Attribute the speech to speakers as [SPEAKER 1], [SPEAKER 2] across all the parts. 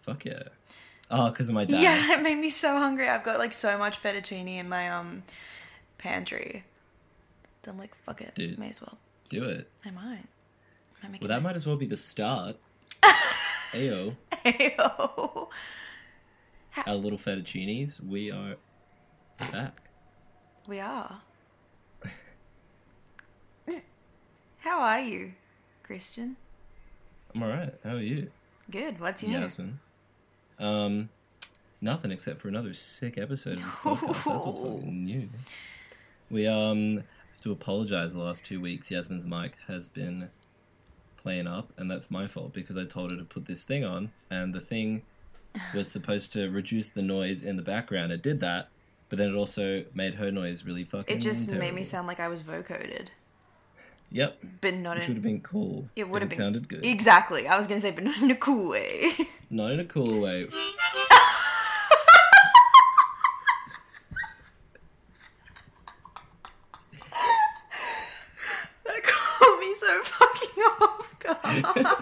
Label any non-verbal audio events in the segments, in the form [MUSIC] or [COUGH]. [SPEAKER 1] Fuck yeah. Oh, because of my dad.
[SPEAKER 2] Yeah, [LAUGHS] it made me so hungry. I've got like so much fettuccine in my um pantry. I'm like, fuck it,
[SPEAKER 1] Dude.
[SPEAKER 2] may as well.
[SPEAKER 1] Do it.
[SPEAKER 2] I might. I might make
[SPEAKER 1] Well,
[SPEAKER 2] it
[SPEAKER 1] that might
[SPEAKER 2] myself.
[SPEAKER 1] as well be the start. Ayo,
[SPEAKER 2] Ayo.
[SPEAKER 1] our little fettuccinis, we are back.
[SPEAKER 2] [LAUGHS]
[SPEAKER 1] [LAUGHS]
[SPEAKER 2] We are. How are you, Christian?
[SPEAKER 1] I'm alright. How are you,
[SPEAKER 2] Good. What's new?
[SPEAKER 1] Yasmin? Um, nothing except for another sick episode of
[SPEAKER 2] [LAUGHS]
[SPEAKER 1] this podcast. That's what's fucking new. We um have to apologize. The last two weeks, Yasmin's mic has been playing up, and that's my fault because I told her to put this thing on, and the
[SPEAKER 2] [SIGHS]
[SPEAKER 1] thing was supposed to reduce the noise in the background. It did that, but then it also made her noise really fucking.
[SPEAKER 2] It just made
[SPEAKER 1] terrible.
[SPEAKER 2] me sound like I was vocoded,
[SPEAKER 1] Yep,
[SPEAKER 2] but not
[SPEAKER 1] which would have
[SPEAKER 2] in.
[SPEAKER 1] been cool.
[SPEAKER 2] It would have
[SPEAKER 1] if
[SPEAKER 2] been
[SPEAKER 1] sounded good.
[SPEAKER 2] Exactly. I was gonna say, but not in a cool way. [LAUGHS]
[SPEAKER 1] Not in a cool way.
[SPEAKER 2] that caught me so fucking off guard.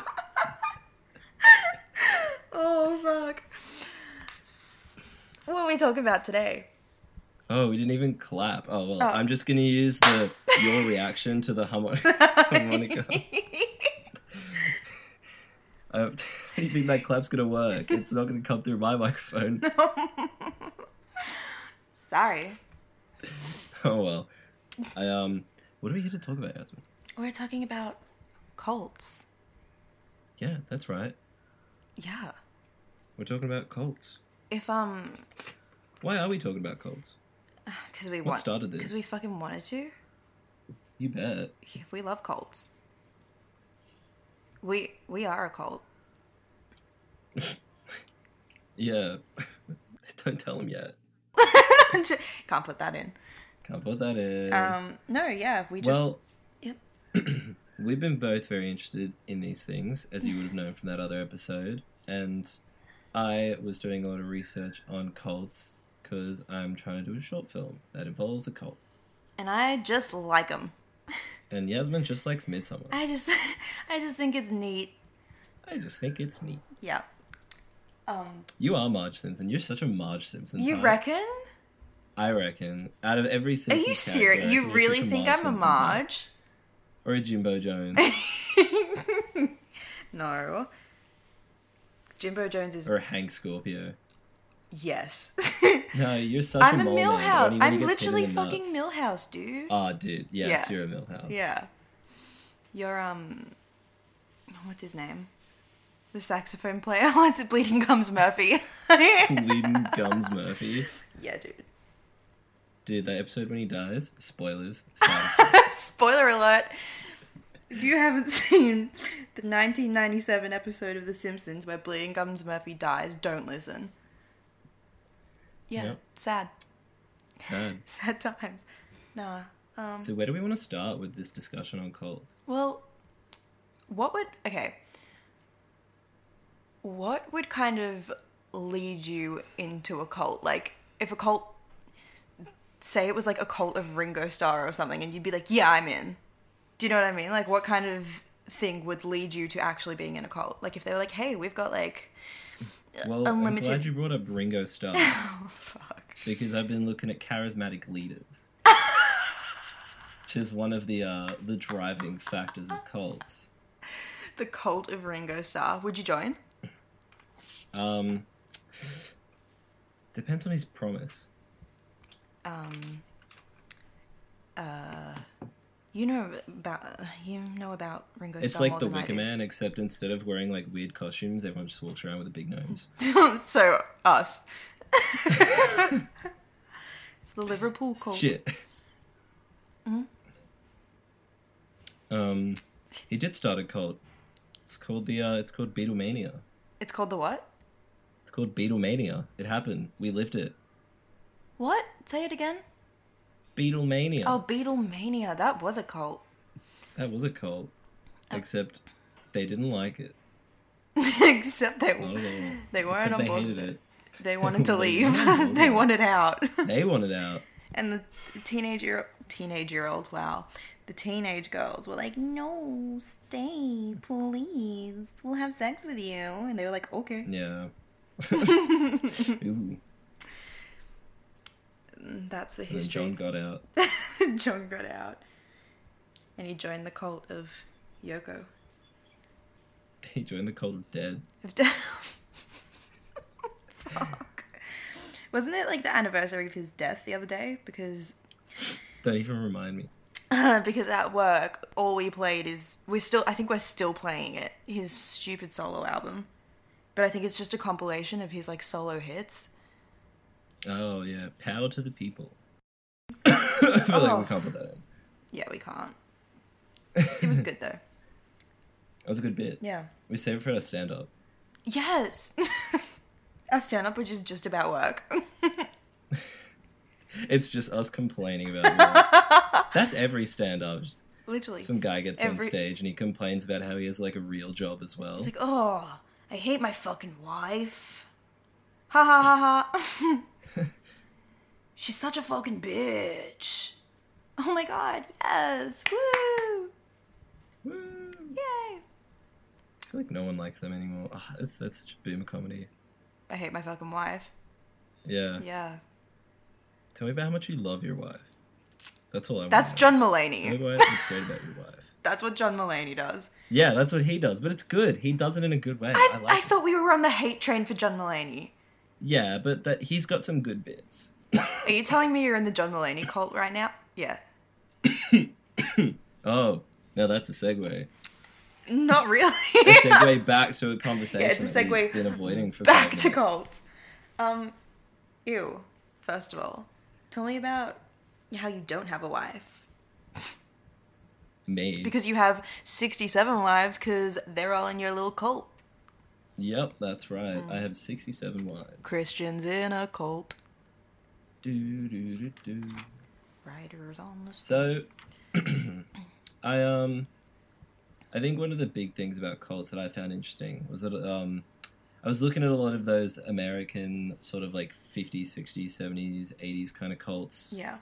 [SPEAKER 2] oh fuck. What are we talking about today?
[SPEAKER 1] Oh, we didn't even clap. Oh well,
[SPEAKER 2] Oh.
[SPEAKER 1] I'm just gonna use the your reaction to the harmon- harmonica. I don't think that clap's gonna work. It's not gonna come through my microphone.
[SPEAKER 2] Sorry.
[SPEAKER 1] Oh well. I um, what are we here to talk about, Yasmin?
[SPEAKER 2] We're talking about cults.
[SPEAKER 1] Yeah, that's right.
[SPEAKER 2] Yeah.
[SPEAKER 1] We're talking about cults.
[SPEAKER 2] If um,
[SPEAKER 1] Why are we talking about cults?
[SPEAKER 2] because we
[SPEAKER 1] What
[SPEAKER 2] want
[SPEAKER 1] started this?
[SPEAKER 2] because we fucking wanted to.
[SPEAKER 1] You bet.
[SPEAKER 2] We love cults. We we are a cult.
[SPEAKER 1] Yeah. [LAUGHS] Don't tell them yet.
[SPEAKER 2] [LAUGHS] Can't put that in.
[SPEAKER 1] Can't put that in.
[SPEAKER 2] Um, no, yeah, we just
[SPEAKER 1] well,
[SPEAKER 2] yep.
[SPEAKER 1] [CLEARS THROAT] we've been both very interested in these things, as you would have known from that other episode. And I was doing a lot of research on cults because I'm trying to do a short film that involves a cult.
[SPEAKER 2] and I just like them.
[SPEAKER 1] And Yasmin just likes Midsummer.
[SPEAKER 2] I just [LAUGHS] I just think it's neat.
[SPEAKER 1] I just think it's neat.
[SPEAKER 2] Yeah. Um,
[SPEAKER 1] You are Marge Simpson. You're such a Marge Simpson.
[SPEAKER 2] you
[SPEAKER 1] type.
[SPEAKER 2] reckon?
[SPEAKER 1] I reckon. Out of every
[SPEAKER 2] Are
[SPEAKER 1] Simpsons
[SPEAKER 2] you
[SPEAKER 1] character,
[SPEAKER 2] serious?
[SPEAKER 1] I
[SPEAKER 2] You
[SPEAKER 1] you're
[SPEAKER 2] really
[SPEAKER 1] such
[SPEAKER 2] think
[SPEAKER 1] Marge
[SPEAKER 2] I'm a
[SPEAKER 1] Simpson type.
[SPEAKER 2] Marge?
[SPEAKER 1] Or a Jimbo Jones.
[SPEAKER 2] [LAUGHS] no. Jimbo Jones is
[SPEAKER 1] or a Hank Scorpio.
[SPEAKER 2] yes.
[SPEAKER 1] No, you're such
[SPEAKER 2] [LAUGHS] I'm
[SPEAKER 1] a
[SPEAKER 2] a
[SPEAKER 1] mole man, only
[SPEAKER 2] Millhouse.
[SPEAKER 1] when he
[SPEAKER 2] I'm
[SPEAKER 1] gets hit in
[SPEAKER 2] literally
[SPEAKER 1] the
[SPEAKER 2] fucking
[SPEAKER 1] nuts.
[SPEAKER 2] Millhouse, dude.
[SPEAKER 1] Ah, dude. Yes,
[SPEAKER 2] Yeah.
[SPEAKER 1] you're a Millhouse. [LAUGHS]
[SPEAKER 2] Yeah. [LAUGHS] Your um what's his name? The saxophone player [LAUGHS] once it bleeding comes Murphy. [LAUGHS]
[SPEAKER 1] Bleeding Gums Murphy.
[SPEAKER 2] yeah, dude.
[SPEAKER 1] Dude, that episode when he dies,
[SPEAKER 2] [LAUGHS]
[SPEAKER 1] spoilers. sad.
[SPEAKER 2] [LAUGHS] Spoiler alert. If you haven't [LAUGHS] seen the 1997 episode of The Simpsons where Bleeding Gums Murphy dies, don't listen. Yeah,
[SPEAKER 1] Yep.
[SPEAKER 2] sad.
[SPEAKER 1] sad.
[SPEAKER 2] Sad times. Nah. Um,
[SPEAKER 1] So where do we want to start with this discussion on cults?
[SPEAKER 2] Well, what would okay? What would kind of lead you into a cult? Like, if a cult, say it was like a cult of Ringo Starr or something, and you'd be like, "Yeah, I'm in." Do you know what I mean? Like, what kind of thing would lead you to actually being in a cult? Like, if they were like, "Hey, we've got like," [LAUGHS]
[SPEAKER 1] Well,
[SPEAKER 2] Uh, Unlimited-
[SPEAKER 1] I'm glad you brought up Ringo Starr
[SPEAKER 2] [LAUGHS] oh, fuck,
[SPEAKER 1] because I've been looking at charismatic leaders,
[SPEAKER 2] [LAUGHS]
[SPEAKER 1] which is one of the uh, the driving factors of cults.
[SPEAKER 2] the cult of Ringo Starr. Would you join?
[SPEAKER 1] Um, depends on his promise.
[SPEAKER 2] um you know about you know about Ringo
[SPEAKER 1] It's
[SPEAKER 2] Starr
[SPEAKER 1] like
[SPEAKER 2] more
[SPEAKER 1] the
[SPEAKER 2] than I
[SPEAKER 1] Wicker
[SPEAKER 2] do.
[SPEAKER 1] Man, except instead of wearing like weird costumes, everyone just walks around with a big nose.
[SPEAKER 2] [LAUGHS] so us. it's the Liverpool cult.
[SPEAKER 1] Shit. Um, he did start a cult. It's called the. Uh, it's called Beatlemania.
[SPEAKER 2] It's called the what?
[SPEAKER 1] It's called Beatlemania. It happened. We lived it.
[SPEAKER 2] What? Say it again.
[SPEAKER 1] Beatlemania.
[SPEAKER 2] Oh, Beatlemania. That was a cult. [LAUGHS]
[SPEAKER 1] That was a cult.
[SPEAKER 2] Oh.
[SPEAKER 1] Except they didn't like it.
[SPEAKER 2] Except they
[SPEAKER 1] Not at
[SPEAKER 2] [LAUGHS]
[SPEAKER 1] all.
[SPEAKER 2] they weren't
[SPEAKER 1] Except
[SPEAKER 2] on
[SPEAKER 1] they
[SPEAKER 2] board.
[SPEAKER 1] hated
[SPEAKER 2] with it.
[SPEAKER 1] it. [LAUGHS]
[SPEAKER 2] They wanted to
[SPEAKER 1] They
[SPEAKER 2] leave.
[SPEAKER 1] wanted
[SPEAKER 2] [LAUGHS] they
[SPEAKER 1] out.
[SPEAKER 2] wanted out.
[SPEAKER 1] They wanted out.
[SPEAKER 2] and the teenage year teenage year old. Wow. The teenage girls were like, "No, [LAUGHS] stay, please. We'll have sex with you." And they were like, "Okay."
[SPEAKER 1] Yeah. Ooh.
[SPEAKER 2] That's the
[SPEAKER 1] And then
[SPEAKER 2] history.
[SPEAKER 1] John got out.
[SPEAKER 2] [LAUGHS] John got out, and he joined the cult of Yoko.
[SPEAKER 1] He joined the cult of dead.
[SPEAKER 2] Of [LAUGHS] death. Fuck. Wasn't it like the anniversary of his death the other day? Because
[SPEAKER 1] Don't even remind me.
[SPEAKER 2] [LAUGHS] because at work, all we played is we're still. I think we're still playing it. His stupid solo album, but I think it's just a compilation of his like solo hits.
[SPEAKER 1] Oh yeah, power to the people. [COUGHS] I feel like
[SPEAKER 2] Oh.
[SPEAKER 1] we can't put that in.
[SPEAKER 2] Yeah, we can't. It was good though.
[SPEAKER 1] That was a good bit.
[SPEAKER 2] [LAUGHS] Yeah.
[SPEAKER 1] We saved it for our stand up.
[SPEAKER 2] Yes. [LAUGHS] Our stand up, which is just about work. [LAUGHS]
[SPEAKER 1] It's just us complaining about.
[SPEAKER 2] [LAUGHS]
[SPEAKER 1] life. That's every stand up.
[SPEAKER 2] Literally.
[SPEAKER 1] Some guy gets
[SPEAKER 2] Every-
[SPEAKER 1] on stage and he complains about how he has like a real job as well.
[SPEAKER 2] It's like, oh, I hate my fucking wife. Ha ha ha ha. [LAUGHS] She's such a fucking bitch. Oh my god, yes. Woo!
[SPEAKER 1] Woo.
[SPEAKER 2] Yay!
[SPEAKER 1] I feel like no one likes them anymore. Ah, that's that's such a boomer comedy.
[SPEAKER 2] I hate my fucking wife.
[SPEAKER 1] Yeah.
[SPEAKER 2] Yeah.
[SPEAKER 1] Tell me about how much you love your wife. That's all I want.
[SPEAKER 2] That's John
[SPEAKER 1] Tell me
[SPEAKER 2] Mulaney.
[SPEAKER 1] about what's great about your wife.
[SPEAKER 2] That's what John Mulaney does.
[SPEAKER 1] Yeah, that's what he does, but it's good. He does it in a good way. I,
[SPEAKER 2] I,
[SPEAKER 1] like
[SPEAKER 2] I
[SPEAKER 1] it.
[SPEAKER 2] thought we were on the hate train for John Mulaney.
[SPEAKER 1] Yeah, but that he's got some good bits.
[SPEAKER 2] Are you telling me you're in the John Mulaney cult right now? Yeah.
[SPEAKER 1] Oh, no, that's a segue.
[SPEAKER 2] Not really.
[SPEAKER 1] A segue back to a conversation.
[SPEAKER 2] Yeah, it's a
[SPEAKER 1] that we've
[SPEAKER 2] segue
[SPEAKER 1] been avoiding for
[SPEAKER 2] back
[SPEAKER 1] five
[SPEAKER 2] to
[SPEAKER 1] minutes.
[SPEAKER 2] cults. Um, ew. First of all, tell me about how you don't have a wife
[SPEAKER 1] Me.
[SPEAKER 2] because you have sixty-seven wives because they're all in your little cult.
[SPEAKER 1] Yep, that's right.
[SPEAKER 2] Mm.
[SPEAKER 1] I have sixty-seven wives.
[SPEAKER 2] Christians in a cult.
[SPEAKER 1] Do, do, do, do.
[SPEAKER 2] Riders on the. s-
[SPEAKER 1] So, [CLEARS THROAT] I um, I think one of the big things about cults that I found interesting was that um, I was looking at a lot of those American sort of like 50s, 60s, 70s, 80s kind of cults.
[SPEAKER 2] Yeah.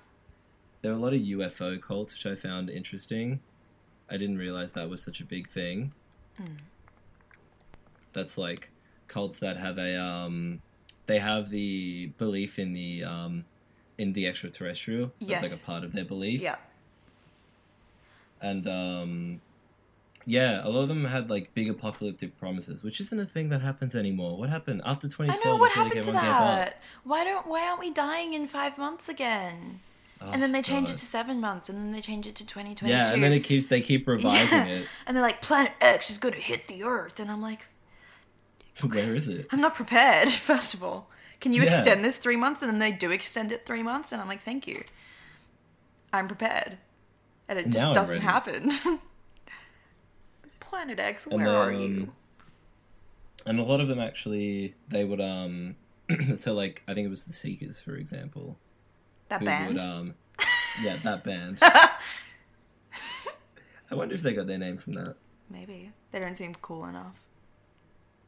[SPEAKER 1] There were a lot of UFO cults, which I found interesting. I didn't realize that was such a big thing.
[SPEAKER 2] Hmm.
[SPEAKER 1] That's like cults that have a um, they have the belief in the um, in the extraterrestrial. That's like
[SPEAKER 2] Yes.
[SPEAKER 1] a part of their belief.
[SPEAKER 2] Yeah.
[SPEAKER 1] And um, yeah, a lot of them had like big apocalyptic promises, which isn't a thing that happens anymore. What happened after
[SPEAKER 2] I
[SPEAKER 1] 2012?
[SPEAKER 2] know what
[SPEAKER 1] feel
[SPEAKER 2] happened to that. Why don't? Why aren't we dying in five months again?
[SPEAKER 1] Oh,
[SPEAKER 2] and then they change it
[SPEAKER 1] God.
[SPEAKER 2] to seven months, and then they change it to twenty twenty-two.
[SPEAKER 1] yeah, and then it keeps they keep revising
[SPEAKER 2] Yeah.
[SPEAKER 1] it.
[SPEAKER 2] [LAUGHS]
[SPEAKER 1] [LAUGHS]
[SPEAKER 2] And they're like, Planet X is going to hit the Earth. And I'm like,
[SPEAKER 1] Where is it?
[SPEAKER 2] I'm not prepared, [LAUGHS] first of all. Can you
[SPEAKER 1] Yeah.
[SPEAKER 2] extend this three months? And then they do extend it three months. And I'm like, thank you. I'm prepared. And it
[SPEAKER 1] And
[SPEAKER 2] just
[SPEAKER 1] now I'm
[SPEAKER 2] doesn't
[SPEAKER 1] ready.
[SPEAKER 2] happen. [LAUGHS] Planet X, where are you?
[SPEAKER 1] um, and a lot of them actually they would um [CLEARS THROAT] so like i think it was the seekers for example
[SPEAKER 2] That
[SPEAKER 1] who
[SPEAKER 2] band?
[SPEAKER 1] would um yeah that
[SPEAKER 2] [LAUGHS]
[SPEAKER 1] band i wonder if they got their name from that
[SPEAKER 2] Maybe. They don't seem cool enough.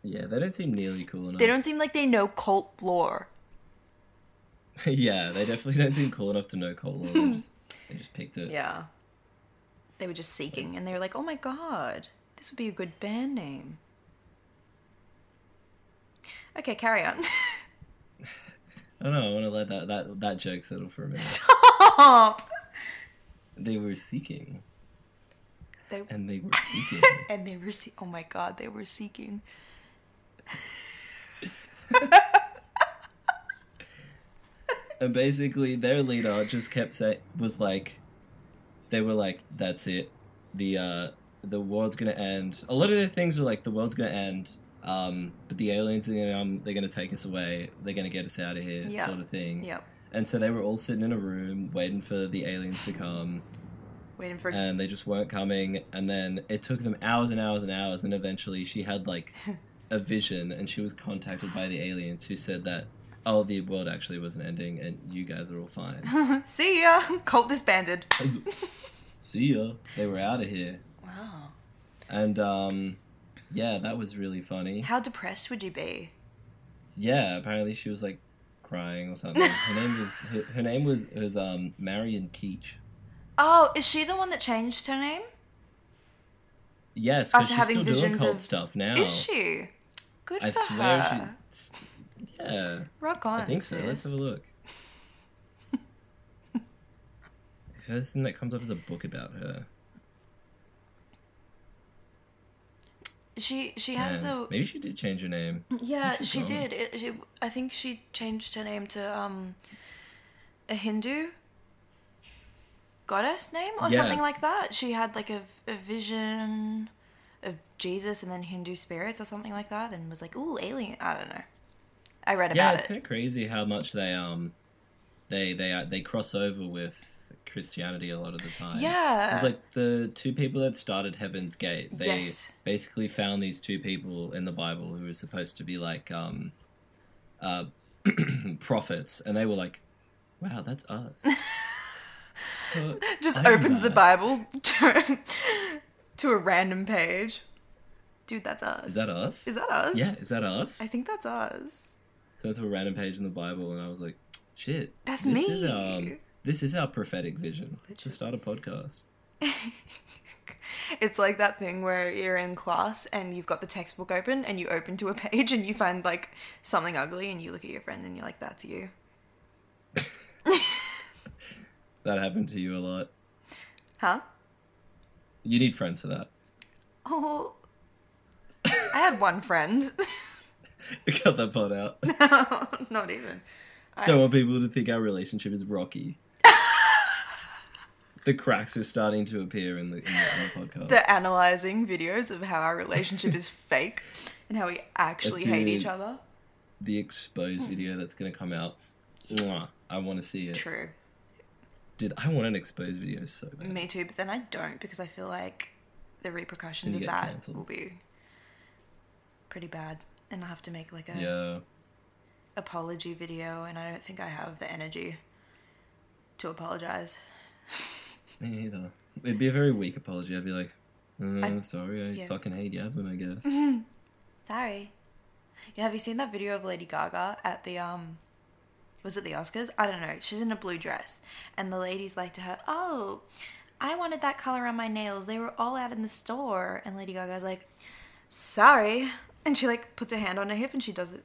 [SPEAKER 1] yeah they don't seem nearly cool enough
[SPEAKER 2] They don't seem like they know cult lore.
[SPEAKER 1] [LAUGHS] yeah they definitely don't seem cool enough to know cold war they
[SPEAKER 2] [LAUGHS]
[SPEAKER 1] just, they just picked it
[SPEAKER 2] Yeah. They were just seeking. And they were like, oh my god, this would be a good band name. Okay, carry on. [LAUGHS]
[SPEAKER 1] i don't know i want to let that that that joke settle for a minute
[SPEAKER 2] Stop!
[SPEAKER 1] they were seeking
[SPEAKER 2] They,
[SPEAKER 1] and
[SPEAKER 2] [LAUGHS]
[SPEAKER 1] they were seeking
[SPEAKER 2] and they were se- oh my god, they were seeking.
[SPEAKER 1] And basically, their leader just kept saying, was like, they were like, that's it. The, uh, the world's gonna end. A lot of their things were like, the world's gonna end, um, but the aliens are gonna, um, they're gonna take us away, they're gonna get us out of here,
[SPEAKER 2] Yeah.
[SPEAKER 1] sort of thing.
[SPEAKER 2] Yep.
[SPEAKER 1] And so they were all sitting in a room waiting for the aliens to come,
[SPEAKER 2] Waiting for
[SPEAKER 1] and they just weren't coming. And then it took them hours and hours and hours, and eventually she had
[SPEAKER 2] [LAUGHS]
[SPEAKER 1] like a vision, and she was contacted by the aliens who said that, oh, the world actually wasn't ending, and you guys are all
[SPEAKER 2] [LAUGHS]
[SPEAKER 1] fine.
[SPEAKER 2] see ya. Cult disbanded.
[SPEAKER 1] see ya. They were out of here.
[SPEAKER 2] Wow.
[SPEAKER 1] And um yeah, that was really funny.
[SPEAKER 2] How depressed would you be?
[SPEAKER 1] Yeah, apparently she was like crying or
[SPEAKER 2] [LAUGHS]
[SPEAKER 1] something. Her name was her, her name was was um Marion Keach.
[SPEAKER 2] Oh, is she the one that changed her name?
[SPEAKER 1] Yes, because
[SPEAKER 2] After
[SPEAKER 1] she's
[SPEAKER 2] having
[SPEAKER 1] still doing
[SPEAKER 2] visions
[SPEAKER 1] cult
[SPEAKER 2] of-
[SPEAKER 1] stuff now.
[SPEAKER 2] Is she? Good
[SPEAKER 1] I
[SPEAKER 2] for
[SPEAKER 1] swear
[SPEAKER 2] her.
[SPEAKER 1] she's Yeah.
[SPEAKER 2] Rock on.
[SPEAKER 1] I think so. Let's
[SPEAKER 2] sis.
[SPEAKER 1] have a
[SPEAKER 2] [LAUGHS]
[SPEAKER 1] look. First thing that comes up is a book about her.
[SPEAKER 2] She she has
[SPEAKER 1] Man,
[SPEAKER 2] a Mm,
[SPEAKER 1] Maybe she did change her name.
[SPEAKER 2] Yeah,
[SPEAKER 1] she's
[SPEAKER 2] she
[SPEAKER 1] gone.
[SPEAKER 2] did. It, she, I think she changed her name to um, a Hindu goddess name or something
[SPEAKER 1] Yes.
[SPEAKER 2] like that. She had like a, a vision of Jesus and then Hindu spirits or something like that, and was like, "Ooh, alien." I don't know. I read
[SPEAKER 1] yeah,
[SPEAKER 2] about
[SPEAKER 1] it's
[SPEAKER 2] it.
[SPEAKER 1] kind of crazy how much they um, they they uh, they cross over with Christianity a lot of the time.
[SPEAKER 2] Yeah.
[SPEAKER 1] it's like the two people that started Heaven's Gate. They
[SPEAKER 2] Yes.
[SPEAKER 1] basically found these two people in the Bible who were supposed to be like um, uh, [CLEARS THROAT] prophets, and they were like, "Wow, that's
[SPEAKER 2] [LAUGHS]
[SPEAKER 1] us." Uh,
[SPEAKER 2] Just
[SPEAKER 1] I'm
[SPEAKER 2] opens the
[SPEAKER 1] not-
[SPEAKER 2] Bible [LAUGHS] to, to a random page. Dude, that's us.
[SPEAKER 1] Is that us?
[SPEAKER 2] Is that us?
[SPEAKER 1] Yeah, is that us?
[SPEAKER 2] I think that's us.
[SPEAKER 1] So it's a random page in the Bible, and I was like, "Shit,
[SPEAKER 2] That's
[SPEAKER 1] this
[SPEAKER 2] me.
[SPEAKER 1] Is, um, this is our prophetic vision. Let's just start a podcast."
[SPEAKER 2] It's like that thing where you're in class and you've got the textbook open and you open to a [LAUGHS] page and you find like something ugly and you look at your friend and you're like, that's you.
[SPEAKER 1] That happened to you a lot.
[SPEAKER 2] Huh?
[SPEAKER 1] You need friends for that. [LAUGHS]
[SPEAKER 2] Oh. I had one friend. [LAUGHS]
[SPEAKER 1] Cut that part out.
[SPEAKER 2] Not even.
[SPEAKER 1] Don't want people to think our relationship is
[SPEAKER 2] [LAUGHS]
[SPEAKER 1] rocky. the cracks are starting to appear in the, in the, in the podcast.
[SPEAKER 2] They're analyzing videos of how our
[SPEAKER 1] [LAUGHS]
[SPEAKER 2] relationship is fake and how we actually hate
[SPEAKER 1] Dude.
[SPEAKER 2] each other.
[SPEAKER 1] the exposed video that's going to come out. Mwah, I want to see it.
[SPEAKER 2] True.
[SPEAKER 1] Dude, I want an exposed video so bad.
[SPEAKER 2] Me too, but then I don't because I feel like the repercussions
[SPEAKER 1] Then
[SPEAKER 2] of
[SPEAKER 1] you get
[SPEAKER 2] that
[SPEAKER 1] cancelled.
[SPEAKER 2] will be pretty bad. And I'll have to make like a
[SPEAKER 1] Yeah.
[SPEAKER 2] apology video and I don't think I have the energy to apologize.
[SPEAKER 1] Me neither. It'd be a very weak apology. I'd be like, "Mm,
[SPEAKER 2] I-
[SPEAKER 1] I'm sorry, I
[SPEAKER 2] yeah. Mm-hmm.
[SPEAKER 1] fucking hate Yasmin, I guess.
[SPEAKER 2] Sorry. Yeah, have you seen that video of Lady Gaga at the um was it the Oscars? I don't know. She's in a blue dress and the ladies like to her, "Oh, I wanted that color on my nails. They were all out in the store." And Lady Gaga's like, "Sorry." And she like puts her hand on her hip and she does it.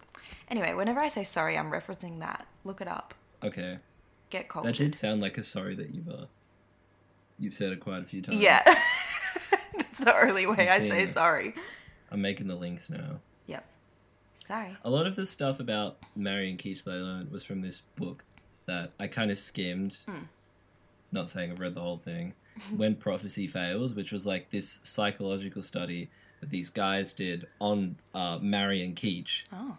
[SPEAKER 2] Anyway, whenever I say sorry, I'm referencing that. Look it up.
[SPEAKER 1] okay.
[SPEAKER 2] Get
[SPEAKER 1] That
[SPEAKER 2] cultured.
[SPEAKER 1] did sound like a sorry that you've uh, you've said it quite a few times.
[SPEAKER 2] Yeah. [LAUGHS] That's the only way I say
[SPEAKER 1] Continue.
[SPEAKER 2] sorry.
[SPEAKER 1] I'm making the links now.
[SPEAKER 2] Yep. Sorry.
[SPEAKER 1] A lot of the stuff about Marion Keats that I learned was from this book that I kind of skimmed.
[SPEAKER 2] Mm.
[SPEAKER 1] Not saying I've read the whole
[SPEAKER 2] [LAUGHS]
[SPEAKER 1] thing. when Prophecy Fails, which was like this psychological study that these guys did on uh, Marion Keats.
[SPEAKER 2] Oh.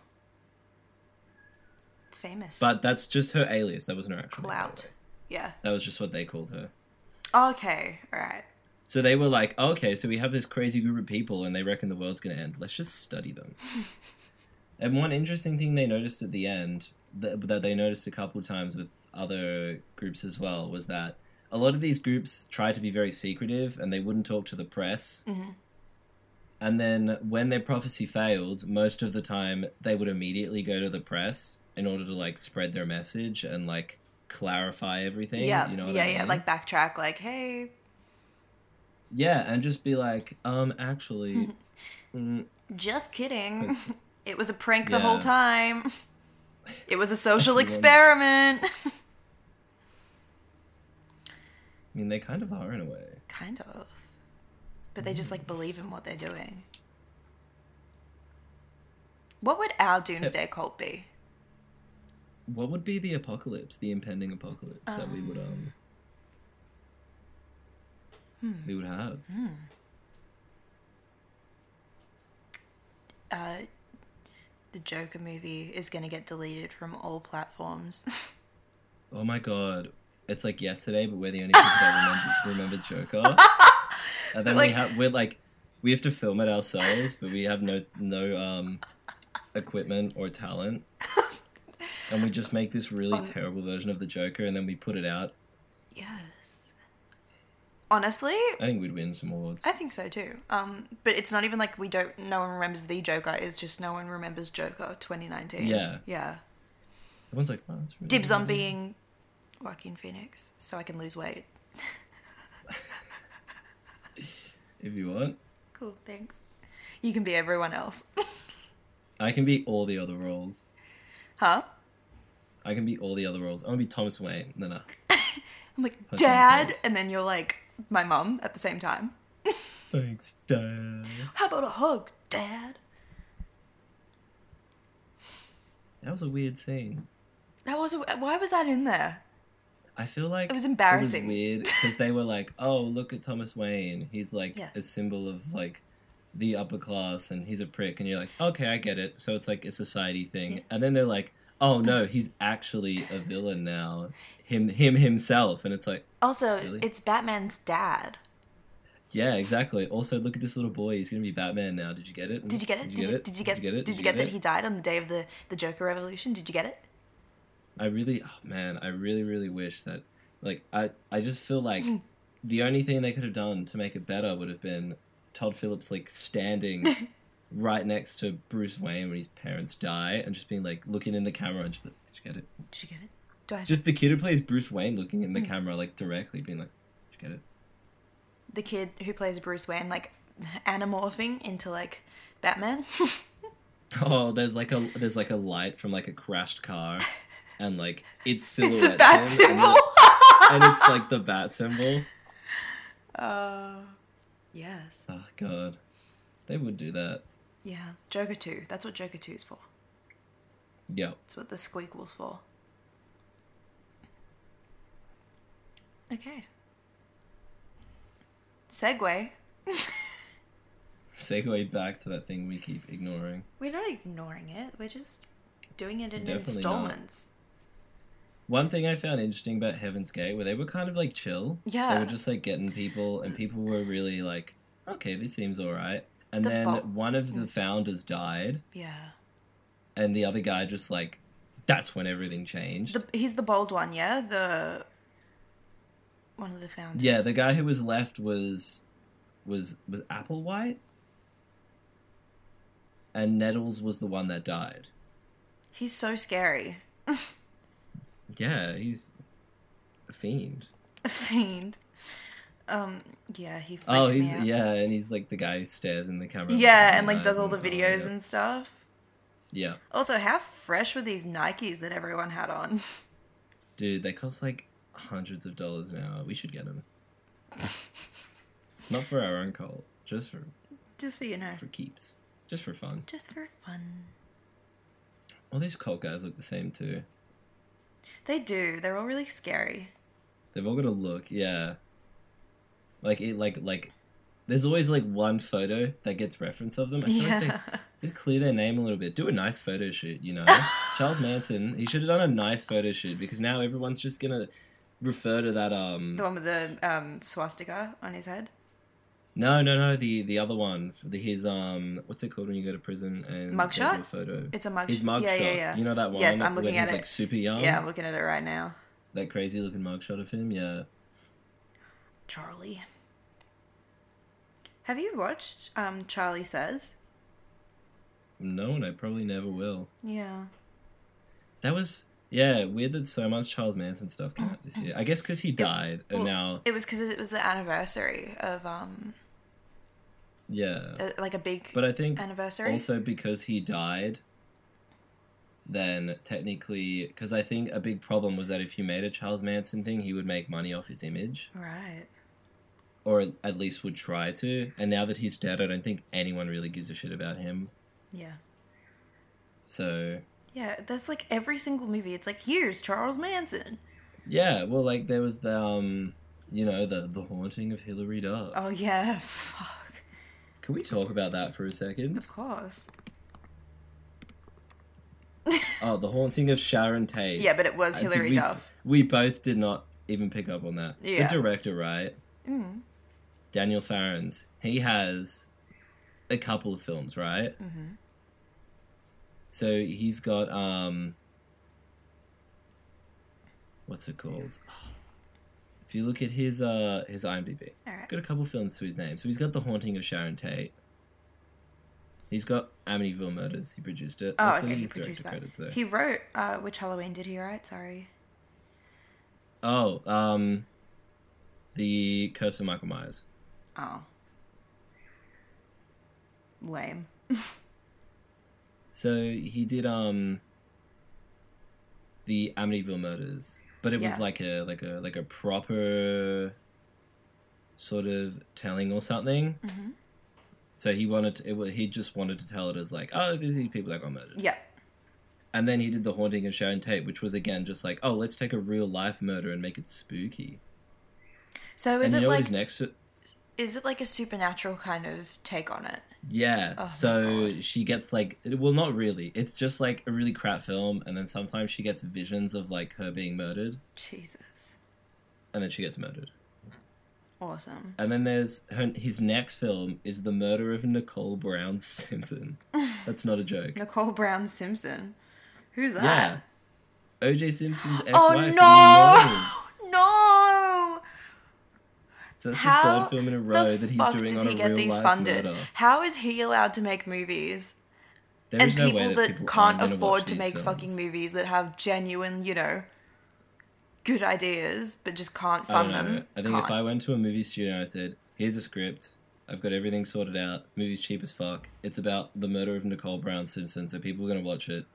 [SPEAKER 2] Famous.
[SPEAKER 1] But that's just her alias. That wasn't her actual name, by the
[SPEAKER 2] clout.
[SPEAKER 1] way.
[SPEAKER 2] Yeah.
[SPEAKER 1] That was just what they called her.
[SPEAKER 2] Okay. All right.
[SPEAKER 1] So they were like, oh, okay, so we have this crazy group of people and they reckon the world's going to end. Let's just study
[SPEAKER 2] [LAUGHS]
[SPEAKER 1] them. and one interesting thing they noticed at the end, that, that they noticed a couple times with other groups as well, was that a lot of these groups tried to be very secretive and they wouldn't talk to the press.
[SPEAKER 2] Mm-hmm.
[SPEAKER 1] And then when their prophecy failed, most of the time they would immediately go to the press in order to like spread their message and like clarify everything.
[SPEAKER 2] Yeah.
[SPEAKER 1] You know what
[SPEAKER 2] yeah.
[SPEAKER 1] I
[SPEAKER 2] Yeah.
[SPEAKER 1] mean?
[SPEAKER 2] Like backtrack. Like, hey,
[SPEAKER 1] Yeah, and just be like, um, actually, mm,
[SPEAKER 2] just kidding.
[SPEAKER 1] [LAUGHS] It's-
[SPEAKER 2] it was a prank the whole
[SPEAKER 1] Yeah.
[SPEAKER 2] time.
[SPEAKER 1] [LAUGHS]
[SPEAKER 2] It was a social
[SPEAKER 1] Everyone-
[SPEAKER 2] experiment. [LAUGHS]
[SPEAKER 1] I mean, they kind of are in a way.
[SPEAKER 2] kind of. But they just like believe in what they're doing. What would our doomsday cult be?
[SPEAKER 1] What would be the apocalypse, the impending apocalypse that we would um we would have?
[SPEAKER 2] Uh, the Joker movie is going to get deleted from all platforms. [LAUGHS]
[SPEAKER 1] Oh my god, it's like yesterday, but we're the only people that remember, remember Joker. And then
[SPEAKER 2] But, like-
[SPEAKER 1] we have we're like we have to film it ourselves, but we have no no um equipment or talent. And we just make this really terrible version of the Joker, and then we put it out.
[SPEAKER 2] Yes. Honestly,
[SPEAKER 1] I think we'd win some awards.
[SPEAKER 2] I think so too. Um, but it's not even like we don't. No one remembers the Joker. It's just no one remembers Joker 2019.
[SPEAKER 1] Yeah.
[SPEAKER 2] Yeah.
[SPEAKER 1] Everyone's like, wow, Oh, that's really
[SPEAKER 2] Dibs on
[SPEAKER 1] good."
[SPEAKER 2] being Joaquin Phoenix, so I can lose weight.
[SPEAKER 1] If you want,
[SPEAKER 2] Cool. Thanks. You can be everyone else. [LAUGHS]
[SPEAKER 1] I can be all the other roles.
[SPEAKER 2] Huh?
[SPEAKER 1] I can be all the other roles. I'm gonna be Thomas Wayne. No, no.
[SPEAKER 2] I'm like,
[SPEAKER 1] Punch on the
[SPEAKER 2] Dad,
[SPEAKER 1] face.
[SPEAKER 2] and then you're like, my mum at the same time.
[SPEAKER 1] Thanks, Dad.
[SPEAKER 2] How about a hug, Dad?
[SPEAKER 1] That was a weird scene.
[SPEAKER 2] That was a, why was that in there?
[SPEAKER 1] I feel like
[SPEAKER 2] It was embarrassing.
[SPEAKER 1] weird because they were like, "Oh, look at Thomas Wayne. He's like
[SPEAKER 2] Yeah.
[SPEAKER 1] a symbol of like the upper class, and he's a prick." And you're like, "Okay, I get it." So it's like a society thing. And then they're like, "Oh no, he's actually a villain now. Him, him himself." And it's like,
[SPEAKER 2] Also,
[SPEAKER 1] Really?
[SPEAKER 2] it's Batman's dad.
[SPEAKER 1] "Yeah, exactly." Also, look at this little boy. He's gonna be Batman now. Did you get it?
[SPEAKER 2] Did you get it? Did you, did you get? Did you get, that he died on the day of the the Joker Revolution? Did you get it?
[SPEAKER 1] I really, oh man, I really, really wish that, like, I, I just feel
[SPEAKER 2] [LAUGHS]
[SPEAKER 1] like the only thing they could have done to make it better would have been Todd Phillips, like,
[SPEAKER 2] [LAUGHS]
[SPEAKER 1] standing right next to Bruce Wayne when his parents die and just being, like, looking in the camera and just, like, did you get it?
[SPEAKER 2] Did you get it? Do I have
[SPEAKER 1] Just the kid who plays Bruce Wayne looking in the
[SPEAKER 2] Mm.
[SPEAKER 1] camera, like, directly being like, did you get it?
[SPEAKER 2] the kid who plays Bruce Wayne like anamorphing into like Batman? [LAUGHS]
[SPEAKER 1] Oh, there's like a there's like a light from like a crashed car, and like it's silhouette
[SPEAKER 2] [LAUGHS] it's the bat [LAUGHS] symbol.
[SPEAKER 1] and it's like
[SPEAKER 2] [LAUGHS]
[SPEAKER 1] the bat symbol.
[SPEAKER 2] uh, yes.
[SPEAKER 1] Oh god, they would do that.
[SPEAKER 2] Yeah. Joker two. That's what Joker two is for.
[SPEAKER 1] Yeah.
[SPEAKER 2] That's what the squeak was for. Okay. Segway.
[SPEAKER 1] segue back to that thing we keep ignoring.
[SPEAKER 2] We're not ignoring it. We're just doing it in
[SPEAKER 1] Definitely not.
[SPEAKER 2] installments.
[SPEAKER 1] One thing I found interesting about Heaven's Gate where they were kind of like chill.
[SPEAKER 2] Yeah.
[SPEAKER 1] They were just like getting people and people were really like, okay, this seems all right. And
[SPEAKER 2] The Mm.
[SPEAKER 1] then
[SPEAKER 2] bo-
[SPEAKER 1] one of the founders died
[SPEAKER 2] Yeah.
[SPEAKER 1] and the other guy just like that's when everything changed.
[SPEAKER 2] The, he's the bold one, yeah? The one of the founders.
[SPEAKER 1] yeah, the guy who was left was was was Applewhite. And Nettles was the one that died.
[SPEAKER 2] He's so scary. [LAUGHS]
[SPEAKER 1] Yeah, he's a fiend.
[SPEAKER 2] A fiend. Um, yeah, he freaks
[SPEAKER 1] Oh, he's
[SPEAKER 2] me out.
[SPEAKER 1] yeah, and he's like the guy who stares in the camera.
[SPEAKER 2] Yeah, and
[SPEAKER 1] I
[SPEAKER 2] like does all the
[SPEAKER 1] don't know,
[SPEAKER 2] videos
[SPEAKER 1] yeah.
[SPEAKER 2] and stuff.
[SPEAKER 1] yeah,
[SPEAKER 2] Also, how fresh were these Nikes that everyone had on? [LAUGHS]
[SPEAKER 1] dude, they cost like hundreds of dollars an hour. We should get
[SPEAKER 2] [LAUGHS]
[SPEAKER 1] them. Not for our own cult, just for
[SPEAKER 2] Just for you know.
[SPEAKER 1] for keeps, just for fun.
[SPEAKER 2] Just for fun.
[SPEAKER 1] All these cult guys look the same too.
[SPEAKER 2] They do. They're all really scary.
[SPEAKER 1] They've all got a look, yeah. Like it, like like. There's always like one photo that gets reference of them. I feel like they
[SPEAKER 2] Yeah. [LAUGHS]
[SPEAKER 1] Gotta clear their name a little bit. Do a nice photo shoot, you know. Charles Manson, he should have done a nice photo shoot because now everyone's just gonna refer to that um
[SPEAKER 2] The one with the um, swastika on his head.
[SPEAKER 1] no no no the the other one the his um what's it called when you go to prison and they
[SPEAKER 2] Mugshot?
[SPEAKER 1] do a photo
[SPEAKER 2] It's a mug.
[SPEAKER 1] his mugshot
[SPEAKER 2] Yeah, yeah, yeah.
[SPEAKER 1] you know that one
[SPEAKER 2] Yes, I'm
[SPEAKER 1] where
[SPEAKER 2] looking
[SPEAKER 1] he's
[SPEAKER 2] at it.
[SPEAKER 1] like super young
[SPEAKER 2] yeah, I'm looking at it right now.
[SPEAKER 1] that crazy looking mugshot of him yeah
[SPEAKER 2] Charlie. Have you watched um, Charlie Says?
[SPEAKER 1] no and I probably never will
[SPEAKER 2] Yeah.
[SPEAKER 1] that was yeah weird that so much Charles Manson stuff came out this year I guess because he died
[SPEAKER 2] well,
[SPEAKER 1] and now
[SPEAKER 2] It was because it was the anniversary of um
[SPEAKER 1] yeah
[SPEAKER 2] uh, like a big
[SPEAKER 1] but I think
[SPEAKER 2] anniversary.
[SPEAKER 1] Also, because he died, then technically, because I think a big problem was that if you made a Charles Manson thing, he would make money off his image,
[SPEAKER 2] right.
[SPEAKER 1] or at least would try to. And now that he's dead, I don't think anyone really gives a shit about him.
[SPEAKER 2] Yeah.
[SPEAKER 1] So,
[SPEAKER 2] Yeah, that's like every single movie. It's like here's Charles Manson.
[SPEAKER 1] yeah, well, like there was the, um, you know, the the haunting of Hillary Duff.
[SPEAKER 2] Oh yeah, [LAUGHS] fuck.
[SPEAKER 1] Can we talk about that for a second?
[SPEAKER 2] Of course.
[SPEAKER 1] Oh, the haunting of Sharon Tate.
[SPEAKER 2] Yeah, but it was
[SPEAKER 1] I think
[SPEAKER 2] Hilary
[SPEAKER 1] we-
[SPEAKER 2] Duff.
[SPEAKER 1] We both did not even pick up on that.
[SPEAKER 2] Yeah.
[SPEAKER 1] The director, right?
[SPEAKER 2] Mm.
[SPEAKER 1] Daniel Farrens, he has a couple of films, right?
[SPEAKER 2] Mhm.
[SPEAKER 1] So he's got um, what's it called? If you look at his uh his IMDb,
[SPEAKER 2] All
[SPEAKER 1] he's
[SPEAKER 2] right.
[SPEAKER 1] got a couple of films to his name. So he's got The Haunting of Sharon Tate. He's got Amityville Murders. He produced it.
[SPEAKER 2] Oh,
[SPEAKER 1] Let's look
[SPEAKER 2] okay.
[SPEAKER 1] at
[SPEAKER 2] He
[SPEAKER 1] his director
[SPEAKER 2] produced that.
[SPEAKER 1] credits, though.
[SPEAKER 2] He wrote. Uh, which Halloween did he write? Sorry.
[SPEAKER 1] Oh, um, the Curse of Michael Myers.
[SPEAKER 2] Oh. Lame.
[SPEAKER 1] So he did um the Amityville Murders, but it
[SPEAKER 2] Yeah.
[SPEAKER 1] was like a like a like a proper sort of telling or something.
[SPEAKER 2] Mm-hmm.
[SPEAKER 1] So he wanted to, it. wa- He just wanted to tell it as like, oh, these are the people that got murdered.
[SPEAKER 2] Yeah.
[SPEAKER 1] And then he did the haunting of Sharon Tate, which was again just like, oh, let's take a real life murder and make it spooky.
[SPEAKER 2] So is
[SPEAKER 1] and you
[SPEAKER 2] it
[SPEAKER 1] know what
[SPEAKER 2] like
[SPEAKER 1] his next?
[SPEAKER 2] is it like a supernatural kind of take on it?
[SPEAKER 1] Yeah.
[SPEAKER 2] Oh my
[SPEAKER 1] so she gets like, well, not really. It's just like a really crap film, and then sometimes she gets visions of like her being murdered,
[SPEAKER 2] Jesus.
[SPEAKER 1] and then she gets murdered.
[SPEAKER 2] Awesome.
[SPEAKER 1] And then there's her, his next film is the murder of Nicole Brown
[SPEAKER 2] [LAUGHS]
[SPEAKER 1] Simpson. That's not a joke.
[SPEAKER 2] Nicole Brown Simpson. Who's that?
[SPEAKER 1] yeah. OJ Simpson's ex-wife.
[SPEAKER 2] Oh
[SPEAKER 1] being murdered.
[SPEAKER 2] no! [LAUGHS] No!
[SPEAKER 1] So that's the
[SPEAKER 2] How
[SPEAKER 1] third film in a
[SPEAKER 2] the
[SPEAKER 1] row that he's
[SPEAKER 2] fuck
[SPEAKER 1] doing
[SPEAKER 2] does
[SPEAKER 1] on
[SPEAKER 2] he
[SPEAKER 1] a
[SPEAKER 2] get
[SPEAKER 1] real
[SPEAKER 2] these
[SPEAKER 1] life
[SPEAKER 2] funded?
[SPEAKER 1] murder.
[SPEAKER 2] How is he allowed to make movies?
[SPEAKER 1] There
[SPEAKER 2] and
[SPEAKER 1] is no way
[SPEAKER 2] people that
[SPEAKER 1] people aren't
[SPEAKER 2] can't
[SPEAKER 1] gonna
[SPEAKER 2] afford
[SPEAKER 1] watch
[SPEAKER 2] to
[SPEAKER 1] these
[SPEAKER 2] make fucking
[SPEAKER 1] films.
[SPEAKER 2] movies that have genuine, you know, good ideas, but just can't
[SPEAKER 1] I don't
[SPEAKER 2] fund
[SPEAKER 1] know.
[SPEAKER 2] them.
[SPEAKER 1] Um, I think
[SPEAKER 2] can't.
[SPEAKER 1] if I went to a movie studio and I said, "Here's a script. I've got everything sorted out. Movie's cheap as fuck. It's about the murder of Nicole Brown Simpson, so people are gonna watch it."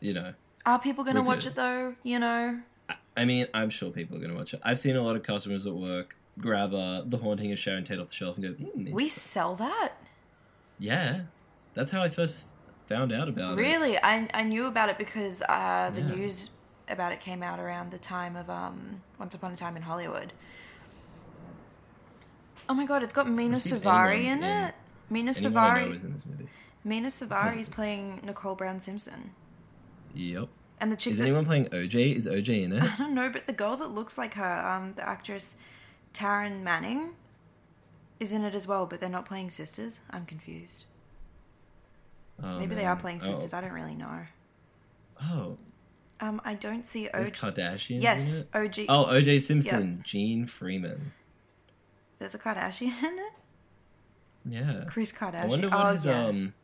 [SPEAKER 1] You know,
[SPEAKER 2] Are people going to
[SPEAKER 1] We
[SPEAKER 2] watch
[SPEAKER 1] could.
[SPEAKER 2] it though? You know?
[SPEAKER 1] I, I mean, I'm sure people are gonna watch it. I've seen a lot of customers at work grab uh, the haunting of Sharon Tate off the shelf and go, mm,
[SPEAKER 2] We sell that?
[SPEAKER 1] "Yeah, that's how I first found out about it."
[SPEAKER 2] Really? I, I knew about it because uh, the
[SPEAKER 1] Yeah.
[SPEAKER 2] news about it came out around the time of um, Once Upon a Time in Hollywood. Oh my god, it's got Mina
[SPEAKER 1] see if
[SPEAKER 2] Savari
[SPEAKER 1] anyone's
[SPEAKER 2] in
[SPEAKER 1] in-
[SPEAKER 2] it. Mina
[SPEAKER 1] Anyone I know
[SPEAKER 2] Savari.
[SPEAKER 1] is in this movie.
[SPEAKER 2] Mina Savari's
[SPEAKER 1] Doesn't-
[SPEAKER 2] playing Nicole Brown Simpson.
[SPEAKER 1] Yep.
[SPEAKER 2] And the chick
[SPEAKER 1] Is
[SPEAKER 2] that,
[SPEAKER 1] anyone playing OJ? Is OJ in it?
[SPEAKER 2] [LAUGHS] I don't know, but the girl that looks like her, um, the actress Taryn Manning, is in it as well, but they're not playing sisters. I'm confused.
[SPEAKER 1] Oh,
[SPEAKER 2] [LAUGHS] Maybe they are
[SPEAKER 1] man.
[SPEAKER 2] playing
[SPEAKER 1] Oh.
[SPEAKER 2] sisters. I don't really know.
[SPEAKER 1] Oh,
[SPEAKER 2] Um, I don't see
[SPEAKER 1] is
[SPEAKER 2] OG.
[SPEAKER 1] Kardashian? in
[SPEAKER 2] Yes,
[SPEAKER 1] it?
[SPEAKER 2] OG.
[SPEAKER 1] Oh, OJ Simpson, Gene Freeman.
[SPEAKER 2] There's a Kardashian in it.
[SPEAKER 1] Yeah.
[SPEAKER 2] Chris Kardashian.
[SPEAKER 1] I wonder what
[SPEAKER 2] oh,
[SPEAKER 1] his
[SPEAKER 2] yeah.
[SPEAKER 1] um.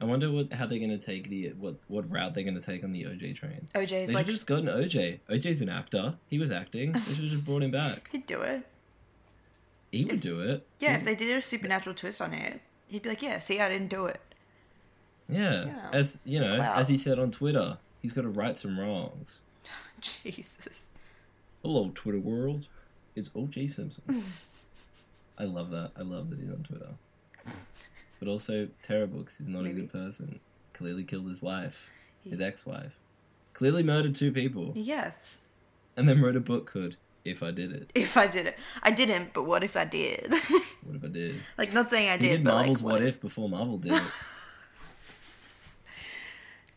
[SPEAKER 1] I wonder what how they're gonna take the what what route they're gonna take on the OJ train.
[SPEAKER 2] OJ is
[SPEAKER 1] they
[SPEAKER 2] like,
[SPEAKER 1] should just gotten OJ. OJ's an actor. He was acting. They should have just brought him back.
[SPEAKER 2] he'd do it.
[SPEAKER 1] He would do it.
[SPEAKER 2] Yeah, if they did a supernatural twist on it, he'd be like, yeah, see, I didn't do it. [LAUGHS]
[SPEAKER 1] Yeah.
[SPEAKER 2] Yeah.
[SPEAKER 1] As you know,
[SPEAKER 2] Clout.
[SPEAKER 1] as he said on Twitter, he's got to right some wrongs.
[SPEAKER 2] Jesus.
[SPEAKER 1] Hello, Twitter world. It's OJ
[SPEAKER 2] [LAUGHS]
[SPEAKER 1] Simpson. I love that. I love that he's on Twitter. But also terrible because he's not
[SPEAKER 2] Maybe.
[SPEAKER 1] a good person. Clearly killed his wife, his
[SPEAKER 2] He-
[SPEAKER 1] ex-wife. Clearly murdered two people,
[SPEAKER 2] Yes.
[SPEAKER 1] and then wrote a book called "If I Did It."
[SPEAKER 2] If I did it, I didn't. But what if I did? [LAUGHS]
[SPEAKER 1] What if I did?
[SPEAKER 2] like, not saying I
[SPEAKER 1] He
[SPEAKER 2] did,
[SPEAKER 1] did
[SPEAKER 2] but
[SPEAKER 1] Marvel's
[SPEAKER 2] like,
[SPEAKER 1] "What If" before Marvel did
[SPEAKER 2] [LAUGHS]
[SPEAKER 1] it.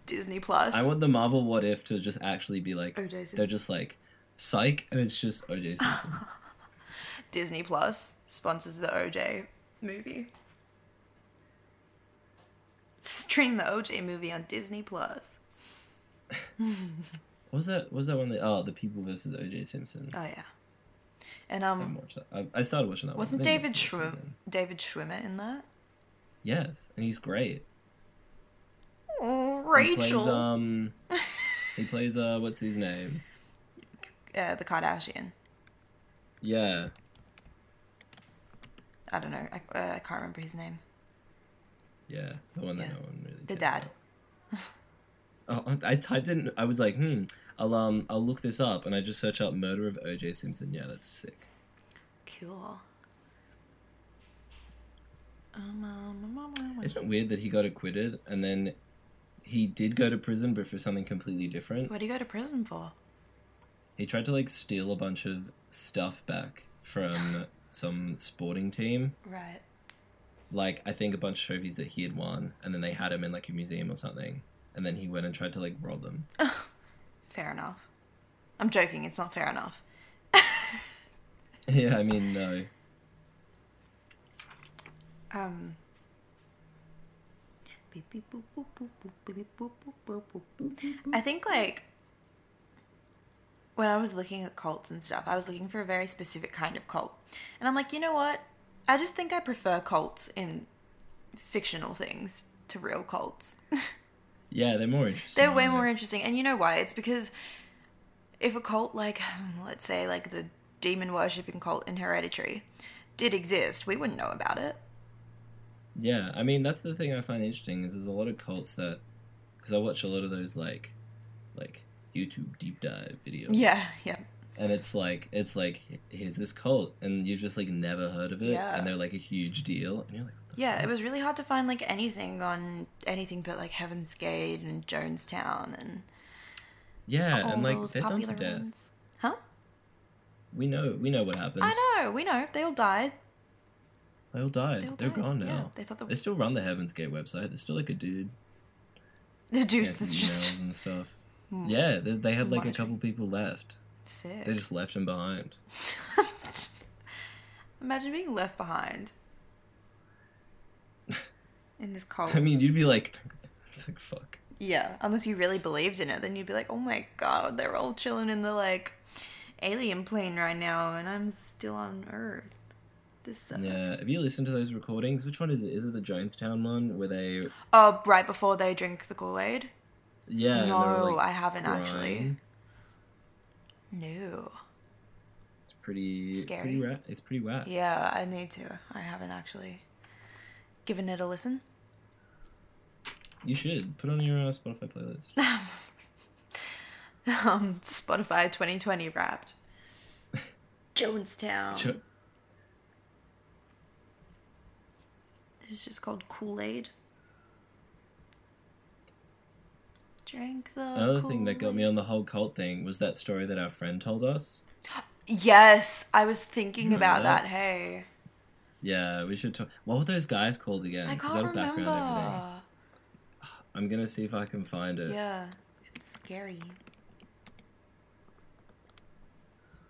[SPEAKER 2] Disney Plus.
[SPEAKER 1] I want the Marvel "What If" to just actually be like
[SPEAKER 2] OJ Simpson.
[SPEAKER 1] they're just like psych, and it's just OJ
[SPEAKER 2] [LAUGHS]
[SPEAKER 1] Simpson.
[SPEAKER 2] Disney Plus sponsors the OJ movie. Stream the OJ movie on Disney Plus.
[SPEAKER 1] what was that? What was that one? That, oh, the People versus OJ Simpson.
[SPEAKER 2] Oh yeah. And
[SPEAKER 1] I haven't
[SPEAKER 2] um,
[SPEAKER 1] watched that. I, I started watching that. one.
[SPEAKER 2] wasn't
[SPEAKER 1] I think
[SPEAKER 2] David
[SPEAKER 1] it's the
[SPEAKER 2] Schwimmer
[SPEAKER 1] first season.
[SPEAKER 2] David Schwimmer in that?
[SPEAKER 1] Yes, and he's great.
[SPEAKER 2] Oh,
[SPEAKER 1] He
[SPEAKER 2] Rachel,
[SPEAKER 1] plays, um,
[SPEAKER 2] [LAUGHS]
[SPEAKER 1] he plays uh, what's his name?
[SPEAKER 2] uh, the Kardashian.
[SPEAKER 1] Yeah,
[SPEAKER 2] I don't know. I, uh, I can't remember his name.
[SPEAKER 1] yeah, the one that
[SPEAKER 2] Yeah.
[SPEAKER 1] no one really.
[SPEAKER 2] The
[SPEAKER 1] cares
[SPEAKER 2] dad.
[SPEAKER 1] about. Oh, I I typed in. I was like, hmm. I'll um, I'll look this up, and I just search up murder of O.J. Simpson. Yeah, that's sick.
[SPEAKER 2] Cool. Um, um, um, um, um,
[SPEAKER 1] Isn't it weird that he got acquitted and then he did go to prison, but for something completely different?
[SPEAKER 2] what do you go to prison for?
[SPEAKER 1] He tried to like steal a bunch of stuff back from some sporting team.
[SPEAKER 2] Right.
[SPEAKER 1] like I think a bunch of trophies that he had won, and then they had him in like a museum or something, and then he went and tried to like rob them. [LAUGHS]
[SPEAKER 2] Fair enough. I'm joking. It's not fair enough.
[SPEAKER 1] yeah, I mean no,
[SPEAKER 2] Um. beep, beep, boop, boop, boop, boop, beep, boop, boop, boop, boop, boop. I think like when I was looking at cults and stuff, I was looking for a very specific kind of cult, and I'm like, you know what? I just think I prefer cults in fictional things to real cults.
[SPEAKER 1] yeah, they're more interesting.
[SPEAKER 2] They're way
[SPEAKER 1] aren't
[SPEAKER 2] more
[SPEAKER 1] they?
[SPEAKER 2] interesting, and you know why? It's because if a cult like, [SIGHS] let's say, like the demon worshipping cult in Hereditary, did exist, we wouldn't know about it.
[SPEAKER 1] Yeah, I mean that's the thing I find interesting is there's a lot of cults that because I watch a lot of those like like YouTube deep dive video.
[SPEAKER 2] Yeah, yeah.
[SPEAKER 1] And it's like it's like here's this cult, and you've just like never heard of it,
[SPEAKER 2] Yeah.
[SPEAKER 1] and they're like a huge deal, and you're like, what the
[SPEAKER 2] Yeah, it was really hard to find like anything on anything but like Heaven's Gate and Jonestown and
[SPEAKER 1] yeah,
[SPEAKER 2] all
[SPEAKER 1] and like
[SPEAKER 2] those
[SPEAKER 1] they're done to
[SPEAKER 2] popular
[SPEAKER 1] death.
[SPEAKER 2] ones. Huh?
[SPEAKER 1] We know we know what happened.
[SPEAKER 2] I know, we know. They all died.
[SPEAKER 1] They all died.
[SPEAKER 2] They all
[SPEAKER 1] They're
[SPEAKER 2] died,
[SPEAKER 1] gone
[SPEAKER 2] yeah.
[SPEAKER 1] now.
[SPEAKER 2] They thought the-
[SPEAKER 1] they still run the Heaven's Gate website. There's still like a dude
[SPEAKER 2] The [LAUGHS] dude
[SPEAKER 1] getting
[SPEAKER 2] that's just Hmm.
[SPEAKER 1] emails and stuff. Yeah, they, they had like a
[SPEAKER 2] monitoring.
[SPEAKER 1] couple people left.
[SPEAKER 2] sick.
[SPEAKER 1] They just left him behind. [LAUGHS]
[SPEAKER 2] Imagine being left behind
[SPEAKER 1] [LAUGHS]
[SPEAKER 2] in
[SPEAKER 1] [LAUGHS]
[SPEAKER 2] this cult.
[SPEAKER 1] I mean, you'd be like, like fuck.
[SPEAKER 2] yeah, unless you really believed in it, then you'd be like, oh my god, they're all chilling in the like alien plane right now, and I'm still on Earth. This sucks.
[SPEAKER 1] Yeah. Have you listened to those recordings? Which one is it? Is it the Jonestown one where they?
[SPEAKER 2] Oh, right before they drink the Kool Aid.
[SPEAKER 1] Yeah. and they were,
[SPEAKER 2] no,
[SPEAKER 1] like,
[SPEAKER 2] I haven't actually.
[SPEAKER 1] crying.
[SPEAKER 2] No.
[SPEAKER 1] It's pretty
[SPEAKER 2] Scary.
[SPEAKER 1] Pretty ra- it's pretty whack.
[SPEAKER 2] Yeah, I need to. I haven't actually given it a listen. [LAUGHS]
[SPEAKER 1] You should put on your uh, Spotify
[SPEAKER 2] Oh,
[SPEAKER 1] playlist.
[SPEAKER 2] Um, Spotify 2020 wrapped.
[SPEAKER 1] [LAUGHS]
[SPEAKER 2] Jonestown.
[SPEAKER 1] Sure.
[SPEAKER 2] It's just called Kool Aid. Drink the.
[SPEAKER 1] Another thing that got
[SPEAKER 2] Kool-Aid.
[SPEAKER 1] me on the whole cult thing was that story that our friend told us.
[SPEAKER 2] Yes, I was thinking
[SPEAKER 1] Remember
[SPEAKER 2] about
[SPEAKER 1] that?
[SPEAKER 2] that. Hey,
[SPEAKER 1] Yeah, we should talk. What were those guys called again?
[SPEAKER 2] I
[SPEAKER 1] 'Cause
[SPEAKER 2] can't
[SPEAKER 1] that background everything.
[SPEAKER 2] remember.
[SPEAKER 1] I'm gonna see if I can find it.
[SPEAKER 2] Yeah, it's scary.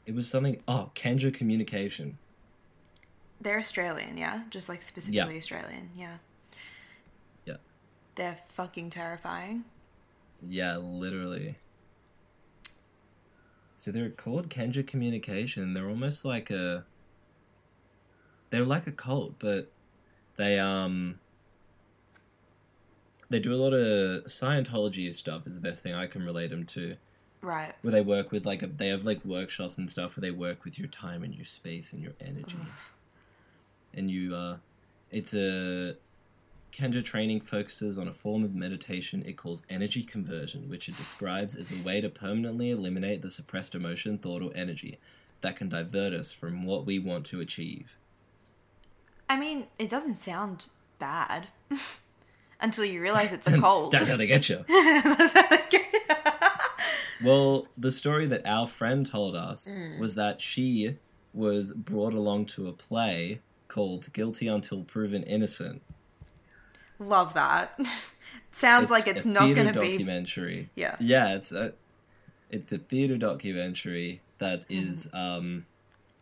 [SPEAKER 1] It was something. Oh, Kendra Communication.
[SPEAKER 2] They're Australian, yeah, just like specifically Australian, yeah.
[SPEAKER 1] Yeah,
[SPEAKER 2] They're fucking terrifying.
[SPEAKER 1] yeah, literally. So they're called Kendra Communication. They're almost like a. They're like a cult, but they um. They do a lot of Scientology stuff. Is the best thing I can relate them to.
[SPEAKER 2] Right.
[SPEAKER 1] where they work with like a, they have like workshops and stuff where they work with your time and your space and your energy and you uh it's a Kendra training focuses on a form of meditation it calls energy conversion, which it describes as a way to permanently eliminate the suppressed emotion, thought, or energy that can divert us from what we want to achieve.
[SPEAKER 2] I mean, it doesn't sound bad [LAUGHS] until you realize [LAUGHS] it's a cold.
[SPEAKER 1] That's how they get you. well, the story that our friend told us
[SPEAKER 2] Mm.
[SPEAKER 1] was that she was brought along to a play called Guilty Until Proven Innocent.
[SPEAKER 2] Love that. Sounds like it's
[SPEAKER 1] a
[SPEAKER 2] not
[SPEAKER 1] theater
[SPEAKER 2] going to be.
[SPEAKER 1] documentary.
[SPEAKER 2] Yeah.
[SPEAKER 1] Yeah, it's a, it's a theater documentary that
[SPEAKER 2] Mm-hmm.
[SPEAKER 1] is um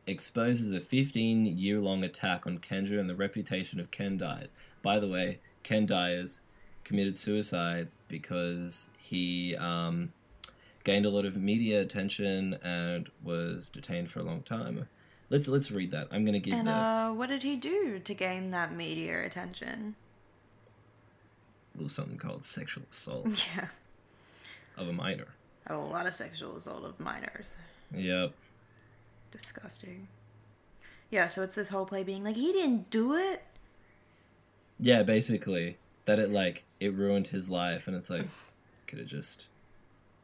[SPEAKER 1] exposes a 15 year long attack on Kendra and the reputation of Ken Dyers. By the way, Ken Dyers committed suicide because he um gained a lot of media attention and was detained for a long time. Let's let's read that. I'm going to give
[SPEAKER 2] And
[SPEAKER 1] that
[SPEAKER 2] uh, what did he do to gain that media attention?
[SPEAKER 1] a little something called sexual assault
[SPEAKER 2] [LAUGHS] Yeah,
[SPEAKER 1] of a minor.
[SPEAKER 2] a lot of sexual assault of minors.
[SPEAKER 1] Yep.
[SPEAKER 2] Disgusting. Yeah, so it's this whole play being like he didn't do it.
[SPEAKER 1] Yeah, basically that it like it ruined his life, and it's like could have just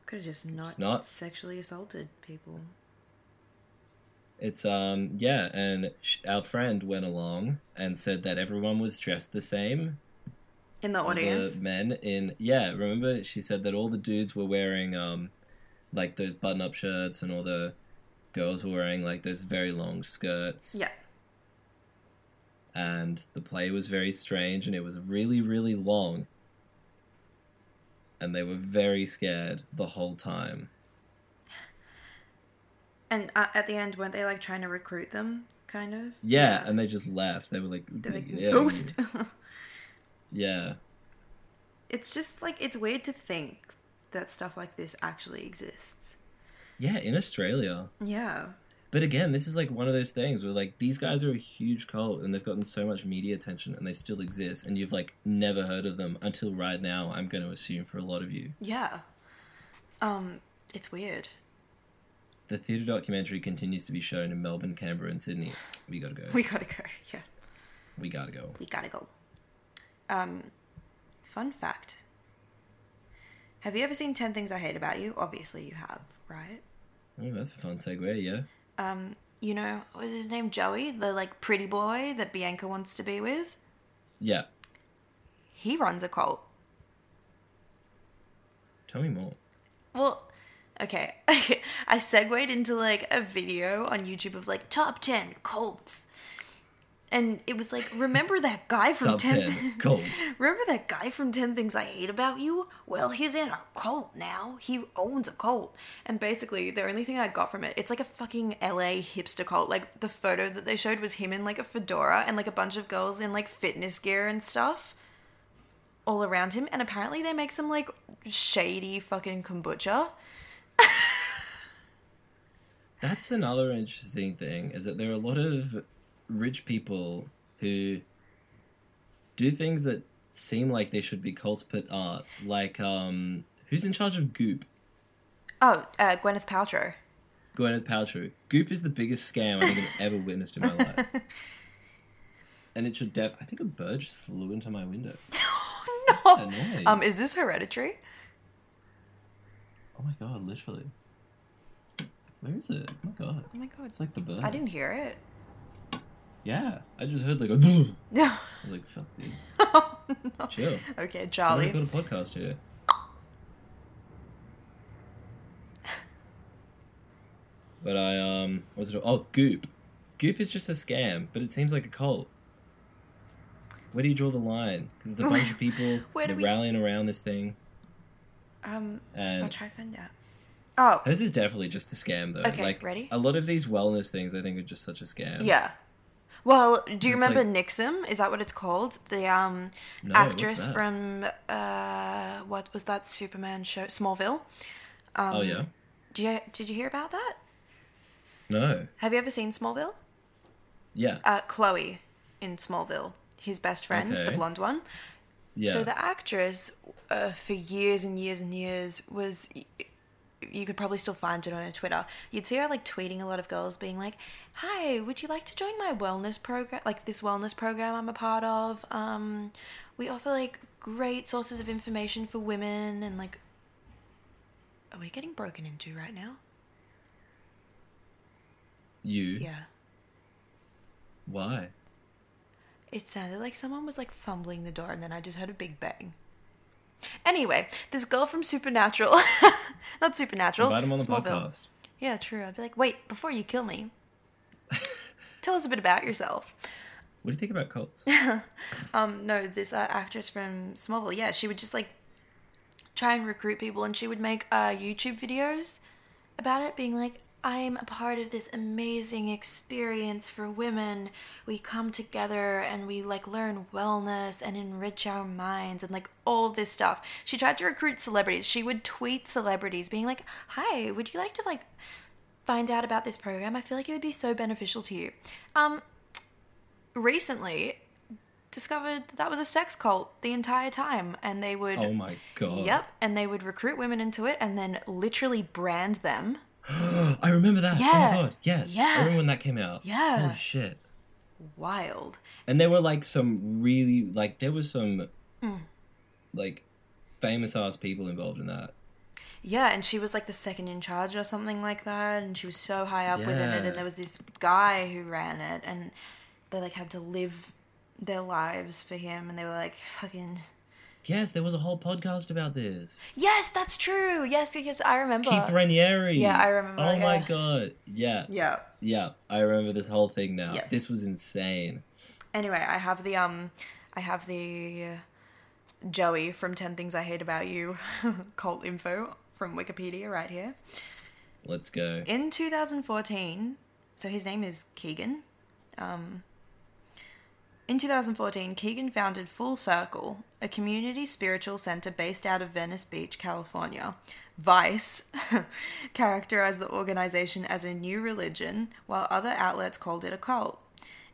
[SPEAKER 2] Could have just not,
[SPEAKER 1] not.
[SPEAKER 2] sexually assaulted people.
[SPEAKER 1] it's um yeah, and sh- our friend went along and said that everyone was dressed the same.
[SPEAKER 2] In the
[SPEAKER 1] All
[SPEAKER 2] audience,
[SPEAKER 1] the men in yeah, remember she said that all the dudes were wearing um like those button-up shirts, and all the girls were wearing like those very long skirts.
[SPEAKER 2] yeah,
[SPEAKER 1] and the play was very strange and it was really really long and they were very scared the whole time
[SPEAKER 2] and uh, at the end, weren't they like trying to recruit them? Kind of.
[SPEAKER 1] yeah, and they just left they were like,
[SPEAKER 2] they're like
[SPEAKER 1] yeah,
[SPEAKER 2] ghost.
[SPEAKER 1] yeah
[SPEAKER 2] [LAUGHS] it's just like it's weird to think that stuff like this actually exists.
[SPEAKER 1] yeah in australia
[SPEAKER 2] Yeah.
[SPEAKER 1] but again this is like one of those things where like these guys are a huge cult and they've gotten so much media attention and they still exist and you've like never heard of them until right now i'm going to assume for a lot of you
[SPEAKER 2] Yeah. Um, it's weird. [LAUGHS]
[SPEAKER 1] the theatre documentary continues to be shown in melbourne canberra and sydney we gotta go
[SPEAKER 2] We gotta go. [LAUGHS] Yeah,
[SPEAKER 1] we gotta go
[SPEAKER 2] we gotta go. Um, fun fact. Have you ever seen 10 Things I Hate About You? Obviously you have, right?
[SPEAKER 1] Oh, that's a fun segue, yeah.
[SPEAKER 2] Um, you know, what was his name Joey, the like pretty boy that Bianca wants to be with?
[SPEAKER 1] Yeah.
[SPEAKER 2] He runs a cult.
[SPEAKER 1] Tell me more.
[SPEAKER 2] Well, okay. [LAUGHS] I segued into like a video on YouTube of like top 10 cults. And it was like, remember that guy from
[SPEAKER 1] Top 10.
[SPEAKER 2] [LAUGHS]
[SPEAKER 1] Cool.
[SPEAKER 2] Remember that guy from 10 Things I Hate About You? Well, he's in a cult now. He owns a cult. And basically, the only thing I got from it, it's like a fucking LA hipster cult. Like, the photo that they showed was him in like a fedora and like a bunch of girls in like fitness gear and stuff all around him. And apparently, they make some like shady fucking kombucha.
[SPEAKER 1] That's another interesting thing is that there are a lot of rich people who do things that seem like they should be cults but aren't. Like, um, who's in charge of Goop?
[SPEAKER 2] Oh, uh, Gwyneth Paltrow.
[SPEAKER 1] Gwyneth Paltrow. Goop is the biggest scam I think I've ever witnessed in my
[SPEAKER 2] [LAUGHS]
[SPEAKER 1] life. And it should dep. I think a bird just flew into my window.
[SPEAKER 2] no.
[SPEAKER 1] That noise.
[SPEAKER 2] Um, is this hereditary?
[SPEAKER 1] Oh my god, literally. Where is it? Oh my god.
[SPEAKER 2] Oh my god.
[SPEAKER 1] It's like the bird.
[SPEAKER 2] I didn't hear it. [LAUGHS]
[SPEAKER 1] Yeah, I just heard like a. [LAUGHS] I
[SPEAKER 2] No.
[SPEAKER 1] was like, fuck, dude.
[SPEAKER 2] no.
[SPEAKER 1] Chill.
[SPEAKER 2] Okay,
[SPEAKER 1] I've got
[SPEAKER 2] Charlie.
[SPEAKER 1] a podcast here.
[SPEAKER 2] [LAUGHS]
[SPEAKER 1] But I, um, what was it? Oh, Goop. Goop is just a scam, but it seems like a cult. Where do you draw the line? Because it's a bunch
[SPEAKER 2] [LAUGHS]
[SPEAKER 1] of people
[SPEAKER 2] Where do
[SPEAKER 1] they're
[SPEAKER 2] we-
[SPEAKER 1] rallying around this thing.
[SPEAKER 2] Um, I'll
[SPEAKER 1] And
[SPEAKER 2] try to find out. Oh,
[SPEAKER 1] this is definitely just a scam, though.
[SPEAKER 2] Okay,
[SPEAKER 1] like,
[SPEAKER 2] ready?
[SPEAKER 1] A lot of these wellness things, I think, are just such a scam.
[SPEAKER 2] yeah. Well, do you
[SPEAKER 1] It's
[SPEAKER 2] remember Nixum? Is that what it's called? The um,
[SPEAKER 1] No, what's
[SPEAKER 2] actress
[SPEAKER 1] that?
[SPEAKER 2] from uh, what was that Superman show? Smallville.
[SPEAKER 1] oh yeah.
[SPEAKER 2] Um, Do you did you hear about that?
[SPEAKER 1] No.
[SPEAKER 2] Have you ever seen Smallville?
[SPEAKER 1] Yeah.
[SPEAKER 2] Uh, Chloe in Smallville, his best friend, the
[SPEAKER 1] Okay.
[SPEAKER 2] blonde one.
[SPEAKER 1] yeah.
[SPEAKER 2] So the actress, uh, for years and years and years, was. You could probably still find it on her Twitter. You'd see her like tweeting a lot of girls being like, "Hi, would you like to join my wellness program? Like this wellness program I'm a part of. Um, we offer like great sources of information for women and like." Are we getting broken into right now?
[SPEAKER 1] you.
[SPEAKER 2] Yeah.
[SPEAKER 1] Why?
[SPEAKER 2] It sounded like someone was like fumbling the door, and then I just heard a big bang. Anyway, this girl from Supernatural, [LAUGHS] not Supernatural,
[SPEAKER 1] Invite him on the
[SPEAKER 2] Smallville.
[SPEAKER 1] podcast.
[SPEAKER 2] Yeah, true. I'd be like, wait, before you
[SPEAKER 1] [LAUGHS]
[SPEAKER 2] kill me, tell us a bit about yourself.
[SPEAKER 1] What do you think about cults?
[SPEAKER 2] Um, no, this uh, actress from Smallville, yeah, she would just like try and recruit people, and she would make uh, YouTube videos about it, being like, I'm a part of this amazing experience for women. We come together and we like learn wellness and enrich our minds and like all this stuff. She tried to recruit celebrities. She would tweet celebrities being like, "Hi, would you like to like find out about this program? I feel like it would be so beneficial to you." Um recently discovered that, that was a sex cult the entire time and they would
[SPEAKER 1] oh my god.
[SPEAKER 2] Yep, and they would recruit women into it and then literally brand them.
[SPEAKER 1] I remember that.
[SPEAKER 2] Yeah.
[SPEAKER 1] Oh my god. Yes.
[SPEAKER 2] Yeah.
[SPEAKER 1] I remember when that came out.
[SPEAKER 2] Yeah.
[SPEAKER 1] Holy shit.
[SPEAKER 2] Wild.
[SPEAKER 1] And there were like some really like there was some
[SPEAKER 2] Hmm.
[SPEAKER 1] like famous ass people involved in that.
[SPEAKER 2] Yeah, and she was like the second in charge or something like that, and she was so high up within it,
[SPEAKER 1] Yeah.
[SPEAKER 2] and there was this guy who ran it, and they like had to live their lives for him, and they were like, fucking.
[SPEAKER 1] Yes, there was a whole podcast about this.
[SPEAKER 2] Yes, that's true. Yes, yes, I remember.
[SPEAKER 1] Keith Raniere.
[SPEAKER 2] Yeah, I remember,
[SPEAKER 1] Oh my
[SPEAKER 2] yeah.
[SPEAKER 1] god. Yeah. yeah.
[SPEAKER 2] yeah.
[SPEAKER 1] I remember this whole thing now.
[SPEAKER 2] Yes.
[SPEAKER 1] This was insane.
[SPEAKER 2] Anyway, I have the um, I have the uh, Joey from Ten Things I Hate About You [LAUGHS] cult info from Wikipedia right here.
[SPEAKER 1] Let's go.
[SPEAKER 2] in 2014 so his name is keegan um, in 2014 keegan founded full circle a community spiritual center based out of venice beach california vice [LAUGHS] characterized the organization as a new religion while other outlets called it a cult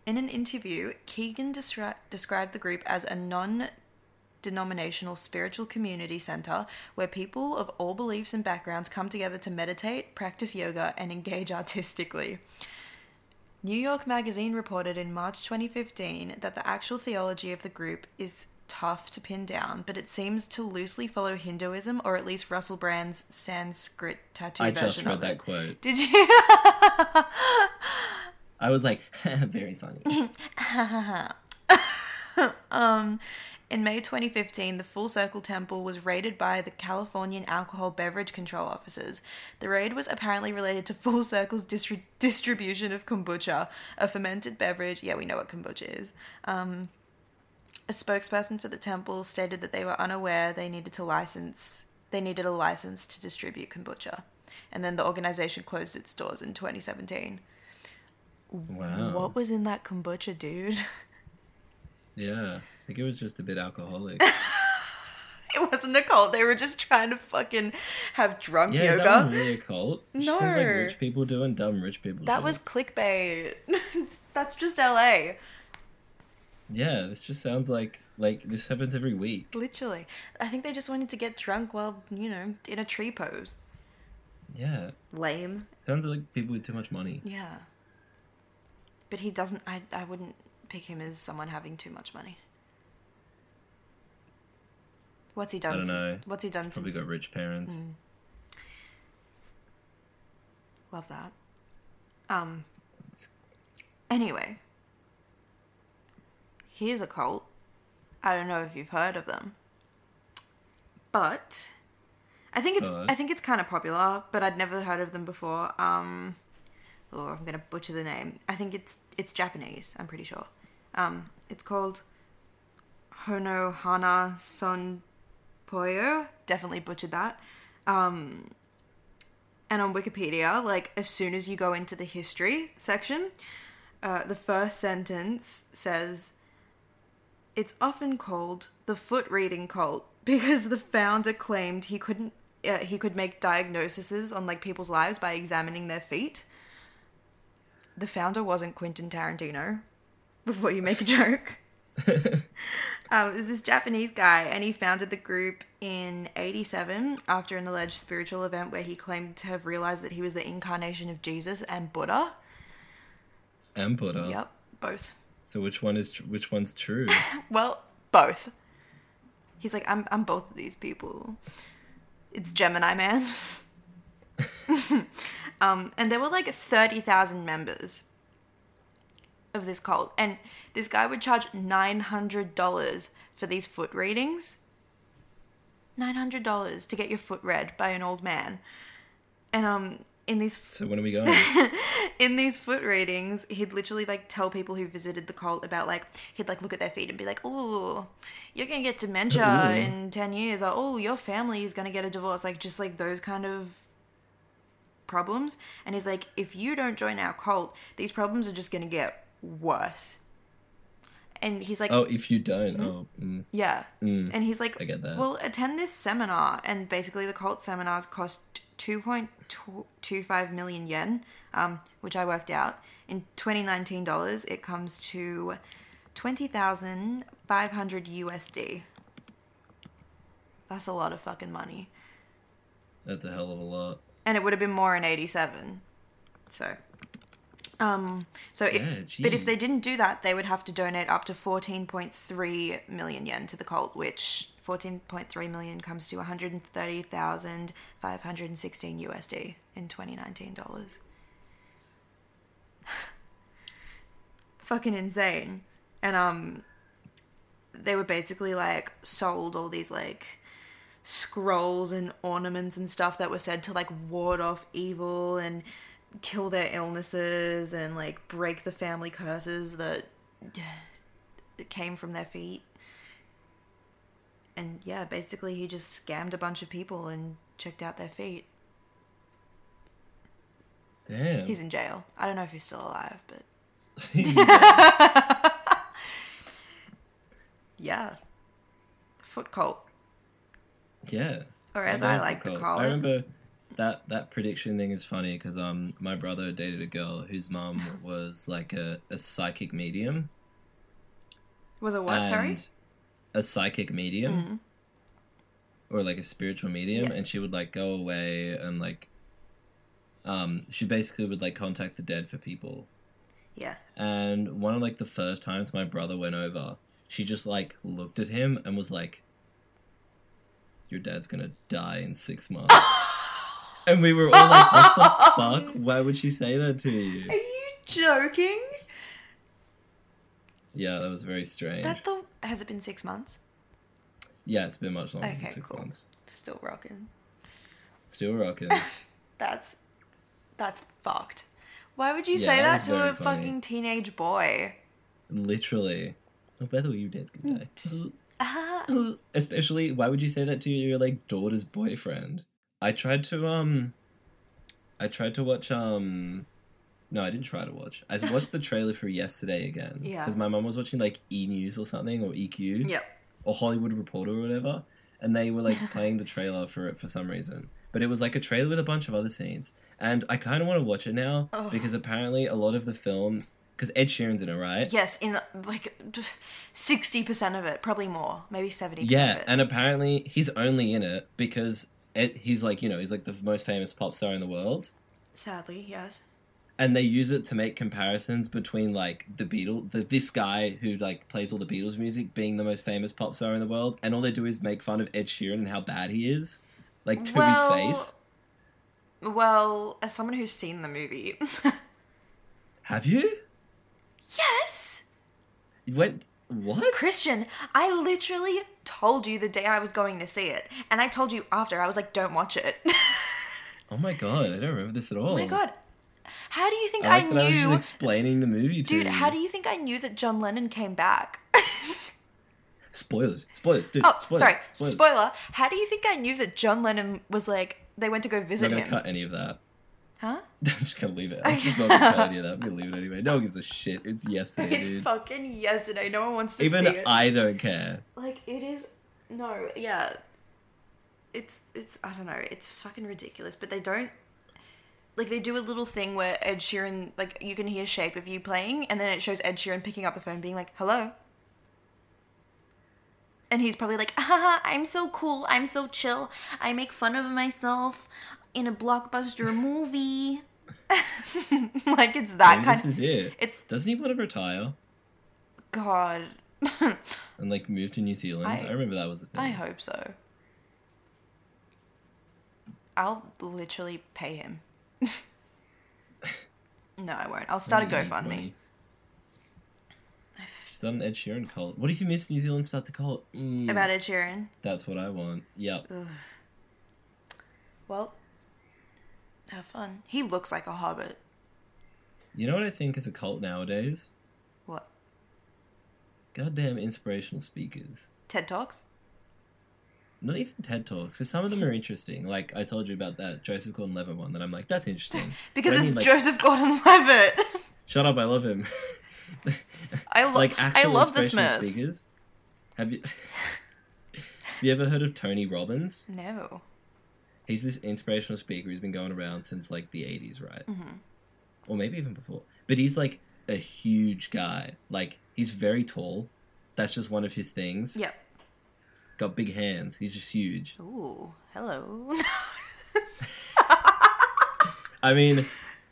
[SPEAKER 2] in an interview keegan descri- described the group as a non denominational spiritual community center where people of all beliefs and backgrounds come together to meditate, practice yoga, and engage [LAUGHS] artistically. New York Magazine reported in March 2015 that the actual theology of the group is tough to pin down, but it seems to loosely follow Hinduism or at least Russell Brand's Sanskrit tattoo
[SPEAKER 1] I just
[SPEAKER 2] version
[SPEAKER 1] read
[SPEAKER 2] of
[SPEAKER 1] that
[SPEAKER 2] it.
[SPEAKER 1] quote.
[SPEAKER 2] Did you? [LAUGHS]
[SPEAKER 1] I was like, [LAUGHS] very funny.
[SPEAKER 2] [LAUGHS] In May 2015, the Full Circle Temple was raided by the Californian Alcohol Beverage Control officers. The raid was apparently related to [LAUGHS] Full Circle's distri- distribution of kombucha, a fermented beverage. Yeah, we know what kombucha is. Um, a spokesperson for the temple stated that they were unaware they needed to license they needed a license to distribute kombucha, and then the organization closed its doors in 2017.
[SPEAKER 1] Wow.
[SPEAKER 2] What was in that kombucha, dude? [LAUGHS]
[SPEAKER 1] Yeah. I think it was just a bit
[SPEAKER 2] [LAUGHS]
[SPEAKER 1] alcoholic.
[SPEAKER 2] It wasn't a cult. They were just trying to fucking have drunk
[SPEAKER 1] Yeah, is
[SPEAKER 2] yoga.
[SPEAKER 1] that one really a cult? It just
[SPEAKER 2] No.
[SPEAKER 1] Sounds like rich people doing dumb rich people.
[SPEAKER 2] That
[SPEAKER 1] shit.
[SPEAKER 2] was clickbait. [LAUGHS] That's just LA,
[SPEAKER 1] Yeah, this just sounds like like this happens every week.
[SPEAKER 2] literally. I think they just wanted to get drunk while, you know, in a tree pose.
[SPEAKER 1] Yeah.
[SPEAKER 2] Lame.
[SPEAKER 1] Sounds like people with too much money.
[SPEAKER 2] Yeah. But he doesn't I I wouldn't pick him as someone having too much money. What's he done?
[SPEAKER 1] I don't
[SPEAKER 2] sin-
[SPEAKER 1] know.
[SPEAKER 2] What's he done
[SPEAKER 1] Probably
[SPEAKER 2] since
[SPEAKER 1] got rich parents.
[SPEAKER 2] Mm. Love that. Um. Anyway, here's a cult. I don't know if you've heard of them, but I think it's
[SPEAKER 1] But-
[SPEAKER 2] I think it's kind of popular. But I'd never heard of them before. Um, oh, I'm gonna butcher the name. I think it's it's Japanese. I'm pretty sure. Um, it's called Honohana Sonpyo. Definitely butchered that. And on Wikipedia, like as soon as you go into the history section, uh, the first sentence says, "It's often called the foot reading cult [LAUGHS] because the founder claimed he couldn't uh, he could make diagnoses on like people's lives by examining their feet." The founder wasn't Quentin Tarantino. [LAUGHS] Before you make a joke. Um, it was this Japanese guy, and he founded the group in 87 after an alleged spiritual event where he claimed to have realized that he was the incarnation of Jesus and Buddha.
[SPEAKER 1] And Buddha.
[SPEAKER 2] Yep, both.
[SPEAKER 1] So which one is tr- which one's
[SPEAKER 2] [LAUGHS]
[SPEAKER 1] true?
[SPEAKER 2] Well, both. He's like, I'm, I'm both of these people. It's Gemini Man. [LAUGHS] um, and there were like 30,000 members of this cult. And this guy would charge $900 for these foot readings. $900 to get your foot read by an old man. And um, in these
[SPEAKER 1] so when are we going?
[SPEAKER 2] [LAUGHS] in these foot readings, he'd literally like tell people who visited the cult about like he'd like look at their feet and be like, "Ooh, you're gonna get dementia
[SPEAKER 1] Ooh.
[SPEAKER 2] in ten years," or "Oh, your family is gonna get a divorce," like just like those kind of problems. And he's like, "If you don't join our cult, these problems are just gonna get worse." And he's like,
[SPEAKER 1] Oh, if you
[SPEAKER 2] Mm-hmm.
[SPEAKER 1] don't, oh, mm,
[SPEAKER 2] yeah. And he's like,
[SPEAKER 1] I get that.
[SPEAKER 2] Well, attend this seminar. And basically, the cult seminars cost 2.25 million yen, um, which I worked out. In 2019 dollars, it comes to 20,500 USD. That's a lot of fucking money.
[SPEAKER 1] that's a hell of a lot.
[SPEAKER 2] And it would have been more in 87. So. Um, so it,
[SPEAKER 1] Yeah,
[SPEAKER 2] but if they
[SPEAKER 1] jeez.
[SPEAKER 2] didn't do that, they would have to donate up to 14.3 million yen to the cult, which 14.3 million comes to 130,516 USD in 2019 dollars. [LAUGHS] Fucking insane. And um they were basically like sold all these like scrolls and ornaments and stuff that were said to like ward off evil and kill their illnesses and like break the family curses that [SIGHS] that came from their feet. And yeah, basically he just scammed a bunch of people and checked out their feet.
[SPEAKER 1] Damn.
[SPEAKER 2] He's in jail. I don't know if he's still alive,
[SPEAKER 1] [LAUGHS]
[SPEAKER 2] but [LAUGHS] yeah. Foot cult.
[SPEAKER 1] yeah.
[SPEAKER 2] Or as I like to call
[SPEAKER 1] I
[SPEAKER 2] it.
[SPEAKER 1] remember that that prediction thing is funny because um my brother dated a girl whose mom was like a, a psychic medium.
[SPEAKER 2] Was it what, sorry? Mm-hmm.
[SPEAKER 1] and a psychic medium or like a spiritual medium
[SPEAKER 2] Yeah.
[SPEAKER 1] and she would like go away and like um she basically would like contact the dead for people
[SPEAKER 2] Yeah.
[SPEAKER 1] and one of like the first times my brother went over she just like looked at him and was like, "Your dad's gonna die in six
[SPEAKER 2] [LAUGHS]
[SPEAKER 1] months." and we were all like, "What the fuck? Why would she say that to you?"
[SPEAKER 2] Are you joking?
[SPEAKER 1] Yeah, that was very strange.
[SPEAKER 2] That's the. Has it been six months?
[SPEAKER 1] Yeah, it's been much longer than
[SPEAKER 2] Okay,
[SPEAKER 1] six
[SPEAKER 2] cool.
[SPEAKER 1] months.
[SPEAKER 2] Still rocking.
[SPEAKER 1] Still rocking.
[SPEAKER 2] That's. That's fucked. Why would you
[SPEAKER 1] Yeah,
[SPEAKER 2] say
[SPEAKER 1] that
[SPEAKER 2] that
[SPEAKER 1] was
[SPEAKER 2] to a
[SPEAKER 1] very funny.
[SPEAKER 2] fucking teenage boy?
[SPEAKER 1] Literally. Oh, by the way, your dad's
[SPEAKER 2] Mm.
[SPEAKER 1] gonna die.
[SPEAKER 2] Ah.
[SPEAKER 1] [LAUGHS] Especially, why would you say that to your like daughter's boyfriend? I tried to um, I tried to watch um, no, I didn't try to watch.
[SPEAKER 2] [LAUGHS]
[SPEAKER 1] I watched the trailer for yesterday again.
[SPEAKER 2] Yeah.
[SPEAKER 1] Because my mum was watching like E News or something or EQ
[SPEAKER 2] Yep.
[SPEAKER 1] or Hollywood Reporter or whatever, and they were like
[SPEAKER 2] [LAUGHS]
[SPEAKER 1] playing the trailer for it for some reason. But it was like a trailer with a bunch of other scenes, and I kind of want to watch it now
[SPEAKER 2] Oh.
[SPEAKER 1] because apparently a lot of the film, because Ed Sheeran's in it, right?
[SPEAKER 2] Yes, in like sixty percent of it, probably more, maybe seventy.
[SPEAKER 1] Yeah,
[SPEAKER 2] percent of it.
[SPEAKER 1] and apparently he's only in it because it, he's like, you know, he's like the most famous pop star in the world.
[SPEAKER 2] sadly, yes.
[SPEAKER 1] And they use it to make comparisons between like the Beatles, the, this guy who like plays all the Beatles music being the most famous pop star in the world, and all they do is make fun of Ed Sheeran and how bad he is, like to
[SPEAKER 2] Well-
[SPEAKER 1] his face.
[SPEAKER 2] Well, as someone who's seen the movie, [LAUGHS]
[SPEAKER 1] Have you?
[SPEAKER 2] yes,
[SPEAKER 1] What? What?
[SPEAKER 2] Christian, I literally told you the day I was going to see it, and I told you after. I was like, "Don't watch it." [LAUGHS]
[SPEAKER 1] Oh my god, I don't remember this at all.
[SPEAKER 2] oh my god, how do you think
[SPEAKER 1] I,
[SPEAKER 2] I,
[SPEAKER 1] like that I was
[SPEAKER 2] knew,
[SPEAKER 1] just explaining the movie to
[SPEAKER 2] dude?
[SPEAKER 1] you.
[SPEAKER 2] How do you think I knew that John Lennon came back? [LAUGHS]
[SPEAKER 1] spoilers? Spoilers, dude.
[SPEAKER 2] oh,
[SPEAKER 1] spoilers,
[SPEAKER 2] sorry,
[SPEAKER 1] spoilers.
[SPEAKER 2] spoiler. How do you think I knew that John Lennon was like? They went to go
[SPEAKER 1] I'm
[SPEAKER 2] visit
[SPEAKER 1] not
[SPEAKER 2] him,
[SPEAKER 1] gonna cut any of that.
[SPEAKER 2] huh?
[SPEAKER 1] [LAUGHS] I'm just gonna leave it. I'm just
[SPEAKER 2] [LAUGHS]
[SPEAKER 1] not gonna tell you that. I'm gonna leave it anyway. No one gives a shit. It's yesterday,
[SPEAKER 2] It's
[SPEAKER 1] dude.
[SPEAKER 2] fucking yesterday. No one wants to see
[SPEAKER 1] Even
[SPEAKER 2] it.
[SPEAKER 1] I don't care.
[SPEAKER 2] like it is no yeah it's it's i don't know it's fucking ridiculous but they don't like they do a little thing where ed sheeran like you can hear shape of you playing and then it shows ed sheeran picking up the phone being like hello and he's probably like ah, i'm so cool i'm so chill i make fun of myself in a blockbuster movie [LAUGHS] like it's that
[SPEAKER 1] Maybe
[SPEAKER 2] kind
[SPEAKER 1] this is it.
[SPEAKER 2] it's-
[SPEAKER 1] Doesn't he want to retire
[SPEAKER 2] god [LAUGHS]
[SPEAKER 1] and like move to New Zealand? I,
[SPEAKER 2] I-
[SPEAKER 1] remember that was the thing.
[SPEAKER 2] I hope so. I'll literally pay him. [LAUGHS] no, I won't. I'll start a
[SPEAKER 1] He needs
[SPEAKER 2] GoFundMe.
[SPEAKER 1] money. Start an Ed Sheeran cult. What if you miss New Zealand starts a cult? Mm,
[SPEAKER 2] About Ed Sheeran.
[SPEAKER 1] That's what I want. Yep.
[SPEAKER 2] Well, have fun. He looks like a hobbit.
[SPEAKER 1] You know what I think is a cult nowadays?
[SPEAKER 2] What?
[SPEAKER 1] Goddamn inspirational speakers.
[SPEAKER 2] TED Talks?
[SPEAKER 1] Not even TED Talks, because some of them are interesting. Like I told you about that Joseph Gordon-Levitt one that I'm like, that's interesting.
[SPEAKER 2] [LAUGHS] Because
[SPEAKER 1] But I mean,
[SPEAKER 2] it's
[SPEAKER 1] like,
[SPEAKER 2] Joseph Gordon-Levitt. [LAUGHS]
[SPEAKER 1] Shut up! I love him.
[SPEAKER 2] I love.
[SPEAKER 1] like
[SPEAKER 2] I
[SPEAKER 1] actual
[SPEAKER 2] love the
[SPEAKER 1] inspirational
[SPEAKER 2] Smurfs.
[SPEAKER 1] speakers. Have you [LAUGHS] have you ever heard of Tony Robbins?
[SPEAKER 2] No.
[SPEAKER 1] He's this inspirational speaker who's been going around since like the eighties, right?
[SPEAKER 2] Mm-hmm.
[SPEAKER 1] Or maybe even before. But he's like a huge guy. Like he's very tall. That's just one of his things.
[SPEAKER 2] Yep.
[SPEAKER 1] Got big hands. He's just huge.
[SPEAKER 2] Ooh. Hello. [LAUGHS]
[SPEAKER 1] I mean,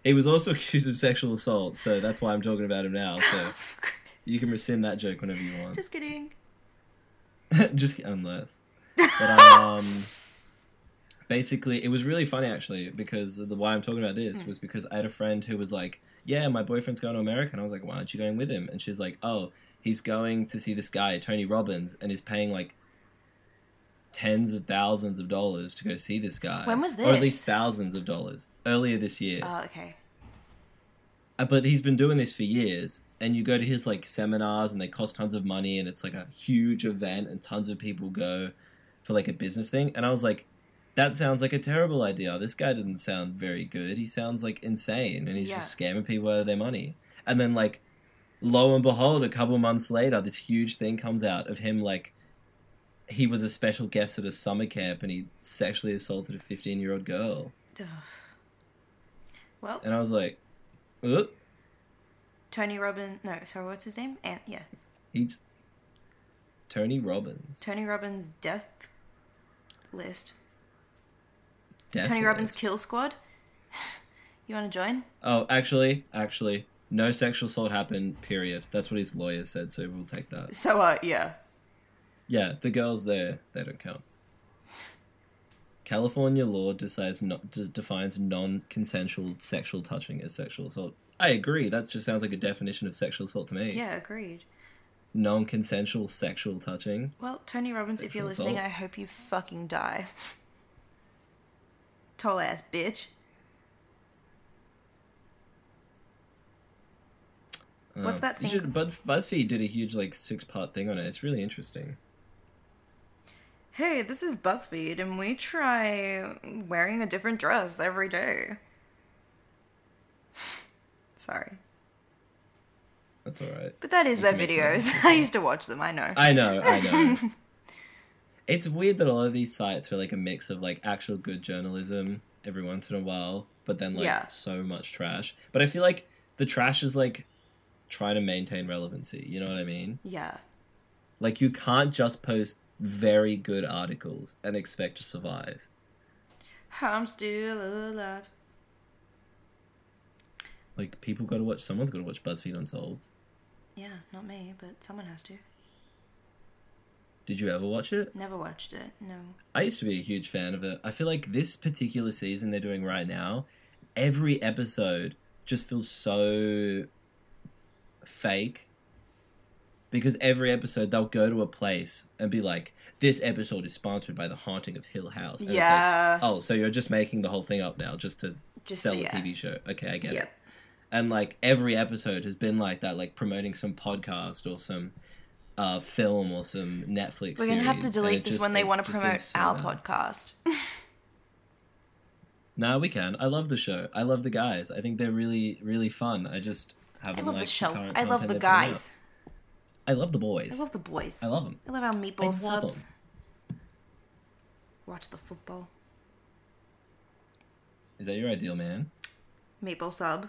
[SPEAKER 1] he was also [LAUGHS] accused of sexual assault, so that's why I'm talking about him now.
[SPEAKER 2] [LAUGHS]
[SPEAKER 1] So you can rescind that joke whenever you want.
[SPEAKER 2] Just kidding.
[SPEAKER 1] [LAUGHS] just unless but
[SPEAKER 2] [LAUGHS]
[SPEAKER 1] um basically it was really funny actually because the why i'm talking about
[SPEAKER 2] Hmm.
[SPEAKER 1] this was because i had a friend who was like yeah my boyfriend's going to america and i was like why aren't you going with him and she's like oh he's going to see this guy tony robbins and is paying like tens of thousands of dollars to go see this guy
[SPEAKER 2] When was
[SPEAKER 1] or at
[SPEAKER 2] this?
[SPEAKER 1] least thousands of dollars earlier this year
[SPEAKER 2] Oh, okay.
[SPEAKER 1] uh, but he's been doing this for years and you go to his like seminars and they cost tons of money and it's like a huge event and tons of people go for like a business thing and i was like that sounds like a terrible idea this guy doesn't sound very good he sounds like insane and he's
[SPEAKER 2] Yeah.
[SPEAKER 1] just scamming people out of their money and then like lo and behold a couple months later this huge thing comes out of him like he was a special guest at a summer camp and he sexually assaulted a 15 year old girl
[SPEAKER 2] Ugh. Well,
[SPEAKER 1] and i was like Ugh.
[SPEAKER 2] Tony Robbins. No, sorry. What's his name? Ant. Yeah.
[SPEAKER 1] He just Tony Robbins.
[SPEAKER 2] Tony Robbins' death list.
[SPEAKER 1] Death
[SPEAKER 2] Tony Robbins'
[SPEAKER 1] list.
[SPEAKER 2] kill squad. [LAUGHS] You want to join?
[SPEAKER 1] Oh, actually, actually, No sexual assault happened, period. That's what his lawyer said, so we'll take that.
[SPEAKER 2] So, uh, yeah.
[SPEAKER 1] Yeah, the girls there, they don't count. California law decides not, d- defines non consensual sexual touching as sexual assault. I agree, that just sounds like a definition of sexual assault to me.
[SPEAKER 2] Yeah, agreed.
[SPEAKER 1] Non consensual sexual touching.
[SPEAKER 2] Well, Tony Robbins, if you're
[SPEAKER 1] Sexual
[SPEAKER 2] listening,
[SPEAKER 1] assault.
[SPEAKER 2] I hope you fucking die. [LAUGHS] Tall ass bitch. What's
[SPEAKER 1] Um,
[SPEAKER 2] that
[SPEAKER 1] you
[SPEAKER 2] thing
[SPEAKER 1] should- Buzz- BuzzFeed did a huge, like, six part thing on it. It's really interesting.
[SPEAKER 2] Hey, this is BuzzFeed, and we try wearing a different dress every day. [SIGHS] Sorry.
[SPEAKER 1] That's alright.
[SPEAKER 2] But that is
[SPEAKER 1] You
[SPEAKER 2] their
[SPEAKER 1] can make
[SPEAKER 2] videos. [LAUGHS] I used to watch them, I know.
[SPEAKER 1] I know, I know. it's weird that all of these sites are like a mix of like actual good journalism every once in a while, but then like
[SPEAKER 2] Yeah.
[SPEAKER 1] so much trash. But I feel like the trash is like trying to maintain relevancy, you know what I mean?
[SPEAKER 2] yeah.
[SPEAKER 1] Like you can't just post very good articles and expect to survive.
[SPEAKER 2] I'm still alive.
[SPEAKER 1] Like people gotta watch someone's gotta watch BuzzFeed Unsolved.
[SPEAKER 2] Yeah, not me, but someone has to.
[SPEAKER 1] Did you ever watch it?
[SPEAKER 2] Never watched it, no.
[SPEAKER 1] I used to be a huge fan of it. I feel like this particular season they're doing right now, every episode just feels so fake because every episode they'll go to a place and be like, "This episode is sponsored by the haunting of Hill House." And it's like,
[SPEAKER 2] Yeah.
[SPEAKER 1] oh, so you're just making the whole thing up now just to
[SPEAKER 2] Just
[SPEAKER 1] sell
[SPEAKER 2] to-
[SPEAKER 1] a
[SPEAKER 2] yeah.
[SPEAKER 1] TV show? Okay, I get it
[SPEAKER 2] Yep.
[SPEAKER 1] and like every episode has been like that, like promoting some podcast or some uh, film or some Netflix.
[SPEAKER 2] We're gonna have to
[SPEAKER 1] series, and
[SPEAKER 2] delete
[SPEAKER 1] it
[SPEAKER 2] this
[SPEAKER 1] just-
[SPEAKER 2] when they
[SPEAKER 1] it
[SPEAKER 2] want to
[SPEAKER 1] just seems
[SPEAKER 2] promote
[SPEAKER 1] so
[SPEAKER 2] our
[SPEAKER 1] bad.
[SPEAKER 2] podcast. [LAUGHS]
[SPEAKER 1] No, we can. I love the show. I love the guys. I think they're really, really fun. I just haven't.
[SPEAKER 2] I love
[SPEAKER 1] liked
[SPEAKER 2] the show.
[SPEAKER 1] current
[SPEAKER 2] I love
[SPEAKER 1] content
[SPEAKER 2] the
[SPEAKER 1] they're putting out.
[SPEAKER 2] guys.
[SPEAKER 1] I love the boys.
[SPEAKER 2] I love the boys.
[SPEAKER 1] I love 'em.
[SPEAKER 2] I love our meatball
[SPEAKER 1] I love
[SPEAKER 2] subs.
[SPEAKER 1] 'em.
[SPEAKER 2] Watch the football.
[SPEAKER 1] Is that your ideal man?
[SPEAKER 2] Meatball sub.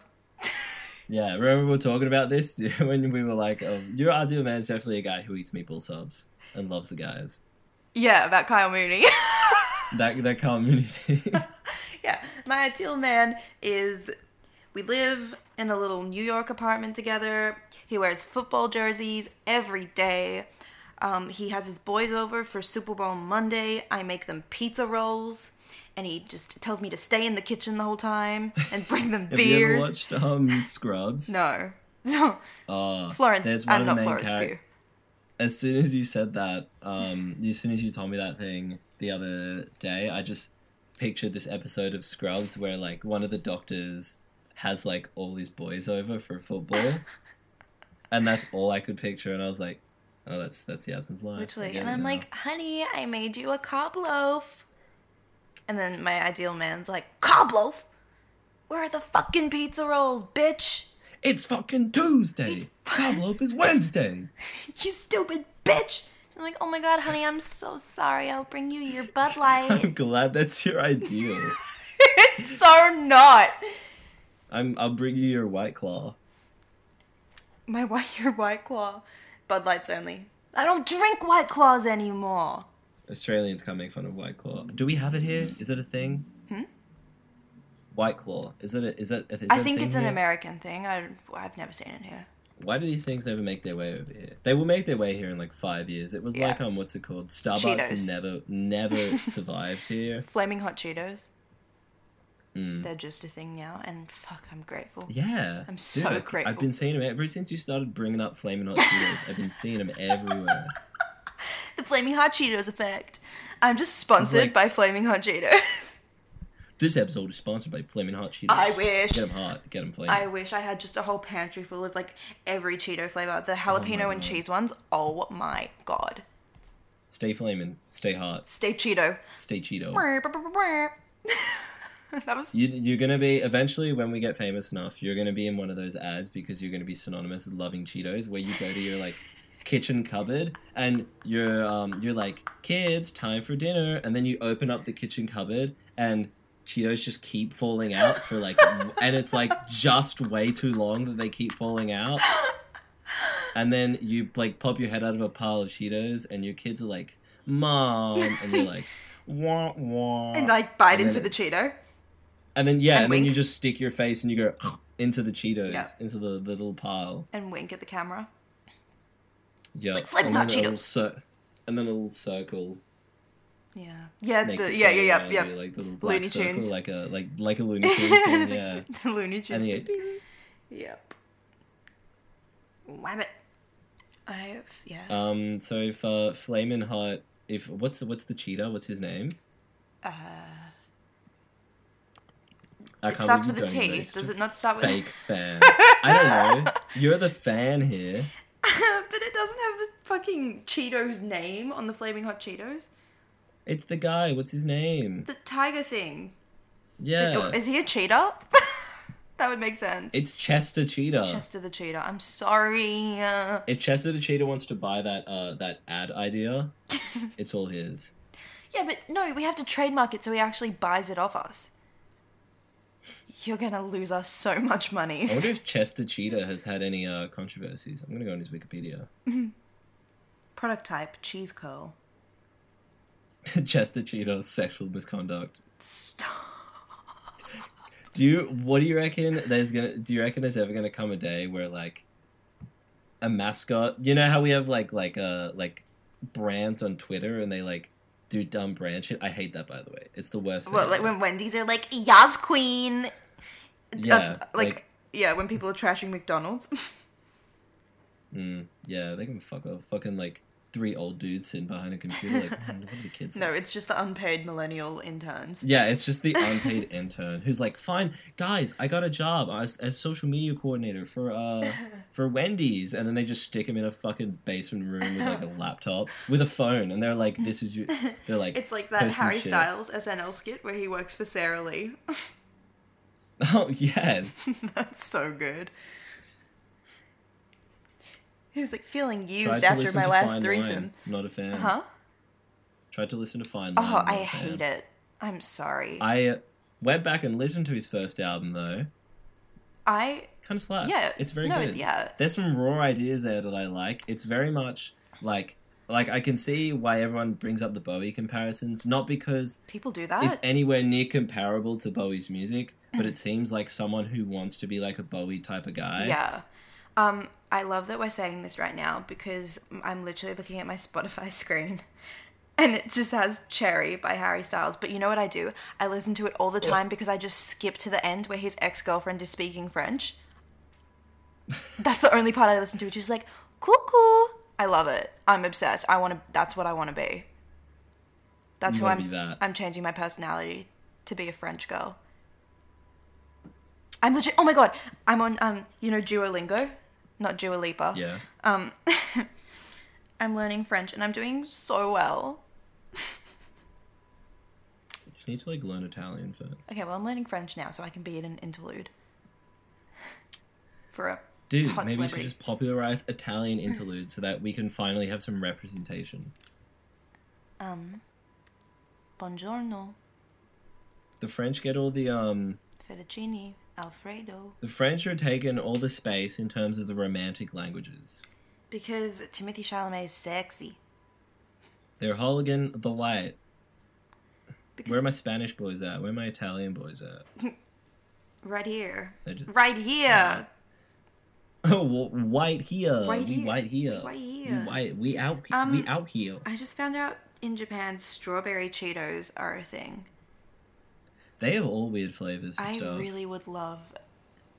[SPEAKER 1] Yeah. Remember we were talking about this [LAUGHS] when we were like, oh, "Your ideal man is definitely a guy who eats meatball subs and loves the guys."
[SPEAKER 2] Yeah, about Kyle Mooney. [LAUGHS]
[SPEAKER 1] That that community thing.
[SPEAKER 2] [LAUGHS] yeah, my ideal man is we live in a little New York apartment together. He wears football jerseys every day. Um, he has his boys over for Super Bowl Monday. I make them pizza rolls, and he just tells me to stay in the kitchen the whole time and bring
[SPEAKER 1] [LAUGHS]
[SPEAKER 2] them
[SPEAKER 1] [LAUGHS] Have you ever
[SPEAKER 2] beers.
[SPEAKER 1] watched um, Scrubs?
[SPEAKER 2] No. [LAUGHS] So
[SPEAKER 1] Oh,
[SPEAKER 2] Florence,
[SPEAKER 1] there's one
[SPEAKER 2] I'm
[SPEAKER 1] of the
[SPEAKER 2] not
[SPEAKER 1] main
[SPEAKER 2] Florence
[SPEAKER 1] charac-
[SPEAKER 2] Pugh.
[SPEAKER 1] as soon as you said that, um, as soon as you told me that thing the other day, I just pictured this episode of Scrubs where like one of the doctors has like all his boys over for
[SPEAKER 2] [LAUGHS]
[SPEAKER 1] football, and that's all I could picture. And I was like, "Oh, that's that's Yasmin's line." I
[SPEAKER 2] Literally.
[SPEAKER 1] get
[SPEAKER 2] And
[SPEAKER 1] it
[SPEAKER 2] I'm
[SPEAKER 1] now.
[SPEAKER 2] like, honey, I made you a cob loaf. And then my ideal man's like, cob loaf? Where are the fucking pizza rolls, bitch?
[SPEAKER 1] "It's fucking Tuesday.
[SPEAKER 2] It's-
[SPEAKER 1] [LAUGHS] Pavlov
[SPEAKER 2] [LAUGHS]
[SPEAKER 1] is Wednesday."
[SPEAKER 2] You stupid bitch. I'm like, oh my god, honey, I'm so sorry. I'll bring you your Bud Light.
[SPEAKER 1] I'm glad that's your ideal.
[SPEAKER 2] [LAUGHS] it's so not.
[SPEAKER 1] I'm. I'll bring you your white claw.
[SPEAKER 2] My white, your white claw. Bud Lights only. I don't drink white claws anymore.
[SPEAKER 1] Australians can't make fun of White Claw. Do we have it here? Is it a thing? White Claw. Is it? A, is that? Is that
[SPEAKER 2] Hmm? I
[SPEAKER 1] a
[SPEAKER 2] think
[SPEAKER 1] thing
[SPEAKER 2] it's an
[SPEAKER 1] here?
[SPEAKER 2] American thing. I, I've never seen it here.
[SPEAKER 1] Why do these things never make their way over here? They will make their way here in like five years. It was
[SPEAKER 2] Yeah.
[SPEAKER 1] like um, what's it called? Starbucks
[SPEAKER 2] Cheetos.
[SPEAKER 1] never,
[SPEAKER 2] [LAUGHS]
[SPEAKER 1] never survived here.
[SPEAKER 2] Flaming Hot Cheetos. They're just a thing now, and fuck, I'm grateful.
[SPEAKER 1] Yeah,
[SPEAKER 2] I'm so
[SPEAKER 1] I-
[SPEAKER 2] grateful.
[SPEAKER 1] I've been seeing them ever since you started bringing up flaming hot Cheetos. I've been seeing them
[SPEAKER 2] [LAUGHS]
[SPEAKER 1] everywhere.
[SPEAKER 2] The Flaming Hot Cheetos effect. I'm just sponsored
[SPEAKER 1] like-
[SPEAKER 2] by Flaming Hot Cheetos. [LAUGHS]
[SPEAKER 1] This episode is sponsored by flaming hot Cheetos.
[SPEAKER 2] I wish.
[SPEAKER 1] Get them hot. Get them flaming.
[SPEAKER 2] I wish I had just a whole pantry full of like every Cheeto flavor, the jalapeno and
[SPEAKER 1] Oh God.
[SPEAKER 2] cheese ones. Oh my god.
[SPEAKER 1] Stay flaming. Stay hot.
[SPEAKER 2] Stay Cheeto. [LAUGHS]
[SPEAKER 1] Stay Cheeto.
[SPEAKER 2] that was
[SPEAKER 1] You, you're gonna be eventually when we get famous enough. You're gonna be in one of those ads because you're gonna be synonymous with loving Cheetos, where you go to your like [LAUGHS] kitchen cupboard and you're um you're like kids, time for dinner, and then you open up the kitchen cupboard and Cheetos just keep falling out for like, and it's like just way too long that they keep falling out. And then you like pop your head out of a pile of Cheetos, and your kids are like, "Mom," and you're like, "Wah wah,"
[SPEAKER 2] and like bite
[SPEAKER 1] And then
[SPEAKER 2] into the
[SPEAKER 1] it's-
[SPEAKER 2] Cheeto.
[SPEAKER 1] and then yeah,
[SPEAKER 2] And
[SPEAKER 1] and, then
[SPEAKER 2] wink.
[SPEAKER 1] you just stick your face and you go, [CLEARS THROAT] into the Cheetos,
[SPEAKER 2] Yeah.
[SPEAKER 1] into the, the little pile.
[SPEAKER 2] and wink at the camera.
[SPEAKER 1] Yeah,
[SPEAKER 2] like Flaming
[SPEAKER 1] and
[SPEAKER 2] Hot
[SPEAKER 1] then it'll
[SPEAKER 2] Cheetos.
[SPEAKER 1] cir- and then a little circle
[SPEAKER 2] Yeah. Yeah.
[SPEAKER 1] makes
[SPEAKER 2] The,
[SPEAKER 1] it
[SPEAKER 2] yeah.
[SPEAKER 1] so
[SPEAKER 2] Yeah.
[SPEAKER 1] it'll
[SPEAKER 2] Yeah.
[SPEAKER 1] be
[SPEAKER 2] [LAUGHS] Yeah.
[SPEAKER 1] like the little black
[SPEAKER 2] Looney
[SPEAKER 1] circle,
[SPEAKER 2] Tunes.
[SPEAKER 1] like a like like a
[SPEAKER 2] [LAUGHS]
[SPEAKER 1] Looney Tunes
[SPEAKER 2] And
[SPEAKER 1] thing,
[SPEAKER 2] it's
[SPEAKER 1] yeah.
[SPEAKER 2] like, [LAUGHS] the Looney
[SPEAKER 1] And
[SPEAKER 2] Tunes.
[SPEAKER 1] then you
[SPEAKER 2] thing.
[SPEAKER 1] go,
[SPEAKER 2] Yep. Wham it.
[SPEAKER 1] Uh,
[SPEAKER 2] I have yeah.
[SPEAKER 1] Um, so if uh, Flamin' Hot, if what's the what's the cheetah? What's his name? Uh,
[SPEAKER 2] it starts with a T. Does it not start with [LAUGHS]
[SPEAKER 1] Fake fan. I don't know. You're the fan here.
[SPEAKER 2] [LAUGHS] but it doesn't have the fucking Cheetos name on the flaming hot Cheetos.
[SPEAKER 1] It's the guy. What's his name?
[SPEAKER 2] The tiger thing. Oh,
[SPEAKER 1] Yeah,
[SPEAKER 2] Is he a cheetah? [LAUGHS] that would make sense.
[SPEAKER 1] it's Chester Cheetah.
[SPEAKER 2] Chester the cheetah. I'm sorry. Uh,
[SPEAKER 1] If Chester the Cheetah wants to buy that uh, that ad idea,
[SPEAKER 2] [LAUGHS]
[SPEAKER 1] it's all his.
[SPEAKER 2] Yeah, but no, we have to trademark it so he actually buys it off us. You're gonna lose us so much
[SPEAKER 1] I [LAUGHS]
[SPEAKER 2] money.
[SPEAKER 1] wonder if Chester Cheetah has had any uh, controversies. I'm gonna go on his Wikipedia. [LAUGHS]
[SPEAKER 2] Product type cheese curl.
[SPEAKER 1] Chester Cheetah sexual misconduct.
[SPEAKER 2] Stop.
[SPEAKER 1] Do you? What do you reckon? There's gonna. Do you reckon there's ever gonna come a day where like a mascot? You know how we have like like uh like brands on Twitter and they like do dumb brand shit. I hate that by the way. It's the worst. Thing
[SPEAKER 2] Well, like when Wendy's are like Yas Queen.
[SPEAKER 1] yeah,
[SPEAKER 2] Uh, like, yeah, when people are trashing McDonald's. [LAUGHS]
[SPEAKER 1] mm, yeah, they can fuck off. Fucking like three old dudes sitting behind a computer. Like
[SPEAKER 2] [LAUGHS]
[SPEAKER 1] "Mm, what are the kids?
[SPEAKER 2] no, it's just the unpaid millennial interns.
[SPEAKER 1] Yeah, it's just the unpaid [LAUGHS] intern who's like, "Fine, guys, I got a job as, as social media coordinator for uh
[SPEAKER 2] [LAUGHS]
[SPEAKER 1] for Wendy's," and then they just stick him in a fucking basement room with like
[SPEAKER 2] [LAUGHS]
[SPEAKER 1] a laptop with a phone, and they're like, "This is you." They're like,
[SPEAKER 2] It's like that
[SPEAKER 1] post some
[SPEAKER 2] Harry
[SPEAKER 1] shit.
[SPEAKER 2] Styles SNL skit where he works for Sarah Lee.
[SPEAKER 1] [LAUGHS]
[SPEAKER 2] [LAUGHS]
[SPEAKER 1] Oh yes,
[SPEAKER 2] That's so good. He was like feeling
[SPEAKER 1] Tried
[SPEAKER 2] used
[SPEAKER 1] to
[SPEAKER 2] after
[SPEAKER 1] listen
[SPEAKER 2] my
[SPEAKER 1] to
[SPEAKER 2] last
[SPEAKER 1] Fine
[SPEAKER 2] threesome.
[SPEAKER 1] Wine. Not a fan.
[SPEAKER 2] Huh?
[SPEAKER 1] Tried to listen to Fine.
[SPEAKER 2] Oh, I hate it. I'm sorry. I,
[SPEAKER 1] I went back and listened to his first album though. kind of slaps.
[SPEAKER 2] Yeah,
[SPEAKER 1] it's very
[SPEAKER 2] no,
[SPEAKER 1] good.
[SPEAKER 2] yeah.
[SPEAKER 1] there's some raw ideas there that I like. It's very much like like I can see why everyone brings up the Bowie comparisons, not because
[SPEAKER 2] people do that.
[SPEAKER 1] it's anywhere near comparable to Bowie's music, but
[SPEAKER 2] [LAUGHS]
[SPEAKER 1] it seems like someone who wants to be like a Bowie type of guy.
[SPEAKER 2] yeah. Um, I love that we're saying this right now because I'm literally looking at my [LAUGHS] Spotify screen and it just has Cherry by Harry Styles. But you know what I do? I listen to it all the time because I just skip to the end where his ex girlfriend is speaking French. That's the only part I listen to, which is like, cuckoo. I love it. I'm obsessed. I want to, that's what I want to be. That's
[SPEAKER 1] You
[SPEAKER 2] who
[SPEAKER 1] wanna
[SPEAKER 2] I'm,
[SPEAKER 1] be that.
[SPEAKER 2] I'm changing my personality to be a French girl. I'm legit. Oh my god, I'm on um, you know, Duolingo, not Dua Lipa.
[SPEAKER 1] Yeah.
[SPEAKER 2] I'm learning French and I'm doing so well.
[SPEAKER 1] You need to like learn Italian first.
[SPEAKER 2] Okay, well, I'm learning French now, so I can be in an interlude for a
[SPEAKER 1] Dude,
[SPEAKER 2] hot
[SPEAKER 1] maybe you should
[SPEAKER 2] celebrity.
[SPEAKER 1] just popularize Italian interludes so that we can finally have some representation.
[SPEAKER 2] Buongiorno,
[SPEAKER 1] The French get all the um
[SPEAKER 2] fettuccine, Alfredo.
[SPEAKER 1] the French are taking all the space in terms of the romantic languages.
[SPEAKER 2] Because Timothy Chalamet is sexy.
[SPEAKER 1] They're holding the light.
[SPEAKER 2] Because
[SPEAKER 1] Where are my Spanish boys at? Where are my Italian boys at?
[SPEAKER 2] right here,
[SPEAKER 1] They're [LAUGHS] just
[SPEAKER 2] right here.
[SPEAKER 1] oh, wh- white here,
[SPEAKER 2] White
[SPEAKER 1] we
[SPEAKER 2] here.
[SPEAKER 1] white here,
[SPEAKER 2] White here.
[SPEAKER 1] we white. We out,
[SPEAKER 2] Um,
[SPEAKER 1] we out here.
[SPEAKER 2] I just found out in Japan, strawberry Cheetos are a thing.
[SPEAKER 1] They have all weird flavors for
[SPEAKER 2] I
[SPEAKER 1] stuff.
[SPEAKER 2] really would love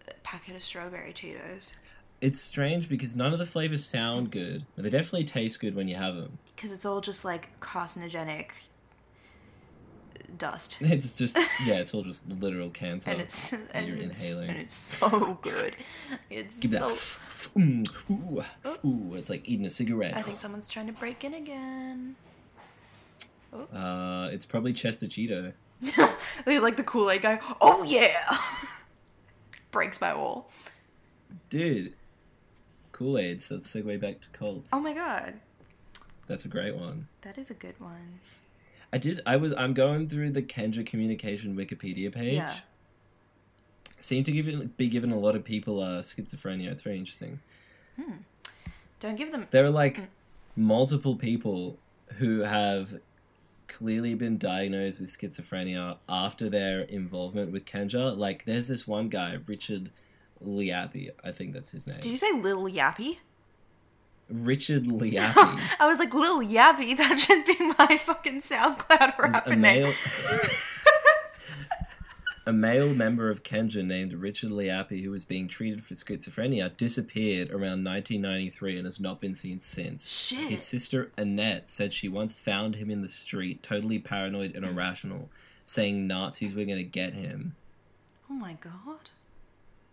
[SPEAKER 2] a packet of strawberry Cheetos
[SPEAKER 1] It's strange because none of the flavors sound good, but they definitely taste good when you have them.
[SPEAKER 2] because it's all just like carcinogenic
[SPEAKER 1] [LAUGHS]
[SPEAKER 2] dust,
[SPEAKER 1] It's
[SPEAKER 2] [LAUGHS]
[SPEAKER 1] just yeah, it's all just literal cancer.
[SPEAKER 2] and it's and
[SPEAKER 1] you're
[SPEAKER 2] it's,
[SPEAKER 1] inhaling.
[SPEAKER 2] and it's so good. It's
[SPEAKER 1] Give me
[SPEAKER 2] so. Oh.
[SPEAKER 1] that. Mm, ooh, ooh, it's like eating a cigarette.
[SPEAKER 2] I think someone's trying to break
[SPEAKER 1] [LAUGHS]
[SPEAKER 2] in again.
[SPEAKER 1] Uh, it's probably Chester Cheeto.
[SPEAKER 2] He's like the Kool Aid guy. Oh yeah, [LAUGHS] breaks my wall.
[SPEAKER 1] Dude, Kool Aid. So let's segue back to cults.
[SPEAKER 2] Oh my god,
[SPEAKER 1] That's a great one.
[SPEAKER 2] that is a good one.
[SPEAKER 1] I did. I was. I'm going through the Kendra Communication Wikipedia page.
[SPEAKER 2] Yeah.
[SPEAKER 1] Seem to give, be given a lot of people uh, schizophrenia. It's very interesting.
[SPEAKER 2] Don't give them.
[SPEAKER 1] There are like multiple people who have clearly been diagnosed with schizophrenia after their involvement with Kendra. Like, there's this one guy, Richard Liappy. I think that's his name.
[SPEAKER 2] Did you say Lil Yappy?
[SPEAKER 1] Richard Liappy.
[SPEAKER 2] I was like, Lil Yappy? [LAUGHS] That should be my fucking SoundCloud rapper
[SPEAKER 1] a
[SPEAKER 2] name.
[SPEAKER 1] male [LAUGHS] a male member of Kenja named Richard Liappy, who was being treated for schizophrenia, disappeared around 1993 and has not been seen since.
[SPEAKER 2] Shit.
[SPEAKER 1] His sister Annette said she once found him in the street, totally paranoid and irrational, saying Nazis were going to get him.
[SPEAKER 2] Oh my god.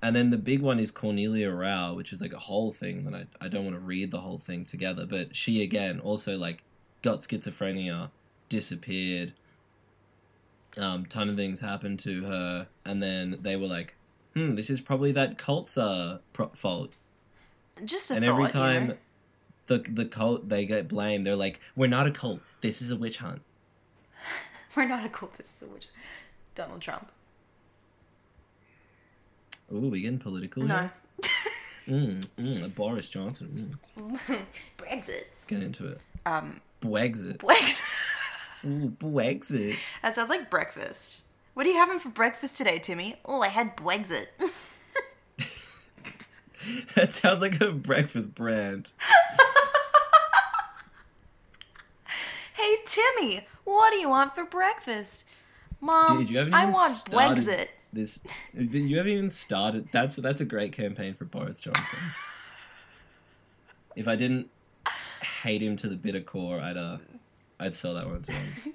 [SPEAKER 1] And then the big one is Cornelia Rao, which is like a whole thing that I, I don't want to read the whole thing together. But she again also like got schizophrenia, disappeared. Um, ton of things happened to her, and then they were like, "Hmm, this is probably that cult's uh pro- fault."
[SPEAKER 2] Just a
[SPEAKER 1] and
[SPEAKER 2] thought.
[SPEAKER 1] every
[SPEAKER 2] you
[SPEAKER 1] time
[SPEAKER 2] know?
[SPEAKER 1] the the cult they get blamed, they're like, "We're not a cult. This is a witch hunt."
[SPEAKER 2] We're not a cult. This is a witch. Donald Trump.
[SPEAKER 1] Ooh, we getting political?
[SPEAKER 2] No.
[SPEAKER 1] here? Mm, mm, Boris Johnson. Mm,
[SPEAKER 2] [LAUGHS] Brexit.
[SPEAKER 1] let's get into it.
[SPEAKER 2] Um,
[SPEAKER 1] Brexit.
[SPEAKER 2] Brexit.
[SPEAKER 1] Ooh, Brexit.
[SPEAKER 2] [LAUGHS] that sounds like breakfast. What are you having for breakfast today, Timmy? Oh, I had Brexit. [LAUGHS]
[SPEAKER 1] [LAUGHS] That sounds like a breakfast brand.
[SPEAKER 2] hey, Timmy, what do you want for breakfast? Mom,
[SPEAKER 1] Dude, you haven't even
[SPEAKER 2] Um, I want
[SPEAKER 1] started
[SPEAKER 2] Brexit. [LAUGHS]
[SPEAKER 1] This you haven't even started. That's that's a great campaign for Boris Johnson.
[SPEAKER 2] [LAUGHS]
[SPEAKER 1] if I didn't hate him to the bitter core, I'd uh, I'd sell that one to him.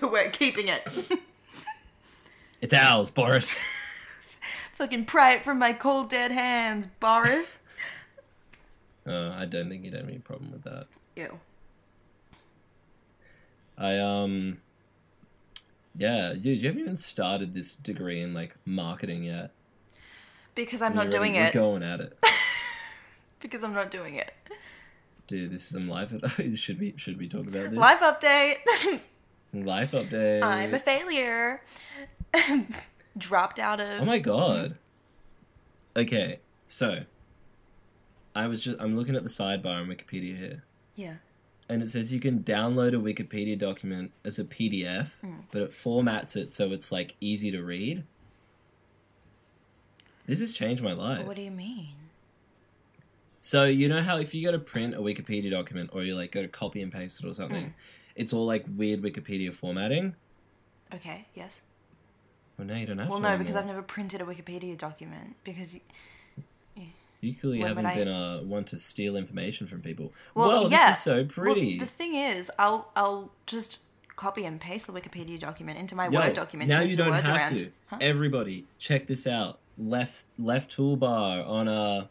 [SPEAKER 2] But we're keeping it. [LAUGHS]
[SPEAKER 1] It's ours, Boris. [LAUGHS]
[SPEAKER 2] Fucking pry it from my cold dead hands, Boris. [LAUGHS]
[SPEAKER 1] Uh, I don't think he'd have any problem with that.
[SPEAKER 2] Ew.
[SPEAKER 1] I um, yeah, dude, you haven't even started this degree in like marketing yet.
[SPEAKER 2] Because I'm not
[SPEAKER 1] You're already-
[SPEAKER 2] doing
[SPEAKER 1] we're
[SPEAKER 2] it.
[SPEAKER 1] Going at it,
[SPEAKER 2] Because I'm not doing it.
[SPEAKER 1] dude. This is some life. [LAUGHS] should we should we talk about this?
[SPEAKER 2] Life update. [LAUGHS]
[SPEAKER 1] Life update.
[SPEAKER 2] I'm a failure. [LAUGHS] Dropped out of.
[SPEAKER 1] Oh my god. Okay, so I was just I'm looking at the sidebar on Wikipedia here.
[SPEAKER 2] yeah.
[SPEAKER 1] And it says you can download a Wikipedia document as a PDF,
[SPEAKER 2] Hmm.
[SPEAKER 1] but it formats it so it's like easy to read. This has changed my life.
[SPEAKER 2] What do you mean?
[SPEAKER 1] So you know how if you go to print a Wikipedia document or you like go to copy and paste it or something,
[SPEAKER 2] Hmm.
[SPEAKER 1] it's all like weird Wikipedia formatting.
[SPEAKER 2] Okay. Yes.
[SPEAKER 1] Well, now you don't have
[SPEAKER 2] Well,
[SPEAKER 1] to.
[SPEAKER 2] no, because
[SPEAKER 1] anymore.
[SPEAKER 2] I've never printed a Wikipedia document because
[SPEAKER 1] You clearly
[SPEAKER 2] When would
[SPEAKER 1] haven't
[SPEAKER 2] I-
[SPEAKER 1] been uh, one to steal information from people.
[SPEAKER 2] Well,
[SPEAKER 1] Well,
[SPEAKER 2] yeah.
[SPEAKER 1] this is so
[SPEAKER 2] Well,
[SPEAKER 1] pretty.
[SPEAKER 2] the thing is, I'll I'll just copy and paste the Wikipedia document into my
[SPEAKER 1] Yo,
[SPEAKER 2] Word document.
[SPEAKER 1] Now
[SPEAKER 2] change
[SPEAKER 1] you
[SPEAKER 2] the
[SPEAKER 1] don't
[SPEAKER 2] words
[SPEAKER 1] have
[SPEAKER 2] around.
[SPEAKER 1] to.
[SPEAKER 2] Huh?
[SPEAKER 1] Everybody, check this out. Left left toolbar on uh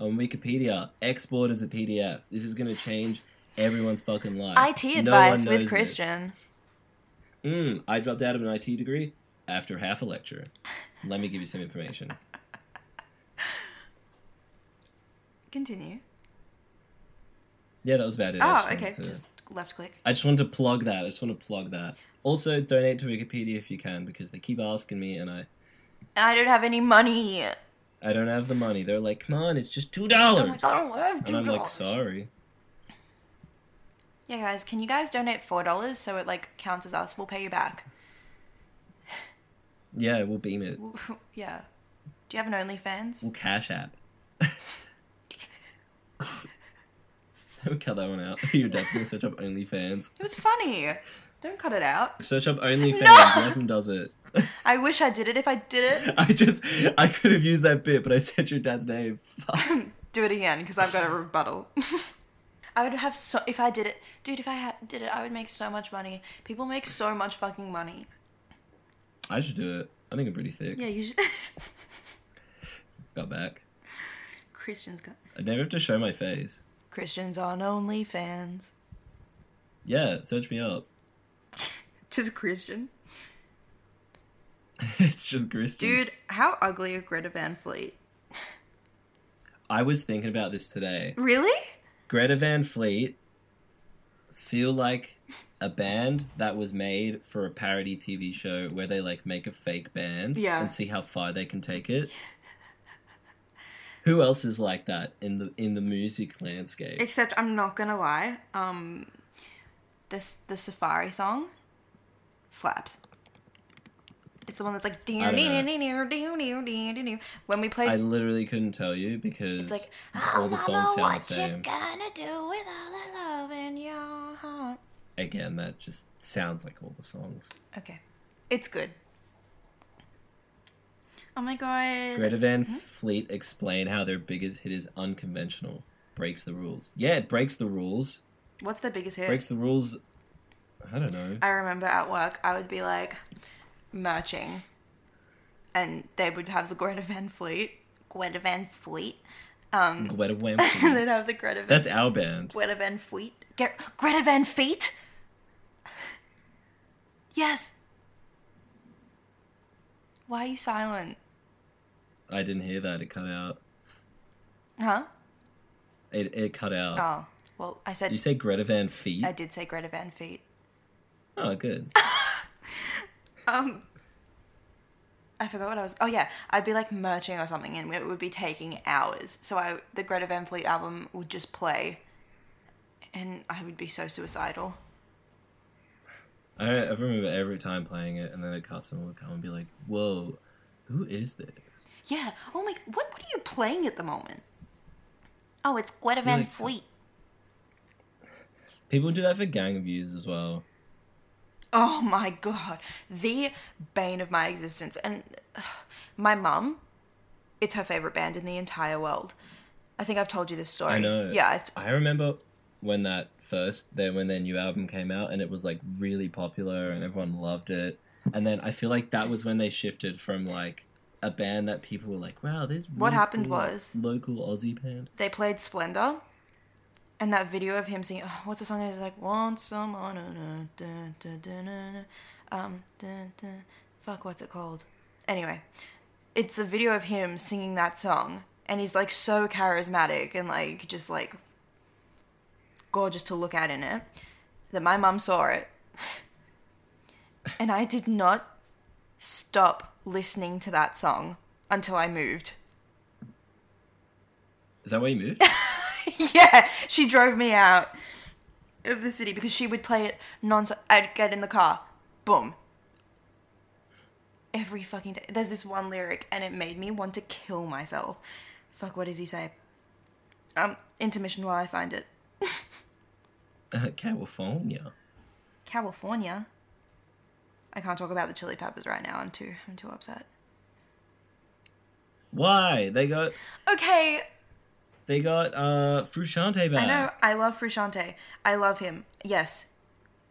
[SPEAKER 1] on Wikipedia. Export as a PDF. This is gonna change everyone's fucking life.
[SPEAKER 2] IT
[SPEAKER 1] No one
[SPEAKER 2] advice
[SPEAKER 1] knows
[SPEAKER 2] with
[SPEAKER 1] this.
[SPEAKER 2] Christian.
[SPEAKER 1] Mm, I dropped out of an IT degree after half a lecture. Let me give you some information.
[SPEAKER 2] Continue.
[SPEAKER 1] Yeah, that was about it. I
[SPEAKER 2] Oh,
[SPEAKER 1] wanted
[SPEAKER 2] okay.
[SPEAKER 1] to-
[SPEAKER 2] Just left click.
[SPEAKER 1] I just wanted to plug that. I just want to plug that. Also, donate to Wikipedia if you can because they keep asking me and I.
[SPEAKER 2] I don't have any money.
[SPEAKER 1] I don't have the money. They're like, come on, it's just two
[SPEAKER 2] Oh
[SPEAKER 1] dollars.
[SPEAKER 2] my god, I don't have
[SPEAKER 1] and
[SPEAKER 2] two
[SPEAKER 1] I'm like,
[SPEAKER 2] dollars.
[SPEAKER 1] sorry.
[SPEAKER 2] yeah, guys, can you guys donate four dollars so it like counts as us? We'll pay you back. [LAUGHS]
[SPEAKER 1] Yeah, we'll beam it.
[SPEAKER 2] yeah. Do you have an OnlyFans?
[SPEAKER 1] We'll cash
[SPEAKER 2] [LAUGHS]
[SPEAKER 1] app. Don't cut that one out. [LAUGHS] Your dad's gonna search up OnlyFans.
[SPEAKER 2] It was funny. Don't cut it out.
[SPEAKER 1] Search up OnlyFans.
[SPEAKER 2] No!
[SPEAKER 1] Jasmine does it. [LAUGHS]
[SPEAKER 2] I wish I did it. If I did it,
[SPEAKER 1] I just, I could have used that bit, but I said your dad's
[SPEAKER 2] [LAUGHS]
[SPEAKER 1] name. Fuck.
[SPEAKER 2] do it again because I've got a rebuttal. [LAUGHS] I would have so if I did it, dude. If I ha- did it, I would make so much money. People make so much fucking money.
[SPEAKER 1] I should do it. I think I'm pretty thick.
[SPEAKER 2] Yeah, you should. [LAUGHS]
[SPEAKER 1] Got back.
[SPEAKER 2] Christians got
[SPEAKER 1] I never have to show my face.
[SPEAKER 2] Christians on OnlyFans.
[SPEAKER 1] Yeah, search me up. [LAUGHS]
[SPEAKER 2] Just Christian,
[SPEAKER 1] it's just Christian.
[SPEAKER 2] dude. How ugly are Greta Van Fleet?
[SPEAKER 1] I was thinking about this today.
[SPEAKER 2] Really?
[SPEAKER 1] Greta Van Fleet feel like a band that was made for a parody TV show where they like make a fake band
[SPEAKER 2] Yeah.
[SPEAKER 1] and see how far they can take it. Who else is like that in the in the music landscape?
[SPEAKER 2] Except I'm not gonna lie. Um, this the Safari song slaps. It's It's the one that's like
[SPEAKER 1] don't know.
[SPEAKER 2] [LAUGHS] when we
[SPEAKER 1] I
[SPEAKER 2] played.
[SPEAKER 1] literally couldn't tell you because
[SPEAKER 2] like,
[SPEAKER 1] all the songs sound the
[SPEAKER 2] What you
[SPEAKER 1] same.
[SPEAKER 2] gonna do with all that love in your heart?
[SPEAKER 1] Again, that just sounds like all the songs.
[SPEAKER 2] Okay, it's good. Oh my god!
[SPEAKER 1] Greta Van
[SPEAKER 2] hmm?
[SPEAKER 1] Fleet explain how their biggest hit is unconventional, breaks the rules. Yeah, it breaks the rules.
[SPEAKER 2] What's their biggest hit?
[SPEAKER 1] Breaks the rules. I don't know.
[SPEAKER 2] I remember at work, I would be like merching, and they would have the Greta Van Fleet, Greta Van Fleet, [LAUGHS] Um,
[SPEAKER 1] Greta Van
[SPEAKER 2] and
[SPEAKER 1] Fleet.
[SPEAKER 2] they'd have the Greta Van
[SPEAKER 1] Mm-hmm. That's our band.
[SPEAKER 2] Greta Van Fleet. Get Greta Van Feet. Yes. Why are you silent?
[SPEAKER 1] I didn't hear that. It cut out.
[SPEAKER 2] Huh?
[SPEAKER 1] It, it cut out.
[SPEAKER 2] Oh, well, I
[SPEAKER 1] You
[SPEAKER 2] said
[SPEAKER 1] say Greta Van Fleet?
[SPEAKER 2] I did say Greta Van Feet.
[SPEAKER 1] Oh,
[SPEAKER 2] [LAUGHS]
[SPEAKER 1] good.
[SPEAKER 2] Um, I forgot what I was. Oh yeah, I'd be like merching or something, and it would be taking hours. So I, the Greta Van Fleet album would just play, and I would be so suicidal.
[SPEAKER 1] I, I remember every time playing it, and then a customer would come and be like, "Whoa, who is this?"
[SPEAKER 2] Yeah. Oh my. What What are you playing at the moment? Oh, it's Greta Van
[SPEAKER 1] like- uh,
[SPEAKER 2] Fleet.
[SPEAKER 1] People do that for gang views as well.
[SPEAKER 2] Oh my god, the bane of my existence. And [SIGHS] ugh, my mum, it's her favorite band in the entire world. I think I've told you this story.
[SPEAKER 1] I know.
[SPEAKER 2] Yeah. It's,
[SPEAKER 1] I remember when that first, then when their new album came out, and it was like really popular, and everyone loved it. And then I feel like that was when they shifted from like a band that people were like, "Wow, this."
[SPEAKER 2] What
[SPEAKER 1] really
[SPEAKER 2] happened
[SPEAKER 1] cool
[SPEAKER 2] was-
[SPEAKER 1] local Aussie band.
[SPEAKER 2] they played Splendor. And that video of him singing, oh, what's the song? It's like, want someone. uh, da, da, da, da, da, um, da, da. Fuck, what's it called? Anyway, it's a video of him singing that song. And he's like so charismatic and like just like gorgeous to look at in it that my mum saw it. [LAUGHS] and I did not stop listening to that song until I moved.
[SPEAKER 1] Is that where you
[SPEAKER 2] [LAUGHS]
[SPEAKER 1] moved?
[SPEAKER 2] yeah, she drove me out of the city because she would play it non I'd get in the car, boom. Every fucking day. There's this one lyric and it made me want to kill myself. Fuck, what does he say? Um, intermission while I find it.
[SPEAKER 1] Uh, California.
[SPEAKER 2] California. I can't talk about the Chili Peppers right now. I'm too, I'm too upset.
[SPEAKER 1] Why they got
[SPEAKER 2] Okay,
[SPEAKER 1] they got uh Frusciante back?
[SPEAKER 2] I know. I love Frusciante. I love him. Yes,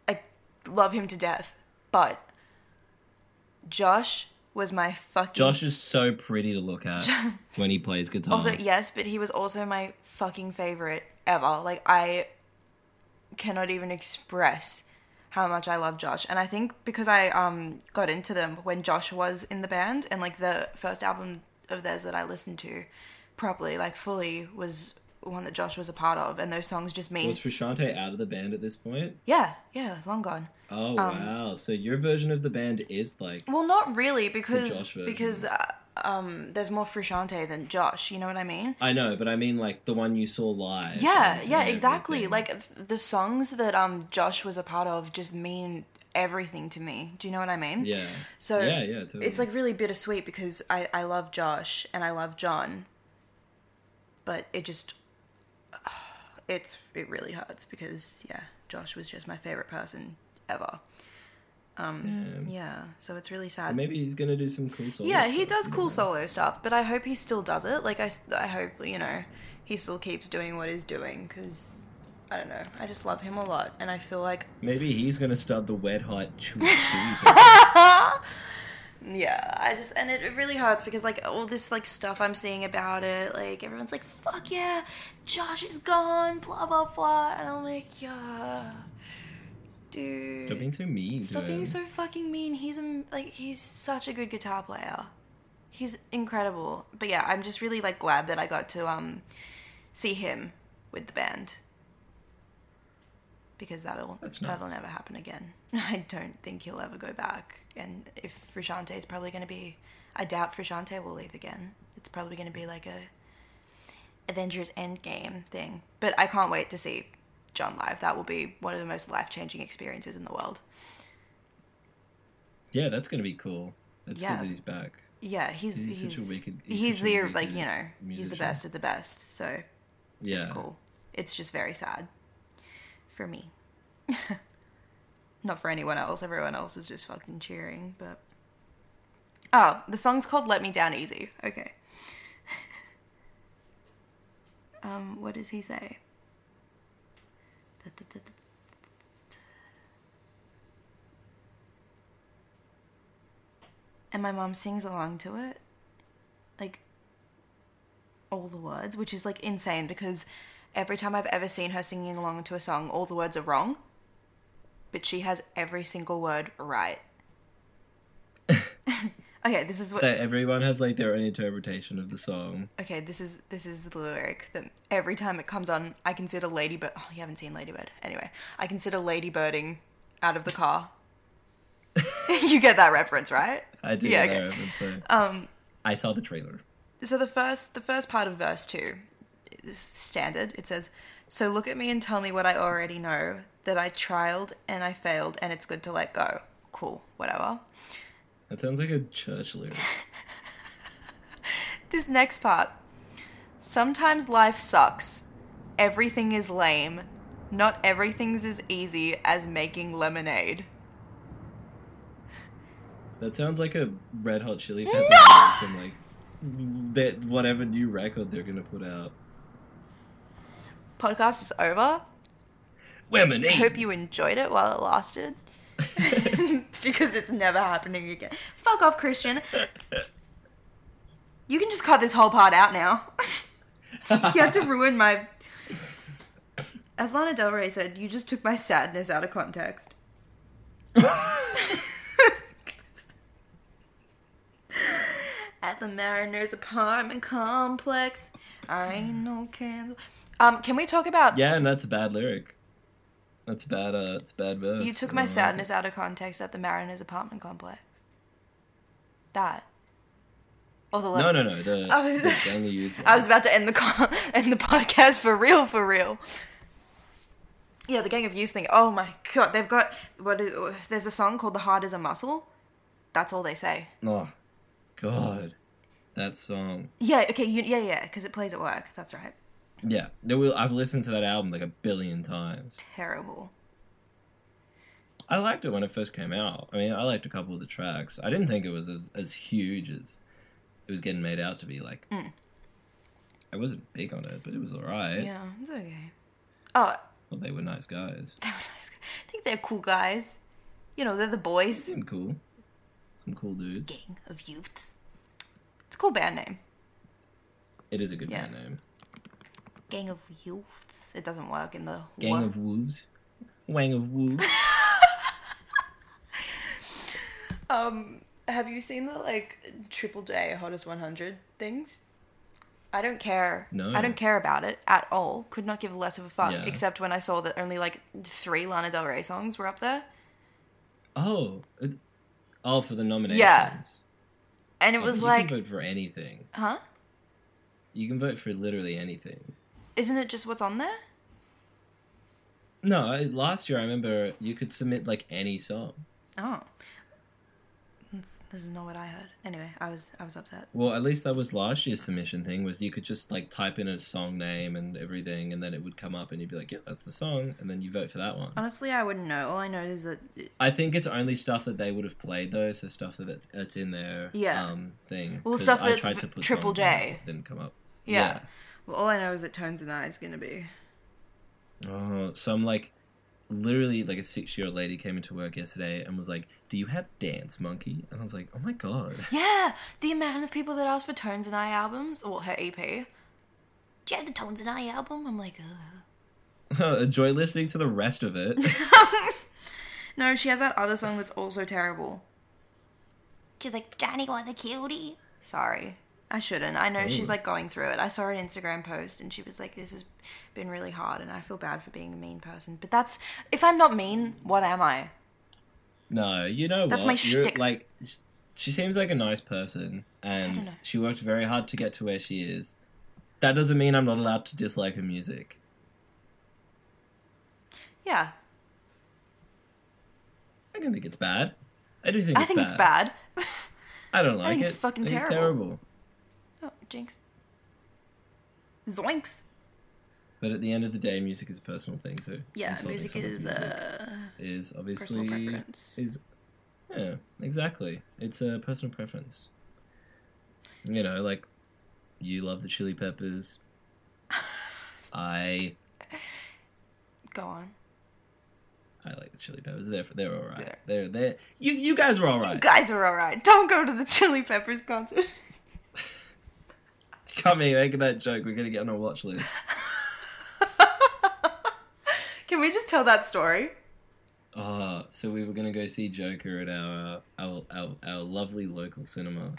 [SPEAKER 2] I love him to death. But Josh was my fucking.
[SPEAKER 1] Josh is so pretty to look
[SPEAKER 2] [LAUGHS]
[SPEAKER 1] at when he plays guitar.
[SPEAKER 2] Also, yes, but he was also my fucking favorite ever. Like I cannot even express how much I love Josh. And I think because I um got into them when Josh was in the band and like the first album of theirs that I listened to properly, like fully, was one that Josh was a part of, and those songs just mean
[SPEAKER 1] Was Frusciante out of the band at this point?
[SPEAKER 2] yeah, yeah, long gone.
[SPEAKER 1] Oh
[SPEAKER 2] Um,
[SPEAKER 1] wow! So your version of the band is like
[SPEAKER 2] Well, not really, because
[SPEAKER 1] Josh version.
[SPEAKER 2] because uh, um, there's more Frusciante than Josh. You know what I mean?
[SPEAKER 1] I know, but I mean like the one you saw live.
[SPEAKER 2] Yeah,
[SPEAKER 1] and-
[SPEAKER 2] yeah,
[SPEAKER 1] and
[SPEAKER 2] exactly.
[SPEAKER 1] everything.
[SPEAKER 2] Like th- the songs that um Josh was a part of just mean everything to me. Do you know what I mean?
[SPEAKER 1] yeah.
[SPEAKER 2] So
[SPEAKER 1] yeah, yeah, totally.
[SPEAKER 2] it's like really bittersweet because I I love Josh and I love John, but it just [SIGHS] it's it really hurts because yeah, Josh was just my favorite person ever.
[SPEAKER 1] Damn.
[SPEAKER 2] Yeah, so it's really sad.
[SPEAKER 1] maybe he's gonna do some cool songs.
[SPEAKER 2] Yeah, he does cool solo stuff, but I hope he still does it. Like, I, s- I hope, you know, he still keeps doing what he's doing because I don't know. I just love him a lot. And I feel like, [LAUGHS]
[SPEAKER 1] Maybe he's gonna start the Wet Hot Chili Peppers.
[SPEAKER 2] yeah, I just, and it, it really hurts because, like, all this, like, stuff I'm seeing about it, like, everyone's like, fuck yeah, Josh is gone, blah, blah, blah. And I'm like, yeah, dude.
[SPEAKER 1] Stop being so mean. to
[SPEAKER 2] Stop being
[SPEAKER 1] him.
[SPEAKER 2] so fucking mean. He's a, like he's such a good guitar player. He's incredible. But yeah, I'm just really like glad that I got to um see him with the band. Because that'll
[SPEAKER 1] That's
[SPEAKER 2] that'll
[SPEAKER 1] nice.
[SPEAKER 2] never happen again. [LAUGHS] I don't think he'll ever go back. And if Frusciante is probably going to be, I doubt Frusciante will leave again. It's probably going to be like a Avengers Endgame thing. But I can't wait to see John live. That will be one of the most life changing experiences in the world.
[SPEAKER 1] Yeah, that's gonna be cool. It's
[SPEAKER 2] Yeah.
[SPEAKER 1] good that he's back.
[SPEAKER 2] Yeah, he's
[SPEAKER 1] He's
[SPEAKER 2] he's
[SPEAKER 1] such a wicked- he's
[SPEAKER 2] he's,
[SPEAKER 1] such
[SPEAKER 2] the
[SPEAKER 1] a
[SPEAKER 2] like
[SPEAKER 1] wicked
[SPEAKER 2] you know he's the
[SPEAKER 1] musician.
[SPEAKER 2] best of the best. So
[SPEAKER 1] Yeah.
[SPEAKER 2] it's cool. It's just very sad for me. [LAUGHS] Not for anyone else. Everyone else is just fucking cheering. But oh, the song's called "Let Me Down Easy." Okay. [LAUGHS] um, what does he say? And my mom sings along to it, like all the words, which is like insane because every time I've ever seen her singing along to a song, all the words are wrong, but she has every single word right. [LAUGHS] okay, this is what
[SPEAKER 1] That everyone has like their own interpretation of the song.
[SPEAKER 2] Okay, this is this is the lyric that every time it comes on, I consider Ladybird. Oh, you haven't seen Ladybird. Anyway, I consider Ladybirding out of the car. you get that reference, right?
[SPEAKER 1] I do
[SPEAKER 2] Yeah,
[SPEAKER 1] know.
[SPEAKER 2] okay.
[SPEAKER 1] and so
[SPEAKER 2] [LAUGHS]
[SPEAKER 1] um, I saw the trailer.
[SPEAKER 2] So the first the first part of verse two is standard. It says, "So look at me and tell me what I already know that I trialed and I failed, and it's good to let go." Cool, whatever.
[SPEAKER 1] That sounds like a church lyric.
[SPEAKER 2] This next part. Sometimes life sucks. Everything is lame. Not everything's as easy as making lemonade.
[SPEAKER 1] That sounds like a Red Hot Chili Peppers lyric from like that whatever new record they're gonna put out.
[SPEAKER 2] Podcast is over.
[SPEAKER 1] Women.
[SPEAKER 2] I hope you enjoyed it while it lasted. [LAUGHS] because it's never happening again. Fuck off, Christian. You can just cut this whole part out now. [LAUGHS] you have to ruin my. As Lana Del Rey said, you just took my sadness out of context. [LAUGHS] At the Mariner's apartment complex, I ain't no candle. Um, can we talk
[SPEAKER 1] [LAUGHS]
[SPEAKER 2] about
[SPEAKER 1] Yeah, and that's a bad lyric. That's a bad. Uh, it's a bad verse.
[SPEAKER 2] You took
[SPEAKER 1] I
[SPEAKER 2] my
[SPEAKER 1] don't like
[SPEAKER 2] sadness out of context at the Mariners apartment complex. That. Or the
[SPEAKER 1] it. No, no, no.
[SPEAKER 2] [LAUGHS]
[SPEAKER 1] The,
[SPEAKER 2] I was,
[SPEAKER 1] the Gang of Youth
[SPEAKER 2] [LAUGHS]
[SPEAKER 1] one.
[SPEAKER 2] I was about to end the con- end the podcast for real, for real. Yeah, the Gang of Youth thing. Oh my god, they've got what? Is, there's a song called "The Heart Is a Muscle." That's all they say.
[SPEAKER 1] Oh, God, that song.
[SPEAKER 2] Yeah. Okay. You, yeah. Yeah. Because it plays at work. That's right.
[SPEAKER 1] Yeah, there will, I've listened to that album like a billion times.
[SPEAKER 2] Terrible.
[SPEAKER 1] I liked it when it first came out. I mean, I liked a couple of the tracks. I didn't think it was as, as huge as it was getting made out to be. Like, I wasn't big on it, but it was alright.
[SPEAKER 2] Mm. Yeah. It's okay. Oh, [LAUGHS]
[SPEAKER 1] Well, they were nice guys.
[SPEAKER 2] they were nice. guys. I think they're cool guys. You know, they're the boys.
[SPEAKER 1] Seemed cool. Some cool dudes.
[SPEAKER 2] Gang of Youths. It's a cool band name.
[SPEAKER 1] It is a good
[SPEAKER 2] Yeah.
[SPEAKER 1] band name.
[SPEAKER 2] Gang of Youths. It doesn't work in the
[SPEAKER 1] Gang
[SPEAKER 2] wo-
[SPEAKER 1] of Wolves. Wang of
[SPEAKER 2] [LAUGHS]
[SPEAKER 1] Wolves.
[SPEAKER 2] Um, have you seen the like Triple J Hottest 100 things? I don't care.
[SPEAKER 1] No.
[SPEAKER 2] I don't care about it at all. Could not give less of a fuck.
[SPEAKER 1] Yeah.
[SPEAKER 2] Except when I saw that only like three Lana Del Rey songs were up there,
[SPEAKER 1] oh, it- oh, for the nominations.
[SPEAKER 2] and it
[SPEAKER 1] Oh,
[SPEAKER 2] was
[SPEAKER 1] you
[SPEAKER 2] like,
[SPEAKER 1] can vote for anything.
[SPEAKER 2] huh?
[SPEAKER 1] You can vote for literally anything.
[SPEAKER 2] Isn't it just what's on there?
[SPEAKER 1] No, I- last year I remember you could submit like any song.
[SPEAKER 2] Oh. That's, this is not what I heard. Anyway, I was I was upset.
[SPEAKER 1] Well, at least that was last year's submission thing. Was you could just like type in a song name and everything, and then it would come up, and you'd be like, "Yeah, that's the song," and then you vote for that one.
[SPEAKER 2] Honestly, I wouldn't know. All I know is that
[SPEAKER 1] I think it's only stuff that they would have played though, so stuff that it's, it's in their
[SPEAKER 2] Yeah.
[SPEAKER 1] um, thing.
[SPEAKER 2] Well,
[SPEAKER 1] 'Cause
[SPEAKER 2] stuff
[SPEAKER 1] I
[SPEAKER 2] that's
[SPEAKER 1] tried
[SPEAKER 2] v-
[SPEAKER 1] to put
[SPEAKER 2] Triple
[SPEAKER 1] songs in
[SPEAKER 2] J.
[SPEAKER 1] that didn't come up.
[SPEAKER 2] yeah. Well, all I know is that Tones and I is gonna be
[SPEAKER 1] Oh, some like literally like a six year old lady came into work yesterday and was like, "Do you have Dance Monkey?" And I was like, "Oh my god." [LAUGHS]
[SPEAKER 2] Yeah, the amount of people that asked for Tones and I albums, or her EP. Do you have the Tones and I album? I'm like, Ugh.
[SPEAKER 1] Enjoy listening to the rest of it. [LAUGHS]
[SPEAKER 2] no. She has that other song that's also terrible. She's like, Johnny was a cutie. Sorry, I shouldn't. I know she's
[SPEAKER 1] Oh.
[SPEAKER 2] like going through it. I saw an Instagram post and she was like, "This has been really hard, and I feel bad for being a mean person." But that's if I'm not mean, what am I?
[SPEAKER 1] No, you know
[SPEAKER 2] That's
[SPEAKER 1] what?
[SPEAKER 2] my
[SPEAKER 1] You're,
[SPEAKER 2] shtick.
[SPEAKER 1] Like, sh- she seems like a nice person,
[SPEAKER 2] don't
[SPEAKER 1] and
[SPEAKER 2] know.
[SPEAKER 1] she worked very hard to get to where she is. That doesn't mean I'm not allowed to dislike her music.
[SPEAKER 2] Yeah,
[SPEAKER 1] I don't think it's bad. I do think
[SPEAKER 2] I
[SPEAKER 1] it's
[SPEAKER 2] think
[SPEAKER 1] bad.
[SPEAKER 2] it's bad. [LAUGHS]
[SPEAKER 1] I don't like
[SPEAKER 2] think
[SPEAKER 1] it.
[SPEAKER 2] it's fucking
[SPEAKER 1] I think It's
[SPEAKER 2] terrible.
[SPEAKER 1] terrible.
[SPEAKER 2] Oh, jinx. Zoinks.
[SPEAKER 1] But at the end of the day, music is a personal thing. So
[SPEAKER 2] Yeah,
[SPEAKER 1] insulting
[SPEAKER 2] music
[SPEAKER 1] someone's
[SPEAKER 2] is
[SPEAKER 1] music
[SPEAKER 2] uh,
[SPEAKER 1] is
[SPEAKER 2] personal
[SPEAKER 1] obviously
[SPEAKER 2] preference.
[SPEAKER 1] is yeah exactly. It's a personal preference. You know, like you love the Chili
[SPEAKER 2] [LAUGHS]
[SPEAKER 1] Peppers. I
[SPEAKER 2] Go on.
[SPEAKER 1] I like the Chili Peppers. They're they're all right.
[SPEAKER 2] Yeah.
[SPEAKER 1] They're they're you you guys are all right.
[SPEAKER 2] You guys are alright. Don't go to the [LAUGHS] Chili Peppers concert. [LAUGHS]
[SPEAKER 1] Come here, making that joke. We're gonna get on a watch list.
[SPEAKER 2] Can we just tell that story?
[SPEAKER 1] Ah, so we were gonna go see Joker at our our our, our lovely local cinema,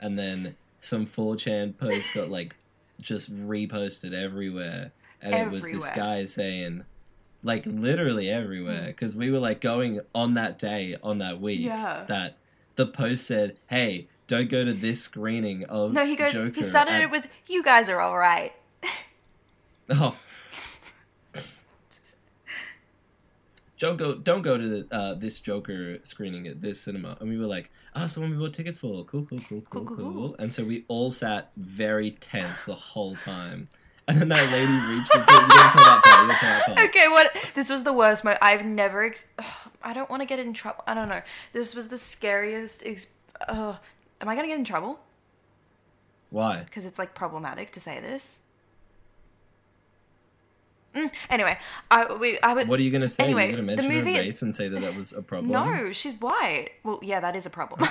[SPEAKER 1] and then some 4chan post got like just reposted everywhere, and it was this
[SPEAKER 2] Everywhere. Hmm.
[SPEAKER 1] guy saying, like literally everywhere, because we were like going on that day on that week
[SPEAKER 2] Yeah.
[SPEAKER 1] that the post said, "Hey, don't go to this screening of
[SPEAKER 2] No, he goes.
[SPEAKER 1] Joker."
[SPEAKER 2] he started
[SPEAKER 1] at-
[SPEAKER 2] it with, "You guys are alright."
[SPEAKER 1] Oh. Don't go! Don't go to the, uh, this Joker screening at this cinema. And we were like, "Oh, someone we bought tickets for. Cool, cool, cool, cool,
[SPEAKER 2] Cool, cool,
[SPEAKER 1] cool."
[SPEAKER 2] cool.
[SPEAKER 1] And so we all sat very tense the whole time. And then that lady reached. The, you gotta tell that part. You gotta tell that part.
[SPEAKER 2] Okay, what? This was the worst moment. I've never. Ex- Ugh, I don't want to get in trouble. I don't know. This was the scariest. Ex- Ugh. am I gonna get in trouble?
[SPEAKER 1] Why?
[SPEAKER 2] Because it's like problematic to say this. Mm, anyway, I we I would.
[SPEAKER 1] What are you gonna say?
[SPEAKER 2] Anyway,
[SPEAKER 1] you gonna
[SPEAKER 2] the
[SPEAKER 1] mention her
[SPEAKER 2] movie-
[SPEAKER 1] race and say that that was a problem?
[SPEAKER 2] No, she's white. Well, yeah, that is a problem.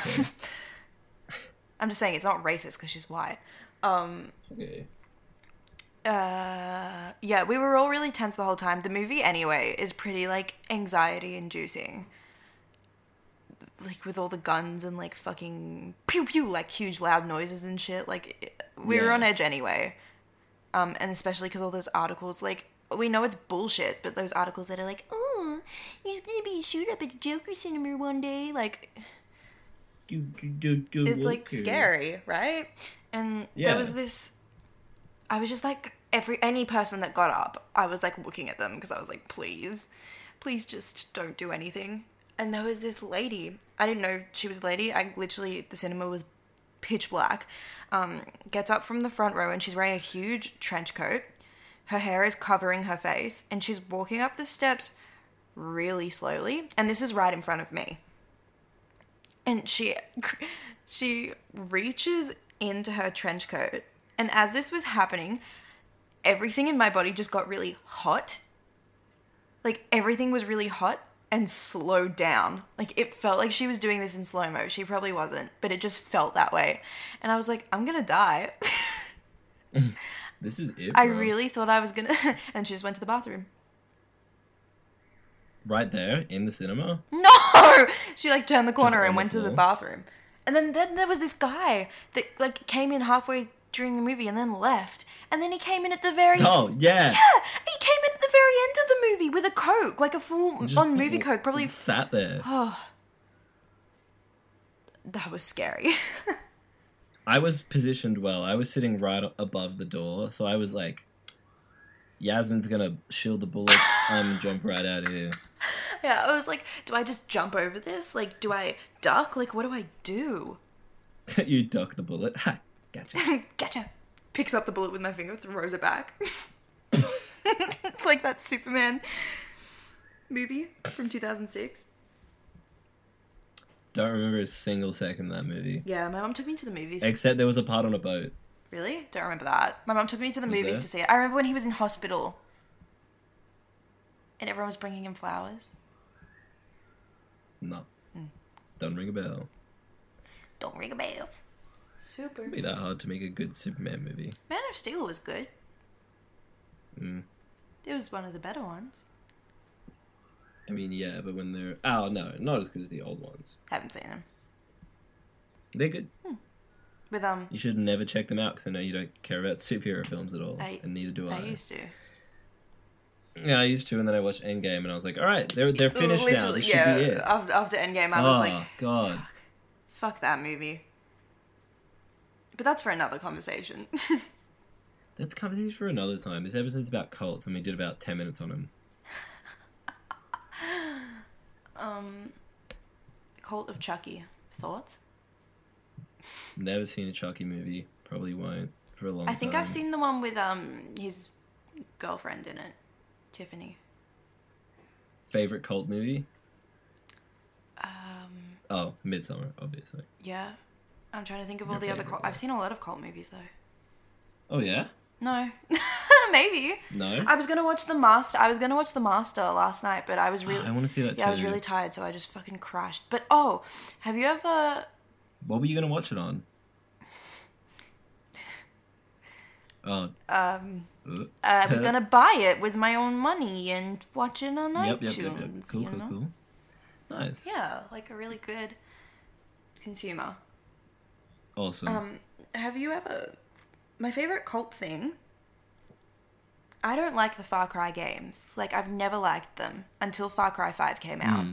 [SPEAKER 2] [LAUGHS] I'm just saying it's not racist because she's white.
[SPEAKER 1] Okay.
[SPEAKER 2] Uh, yeah, we were all really tense the whole time. The movie, anyway, is pretty like anxiety inducing. Like with all the guns and like fucking pew pew, like huge loud noises and shit. Like it- we were
[SPEAKER 1] Yeah.
[SPEAKER 2] on edge anyway. Um, and especially because all those articles, like we know it's bullshit, but those articles that are like, oh, there's gonna be a shoot up at Joker Cinema one day, like
[SPEAKER 1] Do, do, do, do,
[SPEAKER 2] it's like
[SPEAKER 1] okay.
[SPEAKER 2] scary, right? And
[SPEAKER 1] Yeah.
[SPEAKER 2] there was this. I was just like every any person that got up, I was like looking at them because I was like, please, please just don't do anything. And there was this lady. I didn't know she was a lady. I literally the cinema was pitch black. Um, gets up from the front row and she's wearing a huge trench coat. Her hair is covering her face and she's walking up the steps really slowly. And this is right in front of me and she [LAUGHS] she reaches into her trench coat and as this was happening everything in my body just got really hot like everything was really hot and slowed down like it felt like she was doing this in slow mo she probably wasn't but it just felt that way and i was like i'm gonna die [LAUGHS]
[SPEAKER 1] This is it.
[SPEAKER 2] i
[SPEAKER 1] bro.
[SPEAKER 2] really thought i was gonna [LAUGHS] and she just went to the bathroom
[SPEAKER 1] right there in the cinema.
[SPEAKER 2] No! [LAUGHS] She like turned the corner
[SPEAKER 1] on
[SPEAKER 2] and
[SPEAKER 1] the
[SPEAKER 2] went to the
[SPEAKER 1] floor.
[SPEAKER 2] bathroom. And then, then there was this guy that like came in halfway during the movie and then left. And then he came in at the very
[SPEAKER 1] Oh yeah.
[SPEAKER 2] [LAUGHS] he came in at the very end of the movie with a coke, like a full
[SPEAKER 1] Just
[SPEAKER 2] on movie coke, probably
[SPEAKER 1] sat there.
[SPEAKER 2] that was scary. [LAUGHS]
[SPEAKER 1] I was positioned well. I was sitting right above the door, so I was like, "Yasmin's gonna shield the bullets. I'm gonna jump right out of here." [LAUGHS]
[SPEAKER 2] yeah, I was like, do I just jump over this? Like, do I duck? Like, what do I do? [LAUGHS]
[SPEAKER 1] you duck the bullet. Ha, gotcha.
[SPEAKER 2] Gotcha. Picks up the bullet with my finger, throws it back. [LAUGHS] like that Superman movie from 2006.
[SPEAKER 1] Don't remember a single second of that movie,
[SPEAKER 2] Yeah, my mom took me to the movies.
[SPEAKER 1] except there was a part on a boat.
[SPEAKER 2] Really? Don't remember that. My mom took me to the movies
[SPEAKER 1] there?
[SPEAKER 2] to see it. I remember when he was in hospital. And everyone was bringing him flowers.
[SPEAKER 1] No, don't ring a bell.
[SPEAKER 2] Don't ring a bell. Super.
[SPEAKER 1] It'd be that hard to make a good Superman movie.
[SPEAKER 2] Man of Steel was good.
[SPEAKER 1] Mm.
[SPEAKER 2] It was one of the better ones.
[SPEAKER 1] I mean, yeah, but when they're oh no, not as good as the old ones.
[SPEAKER 2] Haven't seen them.
[SPEAKER 1] They're good.
[SPEAKER 2] With um,
[SPEAKER 1] You should never check them out because I know you don't care about superhero films at all,
[SPEAKER 2] I-
[SPEAKER 1] and neither do I.
[SPEAKER 2] I used to.
[SPEAKER 1] Yeah, I used to, and then I watched Endgame, and I was like, "All right, they're they're finished now. This should
[SPEAKER 2] yeah.
[SPEAKER 1] be it."
[SPEAKER 2] af- After Endgame, I
[SPEAKER 1] oh
[SPEAKER 2] was like,
[SPEAKER 1] god,
[SPEAKER 2] fuck that movie. But that's for another conversation. [LAUGHS]
[SPEAKER 1] that's conversation for another time. This episode's about cults, and we did about ten minutes on them.
[SPEAKER 2] um, Cult of Chucky. Thoughts?
[SPEAKER 1] Never seen a Chucky movie. Probably won't for a long
[SPEAKER 2] I think
[SPEAKER 1] time.
[SPEAKER 2] I've seen the one with um his girlfriend in it, Tiffany.
[SPEAKER 1] Favorite cult movie?
[SPEAKER 2] Um,
[SPEAKER 1] Oh, Midsummer, obviously.
[SPEAKER 2] yeah. I'm trying to think of all
[SPEAKER 1] Your
[SPEAKER 2] the other
[SPEAKER 1] favourite
[SPEAKER 2] cult.
[SPEAKER 1] one.
[SPEAKER 2] I've seen a lot of cult movies though.
[SPEAKER 1] Oh yeah?
[SPEAKER 2] No, [LAUGHS] maybe.
[SPEAKER 1] No.
[SPEAKER 2] I was gonna watch the master. I was gonna watch the master last night, but I was really.
[SPEAKER 1] I want to see that
[SPEAKER 2] yeah, I was
[SPEAKER 1] too.
[SPEAKER 2] really tired, so I just fucking crashed. But oh, have you ever?
[SPEAKER 1] What were you gonna watch it
[SPEAKER 2] [LAUGHS]
[SPEAKER 1] on? Oh.
[SPEAKER 2] Um,
[SPEAKER 1] uh, [LAUGHS]
[SPEAKER 2] I was gonna buy it with my own money and watch it on
[SPEAKER 1] Yep, yep,
[SPEAKER 2] iTunes.
[SPEAKER 1] yep, yep. Cool,
[SPEAKER 2] you
[SPEAKER 1] cool,
[SPEAKER 2] know?
[SPEAKER 1] cool. Nice.
[SPEAKER 2] Yeah, like a really good consumer.
[SPEAKER 1] Awesome.
[SPEAKER 2] Um, have you ever? My favorite cult thing. I don't like the Far Cry games. Like I've never liked them until Far Cry Five came out.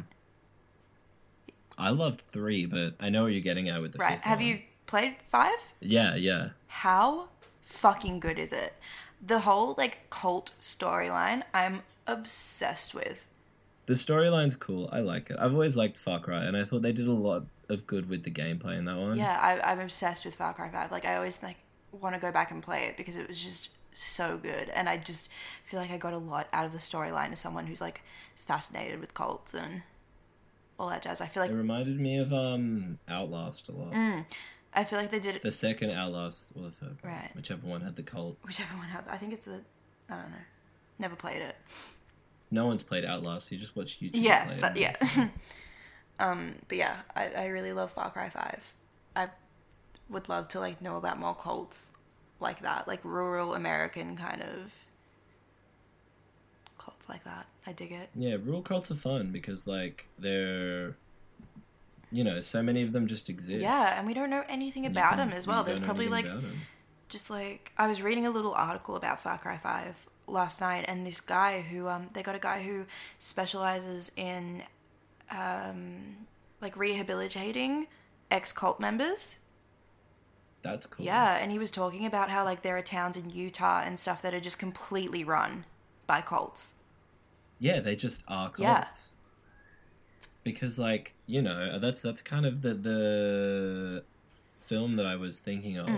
[SPEAKER 1] I loved three, but I know what you're getting at with the
[SPEAKER 2] right?
[SPEAKER 1] fifth
[SPEAKER 2] Have
[SPEAKER 1] one.
[SPEAKER 2] you played Five?
[SPEAKER 1] Yeah, yeah.
[SPEAKER 2] How fucking good is it? The whole like cult storyline, I'm obsessed with.
[SPEAKER 1] The storyline's cool. I like it. I've always liked Far Cry, and I thought they did a lot of good with the gameplay in that one.
[SPEAKER 2] Yeah, I, I'm obsessed with Far Cry Five. Like I always like want to go back and play it because it was just so good, and I just feel like I got a lot out of the storyline as someone who's like fascinated with cults and all that jazz. I feel
[SPEAKER 1] It
[SPEAKER 2] like Mm.
[SPEAKER 1] reminded me of um Outlast a lot.
[SPEAKER 2] I feel like they did it.
[SPEAKER 1] The second Outlast or the third, one,
[SPEAKER 2] Right.
[SPEAKER 1] whichever one had the cult.
[SPEAKER 2] Whichever one happened, I think it's a. I don't know. Never played it.
[SPEAKER 1] No one's played Outlast. You just watch YouTube. play
[SPEAKER 2] yeah,
[SPEAKER 1] it.
[SPEAKER 2] but, yeah. [LAUGHS] um, but yeah, I, I really love Far Cry Five. I would love to like know about more cults like that, like rural American kind of cults like that. I dig it.
[SPEAKER 1] Yeah, rural cults are fun because like they're, you know, so many of them just exist.
[SPEAKER 2] Yeah, and we don't know anything
[SPEAKER 1] And you
[SPEAKER 2] about
[SPEAKER 1] can-
[SPEAKER 2] them as well.
[SPEAKER 1] you
[SPEAKER 2] There's
[SPEAKER 1] don't know
[SPEAKER 2] probably
[SPEAKER 1] anything
[SPEAKER 2] like
[SPEAKER 1] about 'em.
[SPEAKER 2] just like I was reading a little article about Far Cry Five last night, and this guy who um they got a guy who specializes in um like rehabilitating ex cult members.
[SPEAKER 1] that's cool.
[SPEAKER 2] Yeah, and he was talking about how like there are towns in Utah and stuff that are just completely run by cults.
[SPEAKER 1] Yeah, they just are cults.
[SPEAKER 2] Yeah.
[SPEAKER 1] Because like, you know, that's that's kind of the the film that I was thinking of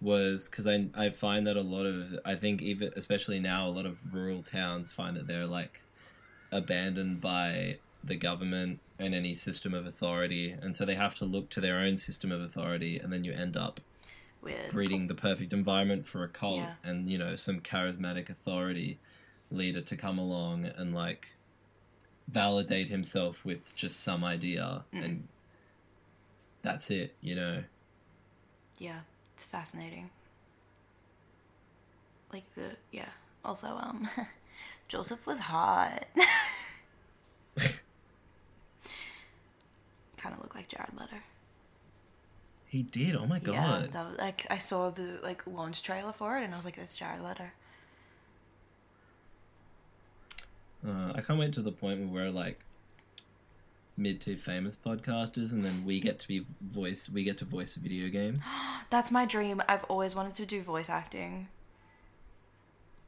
[SPEAKER 1] was cuz I I find that a lot of I think even especially now a lot of rural towns find that they're like abandoned by the government and any system of authority and so they have to look to their own system of authority and then you end up
[SPEAKER 2] With
[SPEAKER 1] breeding the perfect environment for a cult
[SPEAKER 2] Yeah.
[SPEAKER 1] and you know some charismatic authority leader to come along and like validate himself with just some idea
[SPEAKER 2] Mm.
[SPEAKER 1] and that's it you know
[SPEAKER 2] yeah, it's fascinating. Like the yeah. Also, um, [LAUGHS] Joseph was hot. [LAUGHS] kind of looked like Jared Leto.
[SPEAKER 1] he did oh my
[SPEAKER 2] Yeah,
[SPEAKER 1] god
[SPEAKER 2] that was like I saw the like launch trailer for it, and I was like, "That's Jared Leto."
[SPEAKER 1] uh, i can't wait to the point where we're like mid to famous podcasters and then we get to be voice we get to voice a video
[SPEAKER 2] [GASPS]
[SPEAKER 1] game
[SPEAKER 2] That's my dream. I've always wanted to do voice acting.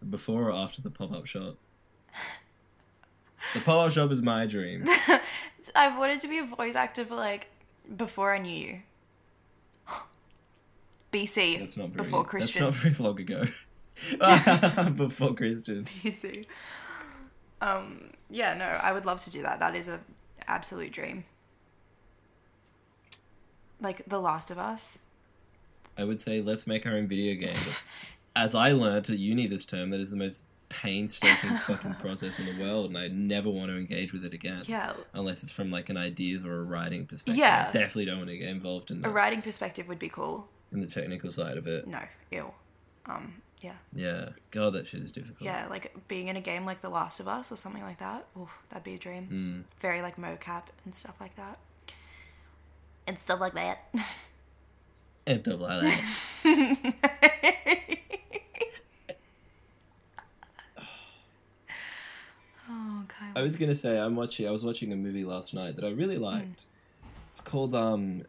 [SPEAKER 1] before or after the pop-up shop the pop-up shop is my dream
[SPEAKER 2] I've wanted to be a voice actor for like before I knew you. [GASPS] BC.
[SPEAKER 1] That's not very,
[SPEAKER 2] before Christian.
[SPEAKER 1] That's not very long
[SPEAKER 2] [LAUGHS]
[SPEAKER 1] ago. before Christian.
[SPEAKER 2] BC. Um, yeah, no, I would love to do that. That is a absolute dream. Like The Last of Us.
[SPEAKER 1] I would say let's make our own video
[SPEAKER 2] [LAUGHS]
[SPEAKER 1] game. But As I learnt at uni this term, that is the most
[SPEAKER 2] [LAUGHS]
[SPEAKER 1] painstaking fucking process in the world, and I never want to engage with it again.
[SPEAKER 2] Yeah.
[SPEAKER 1] Unless it's from like an ideas or a writing perspective.
[SPEAKER 2] Yeah.
[SPEAKER 1] I definitely don't want to get involved in
[SPEAKER 2] A
[SPEAKER 1] the
[SPEAKER 2] writing perspective would be cool.
[SPEAKER 1] in the technical side of it.
[SPEAKER 2] No, ew. Um, yeah.
[SPEAKER 1] Yeah. God, that shit is difficult.
[SPEAKER 2] Yeah, like being in a game like The Last of Us or something like that. Oof, that'd be a dream.
[SPEAKER 1] Mm.
[SPEAKER 2] Very like mocap and stuff like that. And stuff like [LAUGHS] that.
[SPEAKER 1] And double like that.
[SPEAKER 2] oh,
[SPEAKER 1] I
[SPEAKER 2] Kyle.
[SPEAKER 1] was gonna say I'm watching. I was watching a movie last night that I really liked. It's called um,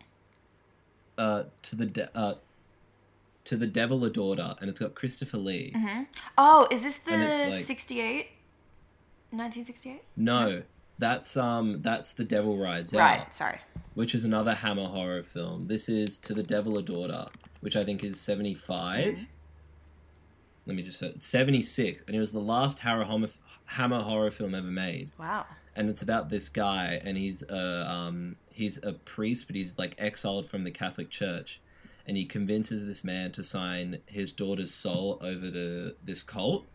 [SPEAKER 1] uh, to the de- uh, to the devil a daughter, and it's got Christopher Lee.
[SPEAKER 2] Oh, is this
[SPEAKER 1] And it's,
[SPEAKER 2] the
[SPEAKER 1] like-
[SPEAKER 2] 68? 1968?
[SPEAKER 1] No, that's um, that's the devil rides
[SPEAKER 2] Right,
[SPEAKER 1] out.
[SPEAKER 2] sorry.
[SPEAKER 1] which is another Hammer horror film. This is To the Devil a Daughter, which I think is 75. Let me just say 76. And it was the last Hammer, homo- Hammer horror film ever made.
[SPEAKER 2] Wow.
[SPEAKER 1] And it's about this guy, and he's a, um, he's a priest, but he's like exiled from the Catholic Church. And he convinces this man to sign his daughter's soul over to this cult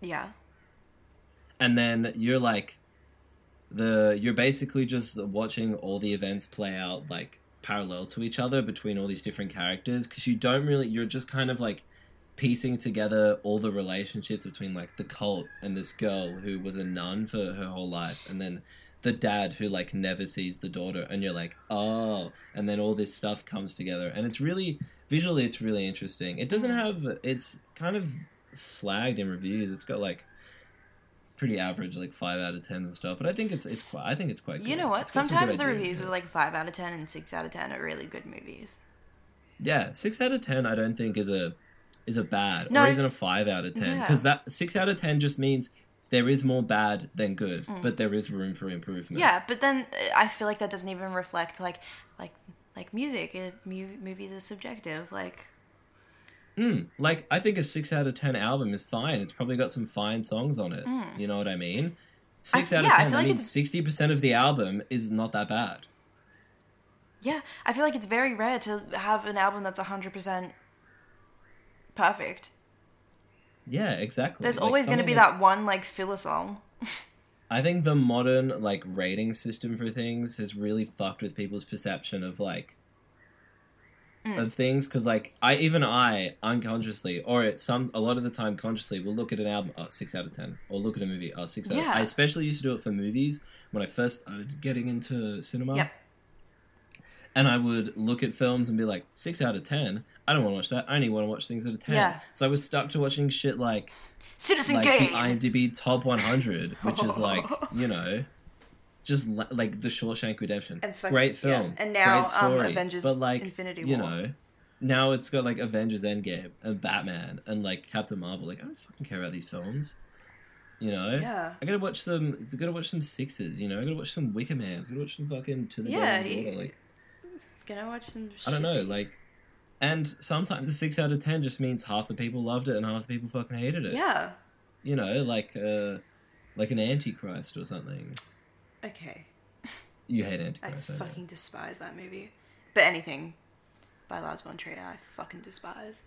[SPEAKER 2] Yeah.
[SPEAKER 1] and then you're like the you're basically just watching all the events play out like parallel to each other between all these different characters because you don't really you're just kind of like piecing together all the relationships between like the cult and this girl who was a nun for her whole life and then the dad who like never sees the daughter and you're like oh and then all this stuff comes together and it's really visually it's really interesting it doesn't have it's kind of slagged in reviews it's got like pretty average like 5 out of 10 and stuff but i think it's it's quite, i think it's quite good
[SPEAKER 2] You know what?
[SPEAKER 1] It's got some good
[SPEAKER 2] Sometimes the
[SPEAKER 1] ideas,
[SPEAKER 2] reviews
[SPEAKER 1] yeah.
[SPEAKER 2] were like 5 out of 10 and 6 out of 10 are really good movies.
[SPEAKER 1] Yeah, six out of ten. I don't think is a is a bad,
[SPEAKER 2] No,
[SPEAKER 1] or even a five out of ten,
[SPEAKER 2] yeah.
[SPEAKER 1] because that six out of ten just means there is more bad than good, but there is room for improvement.
[SPEAKER 2] Mm. Yeah, but then uh, I feel like that doesn't even reflect like like like music. Uh, mu- movies is subjective. Like
[SPEAKER 1] Hmm. like I think a six out of ten album is fine. It's probably got some fine songs on it. You know what I mean? Six
[SPEAKER 2] Mm. I-
[SPEAKER 1] out
[SPEAKER 2] yeah, I
[SPEAKER 1] of ten.
[SPEAKER 2] feel
[SPEAKER 1] I,
[SPEAKER 2] like
[SPEAKER 1] mean,
[SPEAKER 2] it's-
[SPEAKER 1] sixty percent of the album is not that bad.
[SPEAKER 2] yeah, I feel like it's very rare to have an album that's 100% perfect.
[SPEAKER 1] Yeah, exactly.
[SPEAKER 2] There's
[SPEAKER 1] Like,
[SPEAKER 2] always going to
[SPEAKER 1] something
[SPEAKER 2] be
[SPEAKER 1] that's-
[SPEAKER 2] that one like filler song.
[SPEAKER 1] I think the modern like rating system for things has really fucked with people's perception of like
[SPEAKER 2] Mm.
[SPEAKER 1] of things because like I even I unconsciously or at some a lot of the time consciously will look at an album oh, six out of ten or look at a movie oh, six out.
[SPEAKER 2] Yeah.
[SPEAKER 1] I especially used to do it for movies when I first started getting into cinema.
[SPEAKER 2] Yep.
[SPEAKER 1] And I would look at films and be like six out of ten. I don't want to watch that. I only want to watch things at a ten.
[SPEAKER 2] Yeah.
[SPEAKER 1] So I was stuck to watching shit like
[SPEAKER 2] Citizen
[SPEAKER 1] like
[SPEAKER 2] Kane.
[SPEAKER 1] the IMDb top 100, which is
[SPEAKER 2] [LAUGHS]
[SPEAKER 1] like you know, just la- like The Shawshank Redemption.
[SPEAKER 2] And fuck-
[SPEAKER 1] great film,
[SPEAKER 2] yeah. And now,
[SPEAKER 1] great
[SPEAKER 2] um,
[SPEAKER 1] story.
[SPEAKER 2] Avengers
[SPEAKER 1] but like
[SPEAKER 2] Infinity
[SPEAKER 1] you
[SPEAKER 2] War.
[SPEAKER 1] know, now it's got like Avengers Endgame and Batman and like Captain Marvel. Like I don't fucking care about these films. You know,
[SPEAKER 2] Yeah.
[SPEAKER 1] I gotta watch some. I gotta watch some sixes. You know, I gotta watch some Wicker Man's. I gotta watch some fucking To the
[SPEAKER 2] Yeah,
[SPEAKER 1] Devil
[SPEAKER 2] you-
[SPEAKER 1] Daughter, Like
[SPEAKER 2] Gonna watch some. Shit.
[SPEAKER 1] I don't know, like. And sometimes a six out of ten just means half the people loved it and half the people fucking hated it
[SPEAKER 2] Yeah.
[SPEAKER 1] you know, like uh, like an antichrist or something.
[SPEAKER 2] Okay.
[SPEAKER 1] You hate
[SPEAKER 2] I
[SPEAKER 1] antichrist. don't you?
[SPEAKER 2] fucking despise that movie. But anything by Lars von Trier, I fucking despise.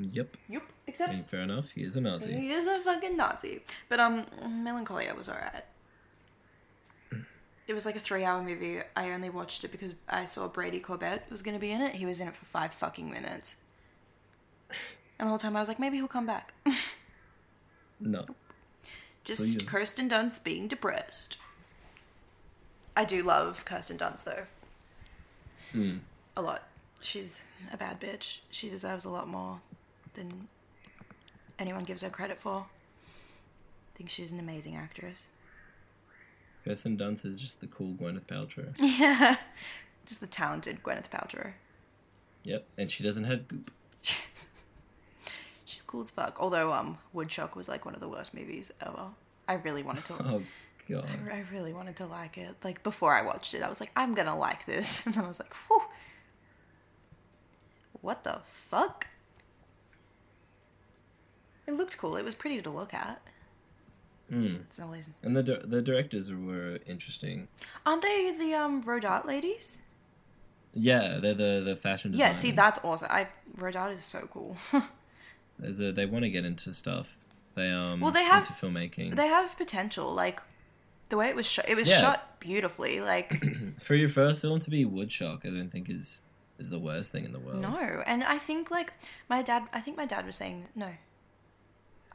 [SPEAKER 1] Yep.
[SPEAKER 2] Yep. Except
[SPEAKER 1] And fair enough. He is a Nazi.
[SPEAKER 2] he is a fucking Nazi. But um, Melancholia was alright. It was like a three-hour movie. I only watched it because I saw Brady Corbett was gonna be in it. He was in it for five fucking minutes. And the whole time I was like, maybe he'll come back.
[SPEAKER 1] No.
[SPEAKER 2] Just
[SPEAKER 1] So you-
[SPEAKER 2] Kirsten Dunst being depressed. I do love Kirsten Dunst though. A lot. She's a bad bitch. She deserves a lot more than anyone gives her credit for. I think she's an amazing actress.
[SPEAKER 1] Kirsten Dunst is just the cool Gwyneth Paltrow.
[SPEAKER 2] [LAUGHS] Yeah. Just the talented Gwyneth Paltrow.
[SPEAKER 1] yep. And she doesn't have goop.
[SPEAKER 2] She's cool as fuck. Although um Woodchuck was like one of the worst movies ever. I really wanted
[SPEAKER 1] [LAUGHS]
[SPEAKER 2] to
[SPEAKER 1] Oh god.
[SPEAKER 2] I really wanted to like it. Like before I watched it, I was like, I'm gonna like this, [LAUGHS] and then I was like, whew. What the fuck? It looked cool. It was pretty to look at. It's always
[SPEAKER 1] And the di- the directors were interesting.
[SPEAKER 2] aren't they the um Rodart ladies?
[SPEAKER 1] Yeah, they're the the fashion.
[SPEAKER 2] Yeah. See,
[SPEAKER 1] designers.
[SPEAKER 2] that's awesome. I Rodart is so cool. [LAUGHS]
[SPEAKER 1] There's a, they want to get into stuff. They um.
[SPEAKER 2] Well, they have-
[SPEAKER 1] into filmmaking.
[SPEAKER 2] they have potential. Like the way it was shot, it was
[SPEAKER 1] Yeah.
[SPEAKER 2] shot beautifully. Like
[SPEAKER 1] For your first film to be Woodchuck, I don't think is is the worst thing in the world.
[SPEAKER 2] No, and I think like my dad. I think my dad was saying no.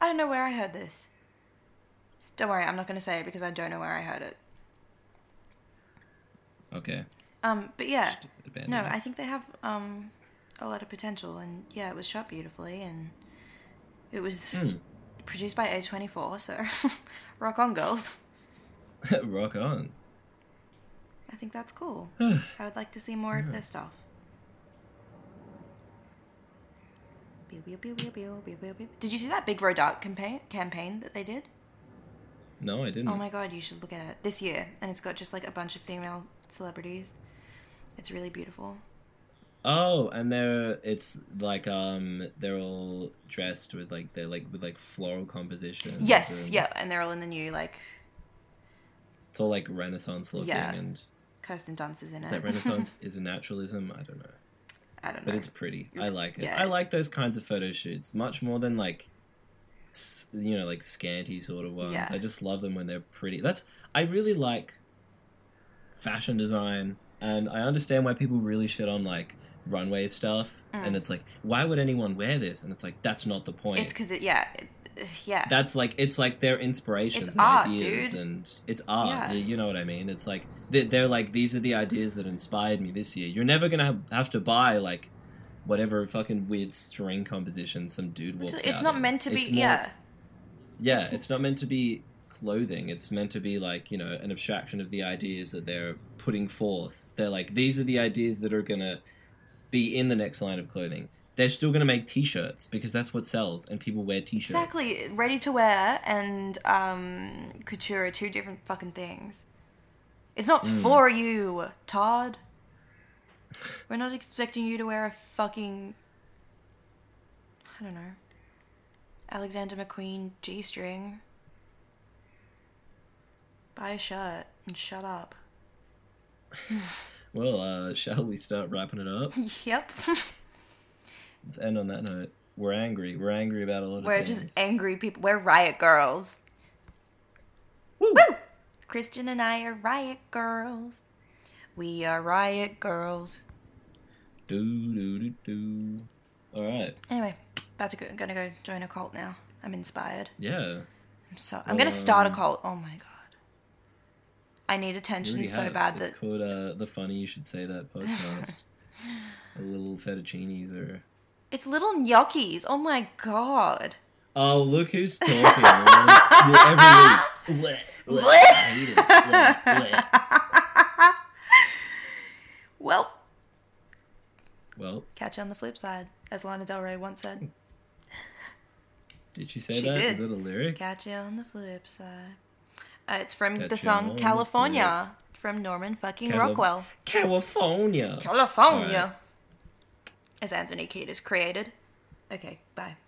[SPEAKER 2] I don't know where I heard this. Don't worry, I'm not going to say it because I don't know where I heard it.
[SPEAKER 1] Okay.
[SPEAKER 2] Um, but yeah,
[SPEAKER 1] Just abandon
[SPEAKER 2] no,
[SPEAKER 1] it.
[SPEAKER 2] I think they have um a lot of potential, and yeah, it was shot beautifully, and it was
[SPEAKER 1] Hmm.
[SPEAKER 2] produced by A24, so [LAUGHS] rock on, girls.
[SPEAKER 1] Hmm. [LAUGHS] Rock on. [SIGHS]
[SPEAKER 2] [SIGHS] I think that's cool. I would like to see more of their stuff. Pew, pew, pew, pew, pew, pew, pew, pew. Did you see that big Rodart campaign campaign that they did?
[SPEAKER 1] No, I didn't.
[SPEAKER 2] Oh my god, you should look at it this year. And it's got just like a bunch of female celebrities. It's really beautiful.
[SPEAKER 1] Oh, and they're it's like um they're all dressed with like they're like with like floral compositions.
[SPEAKER 2] Yes,
[SPEAKER 1] and
[SPEAKER 2] yeah, and they're all in the new like
[SPEAKER 1] It's all like Renaissance looking
[SPEAKER 2] Yeah.
[SPEAKER 1] and
[SPEAKER 2] Kirsten Dunst is in
[SPEAKER 1] is
[SPEAKER 2] it.
[SPEAKER 1] that Renaissance? is it naturalism? I don't know.
[SPEAKER 2] [LAUGHS] I don't know.
[SPEAKER 1] But it's pretty. I
[SPEAKER 2] It's-
[SPEAKER 1] like it.
[SPEAKER 2] yeah.
[SPEAKER 1] I like those kinds of photo shoots much more than like s- you know like scanty sort of ones.
[SPEAKER 2] Yeah.
[SPEAKER 1] I just love them when they're pretty. That's I really like fashion design and I understand why people really shit on like runway stuff and it's like why would anyone wear this and it's like that's not the point.
[SPEAKER 2] Mm. It's because it, yeah, it, [SIGHS] yeah.
[SPEAKER 1] that's like it's like their inspirations
[SPEAKER 2] It's
[SPEAKER 1] and
[SPEAKER 2] art,
[SPEAKER 1] ideas
[SPEAKER 2] dude.
[SPEAKER 1] and it's art
[SPEAKER 2] Yeah.
[SPEAKER 1] you know what i mean it's like they're, they're like these are the ideas that inspired me this year you're never gonna have, have to buy like whatever fucking weird string composition some dude walks
[SPEAKER 2] it's
[SPEAKER 1] out
[SPEAKER 2] not
[SPEAKER 1] in.
[SPEAKER 2] meant to be.
[SPEAKER 1] It's more-
[SPEAKER 2] yeah,
[SPEAKER 1] yeah
[SPEAKER 2] it's-
[SPEAKER 1] it's, not meant to be clothing it's meant to be like you know an abstraction of the ideas that they're putting forth they're like these are the ideas that are gonna be in the next line of clothing they're still gonna make t-shirts because that's what sells and people wear t-shirts
[SPEAKER 2] exactly. Ready to wear and um, couture are two different fucking things. It's not for you, Todd. We're not expecting you to wear a fucking. I don't know. Alexander McQueen G string. Buy a shirt and shut up. [LAUGHS]
[SPEAKER 1] Well, uh, [LAUGHS] shall we start wrapping it up?
[SPEAKER 2] Yep.
[SPEAKER 1] Let's end on that note. We're angry. We're angry about a lot of
[SPEAKER 2] We're
[SPEAKER 1] things.
[SPEAKER 2] just angry people. We're riot girls.
[SPEAKER 1] Woo!
[SPEAKER 2] Christian and I are riot girls. We are riot girls.
[SPEAKER 1] Do do do do. All right.
[SPEAKER 2] Anyway, about to go. gonna go join a cult now. I'm inspired.
[SPEAKER 1] Yeah.
[SPEAKER 2] I'm so. I'm gonna start
[SPEAKER 1] Um,
[SPEAKER 2] a cult. Oh my god. I need
[SPEAKER 1] we
[SPEAKER 2] attention
[SPEAKER 1] already
[SPEAKER 2] so
[SPEAKER 1] have it.
[SPEAKER 2] bad
[SPEAKER 1] It's
[SPEAKER 2] that
[SPEAKER 1] called uh, the funny. You should say that
[SPEAKER 2] [LAUGHS]
[SPEAKER 1] podcast. the little fettuccinis are.
[SPEAKER 2] it's little gnocchis. Oh my god.
[SPEAKER 1] Oh, look who's talking!
[SPEAKER 2] [LAUGHS]
[SPEAKER 1] man. You're Every week. Bleh, bleh. I hate it. Bleh, bleh.
[SPEAKER 2] [LAUGHS] Well,
[SPEAKER 1] Well,
[SPEAKER 2] catch you on the flip side, as Lana Del Rey
[SPEAKER 1] [LAUGHS]
[SPEAKER 2] once said.
[SPEAKER 1] did she say
[SPEAKER 2] She
[SPEAKER 1] that? Is
[SPEAKER 2] did.
[SPEAKER 1] that a lyric?
[SPEAKER 2] Catch you on the flip side. Uh, it's from the
[SPEAKER 1] Catch you on
[SPEAKER 2] song
[SPEAKER 1] the
[SPEAKER 2] California from Norman fucking
[SPEAKER 1] Calif-
[SPEAKER 2] Rockwell.
[SPEAKER 1] California.
[SPEAKER 2] California. As Anthony Kiedis created. Okay, bye.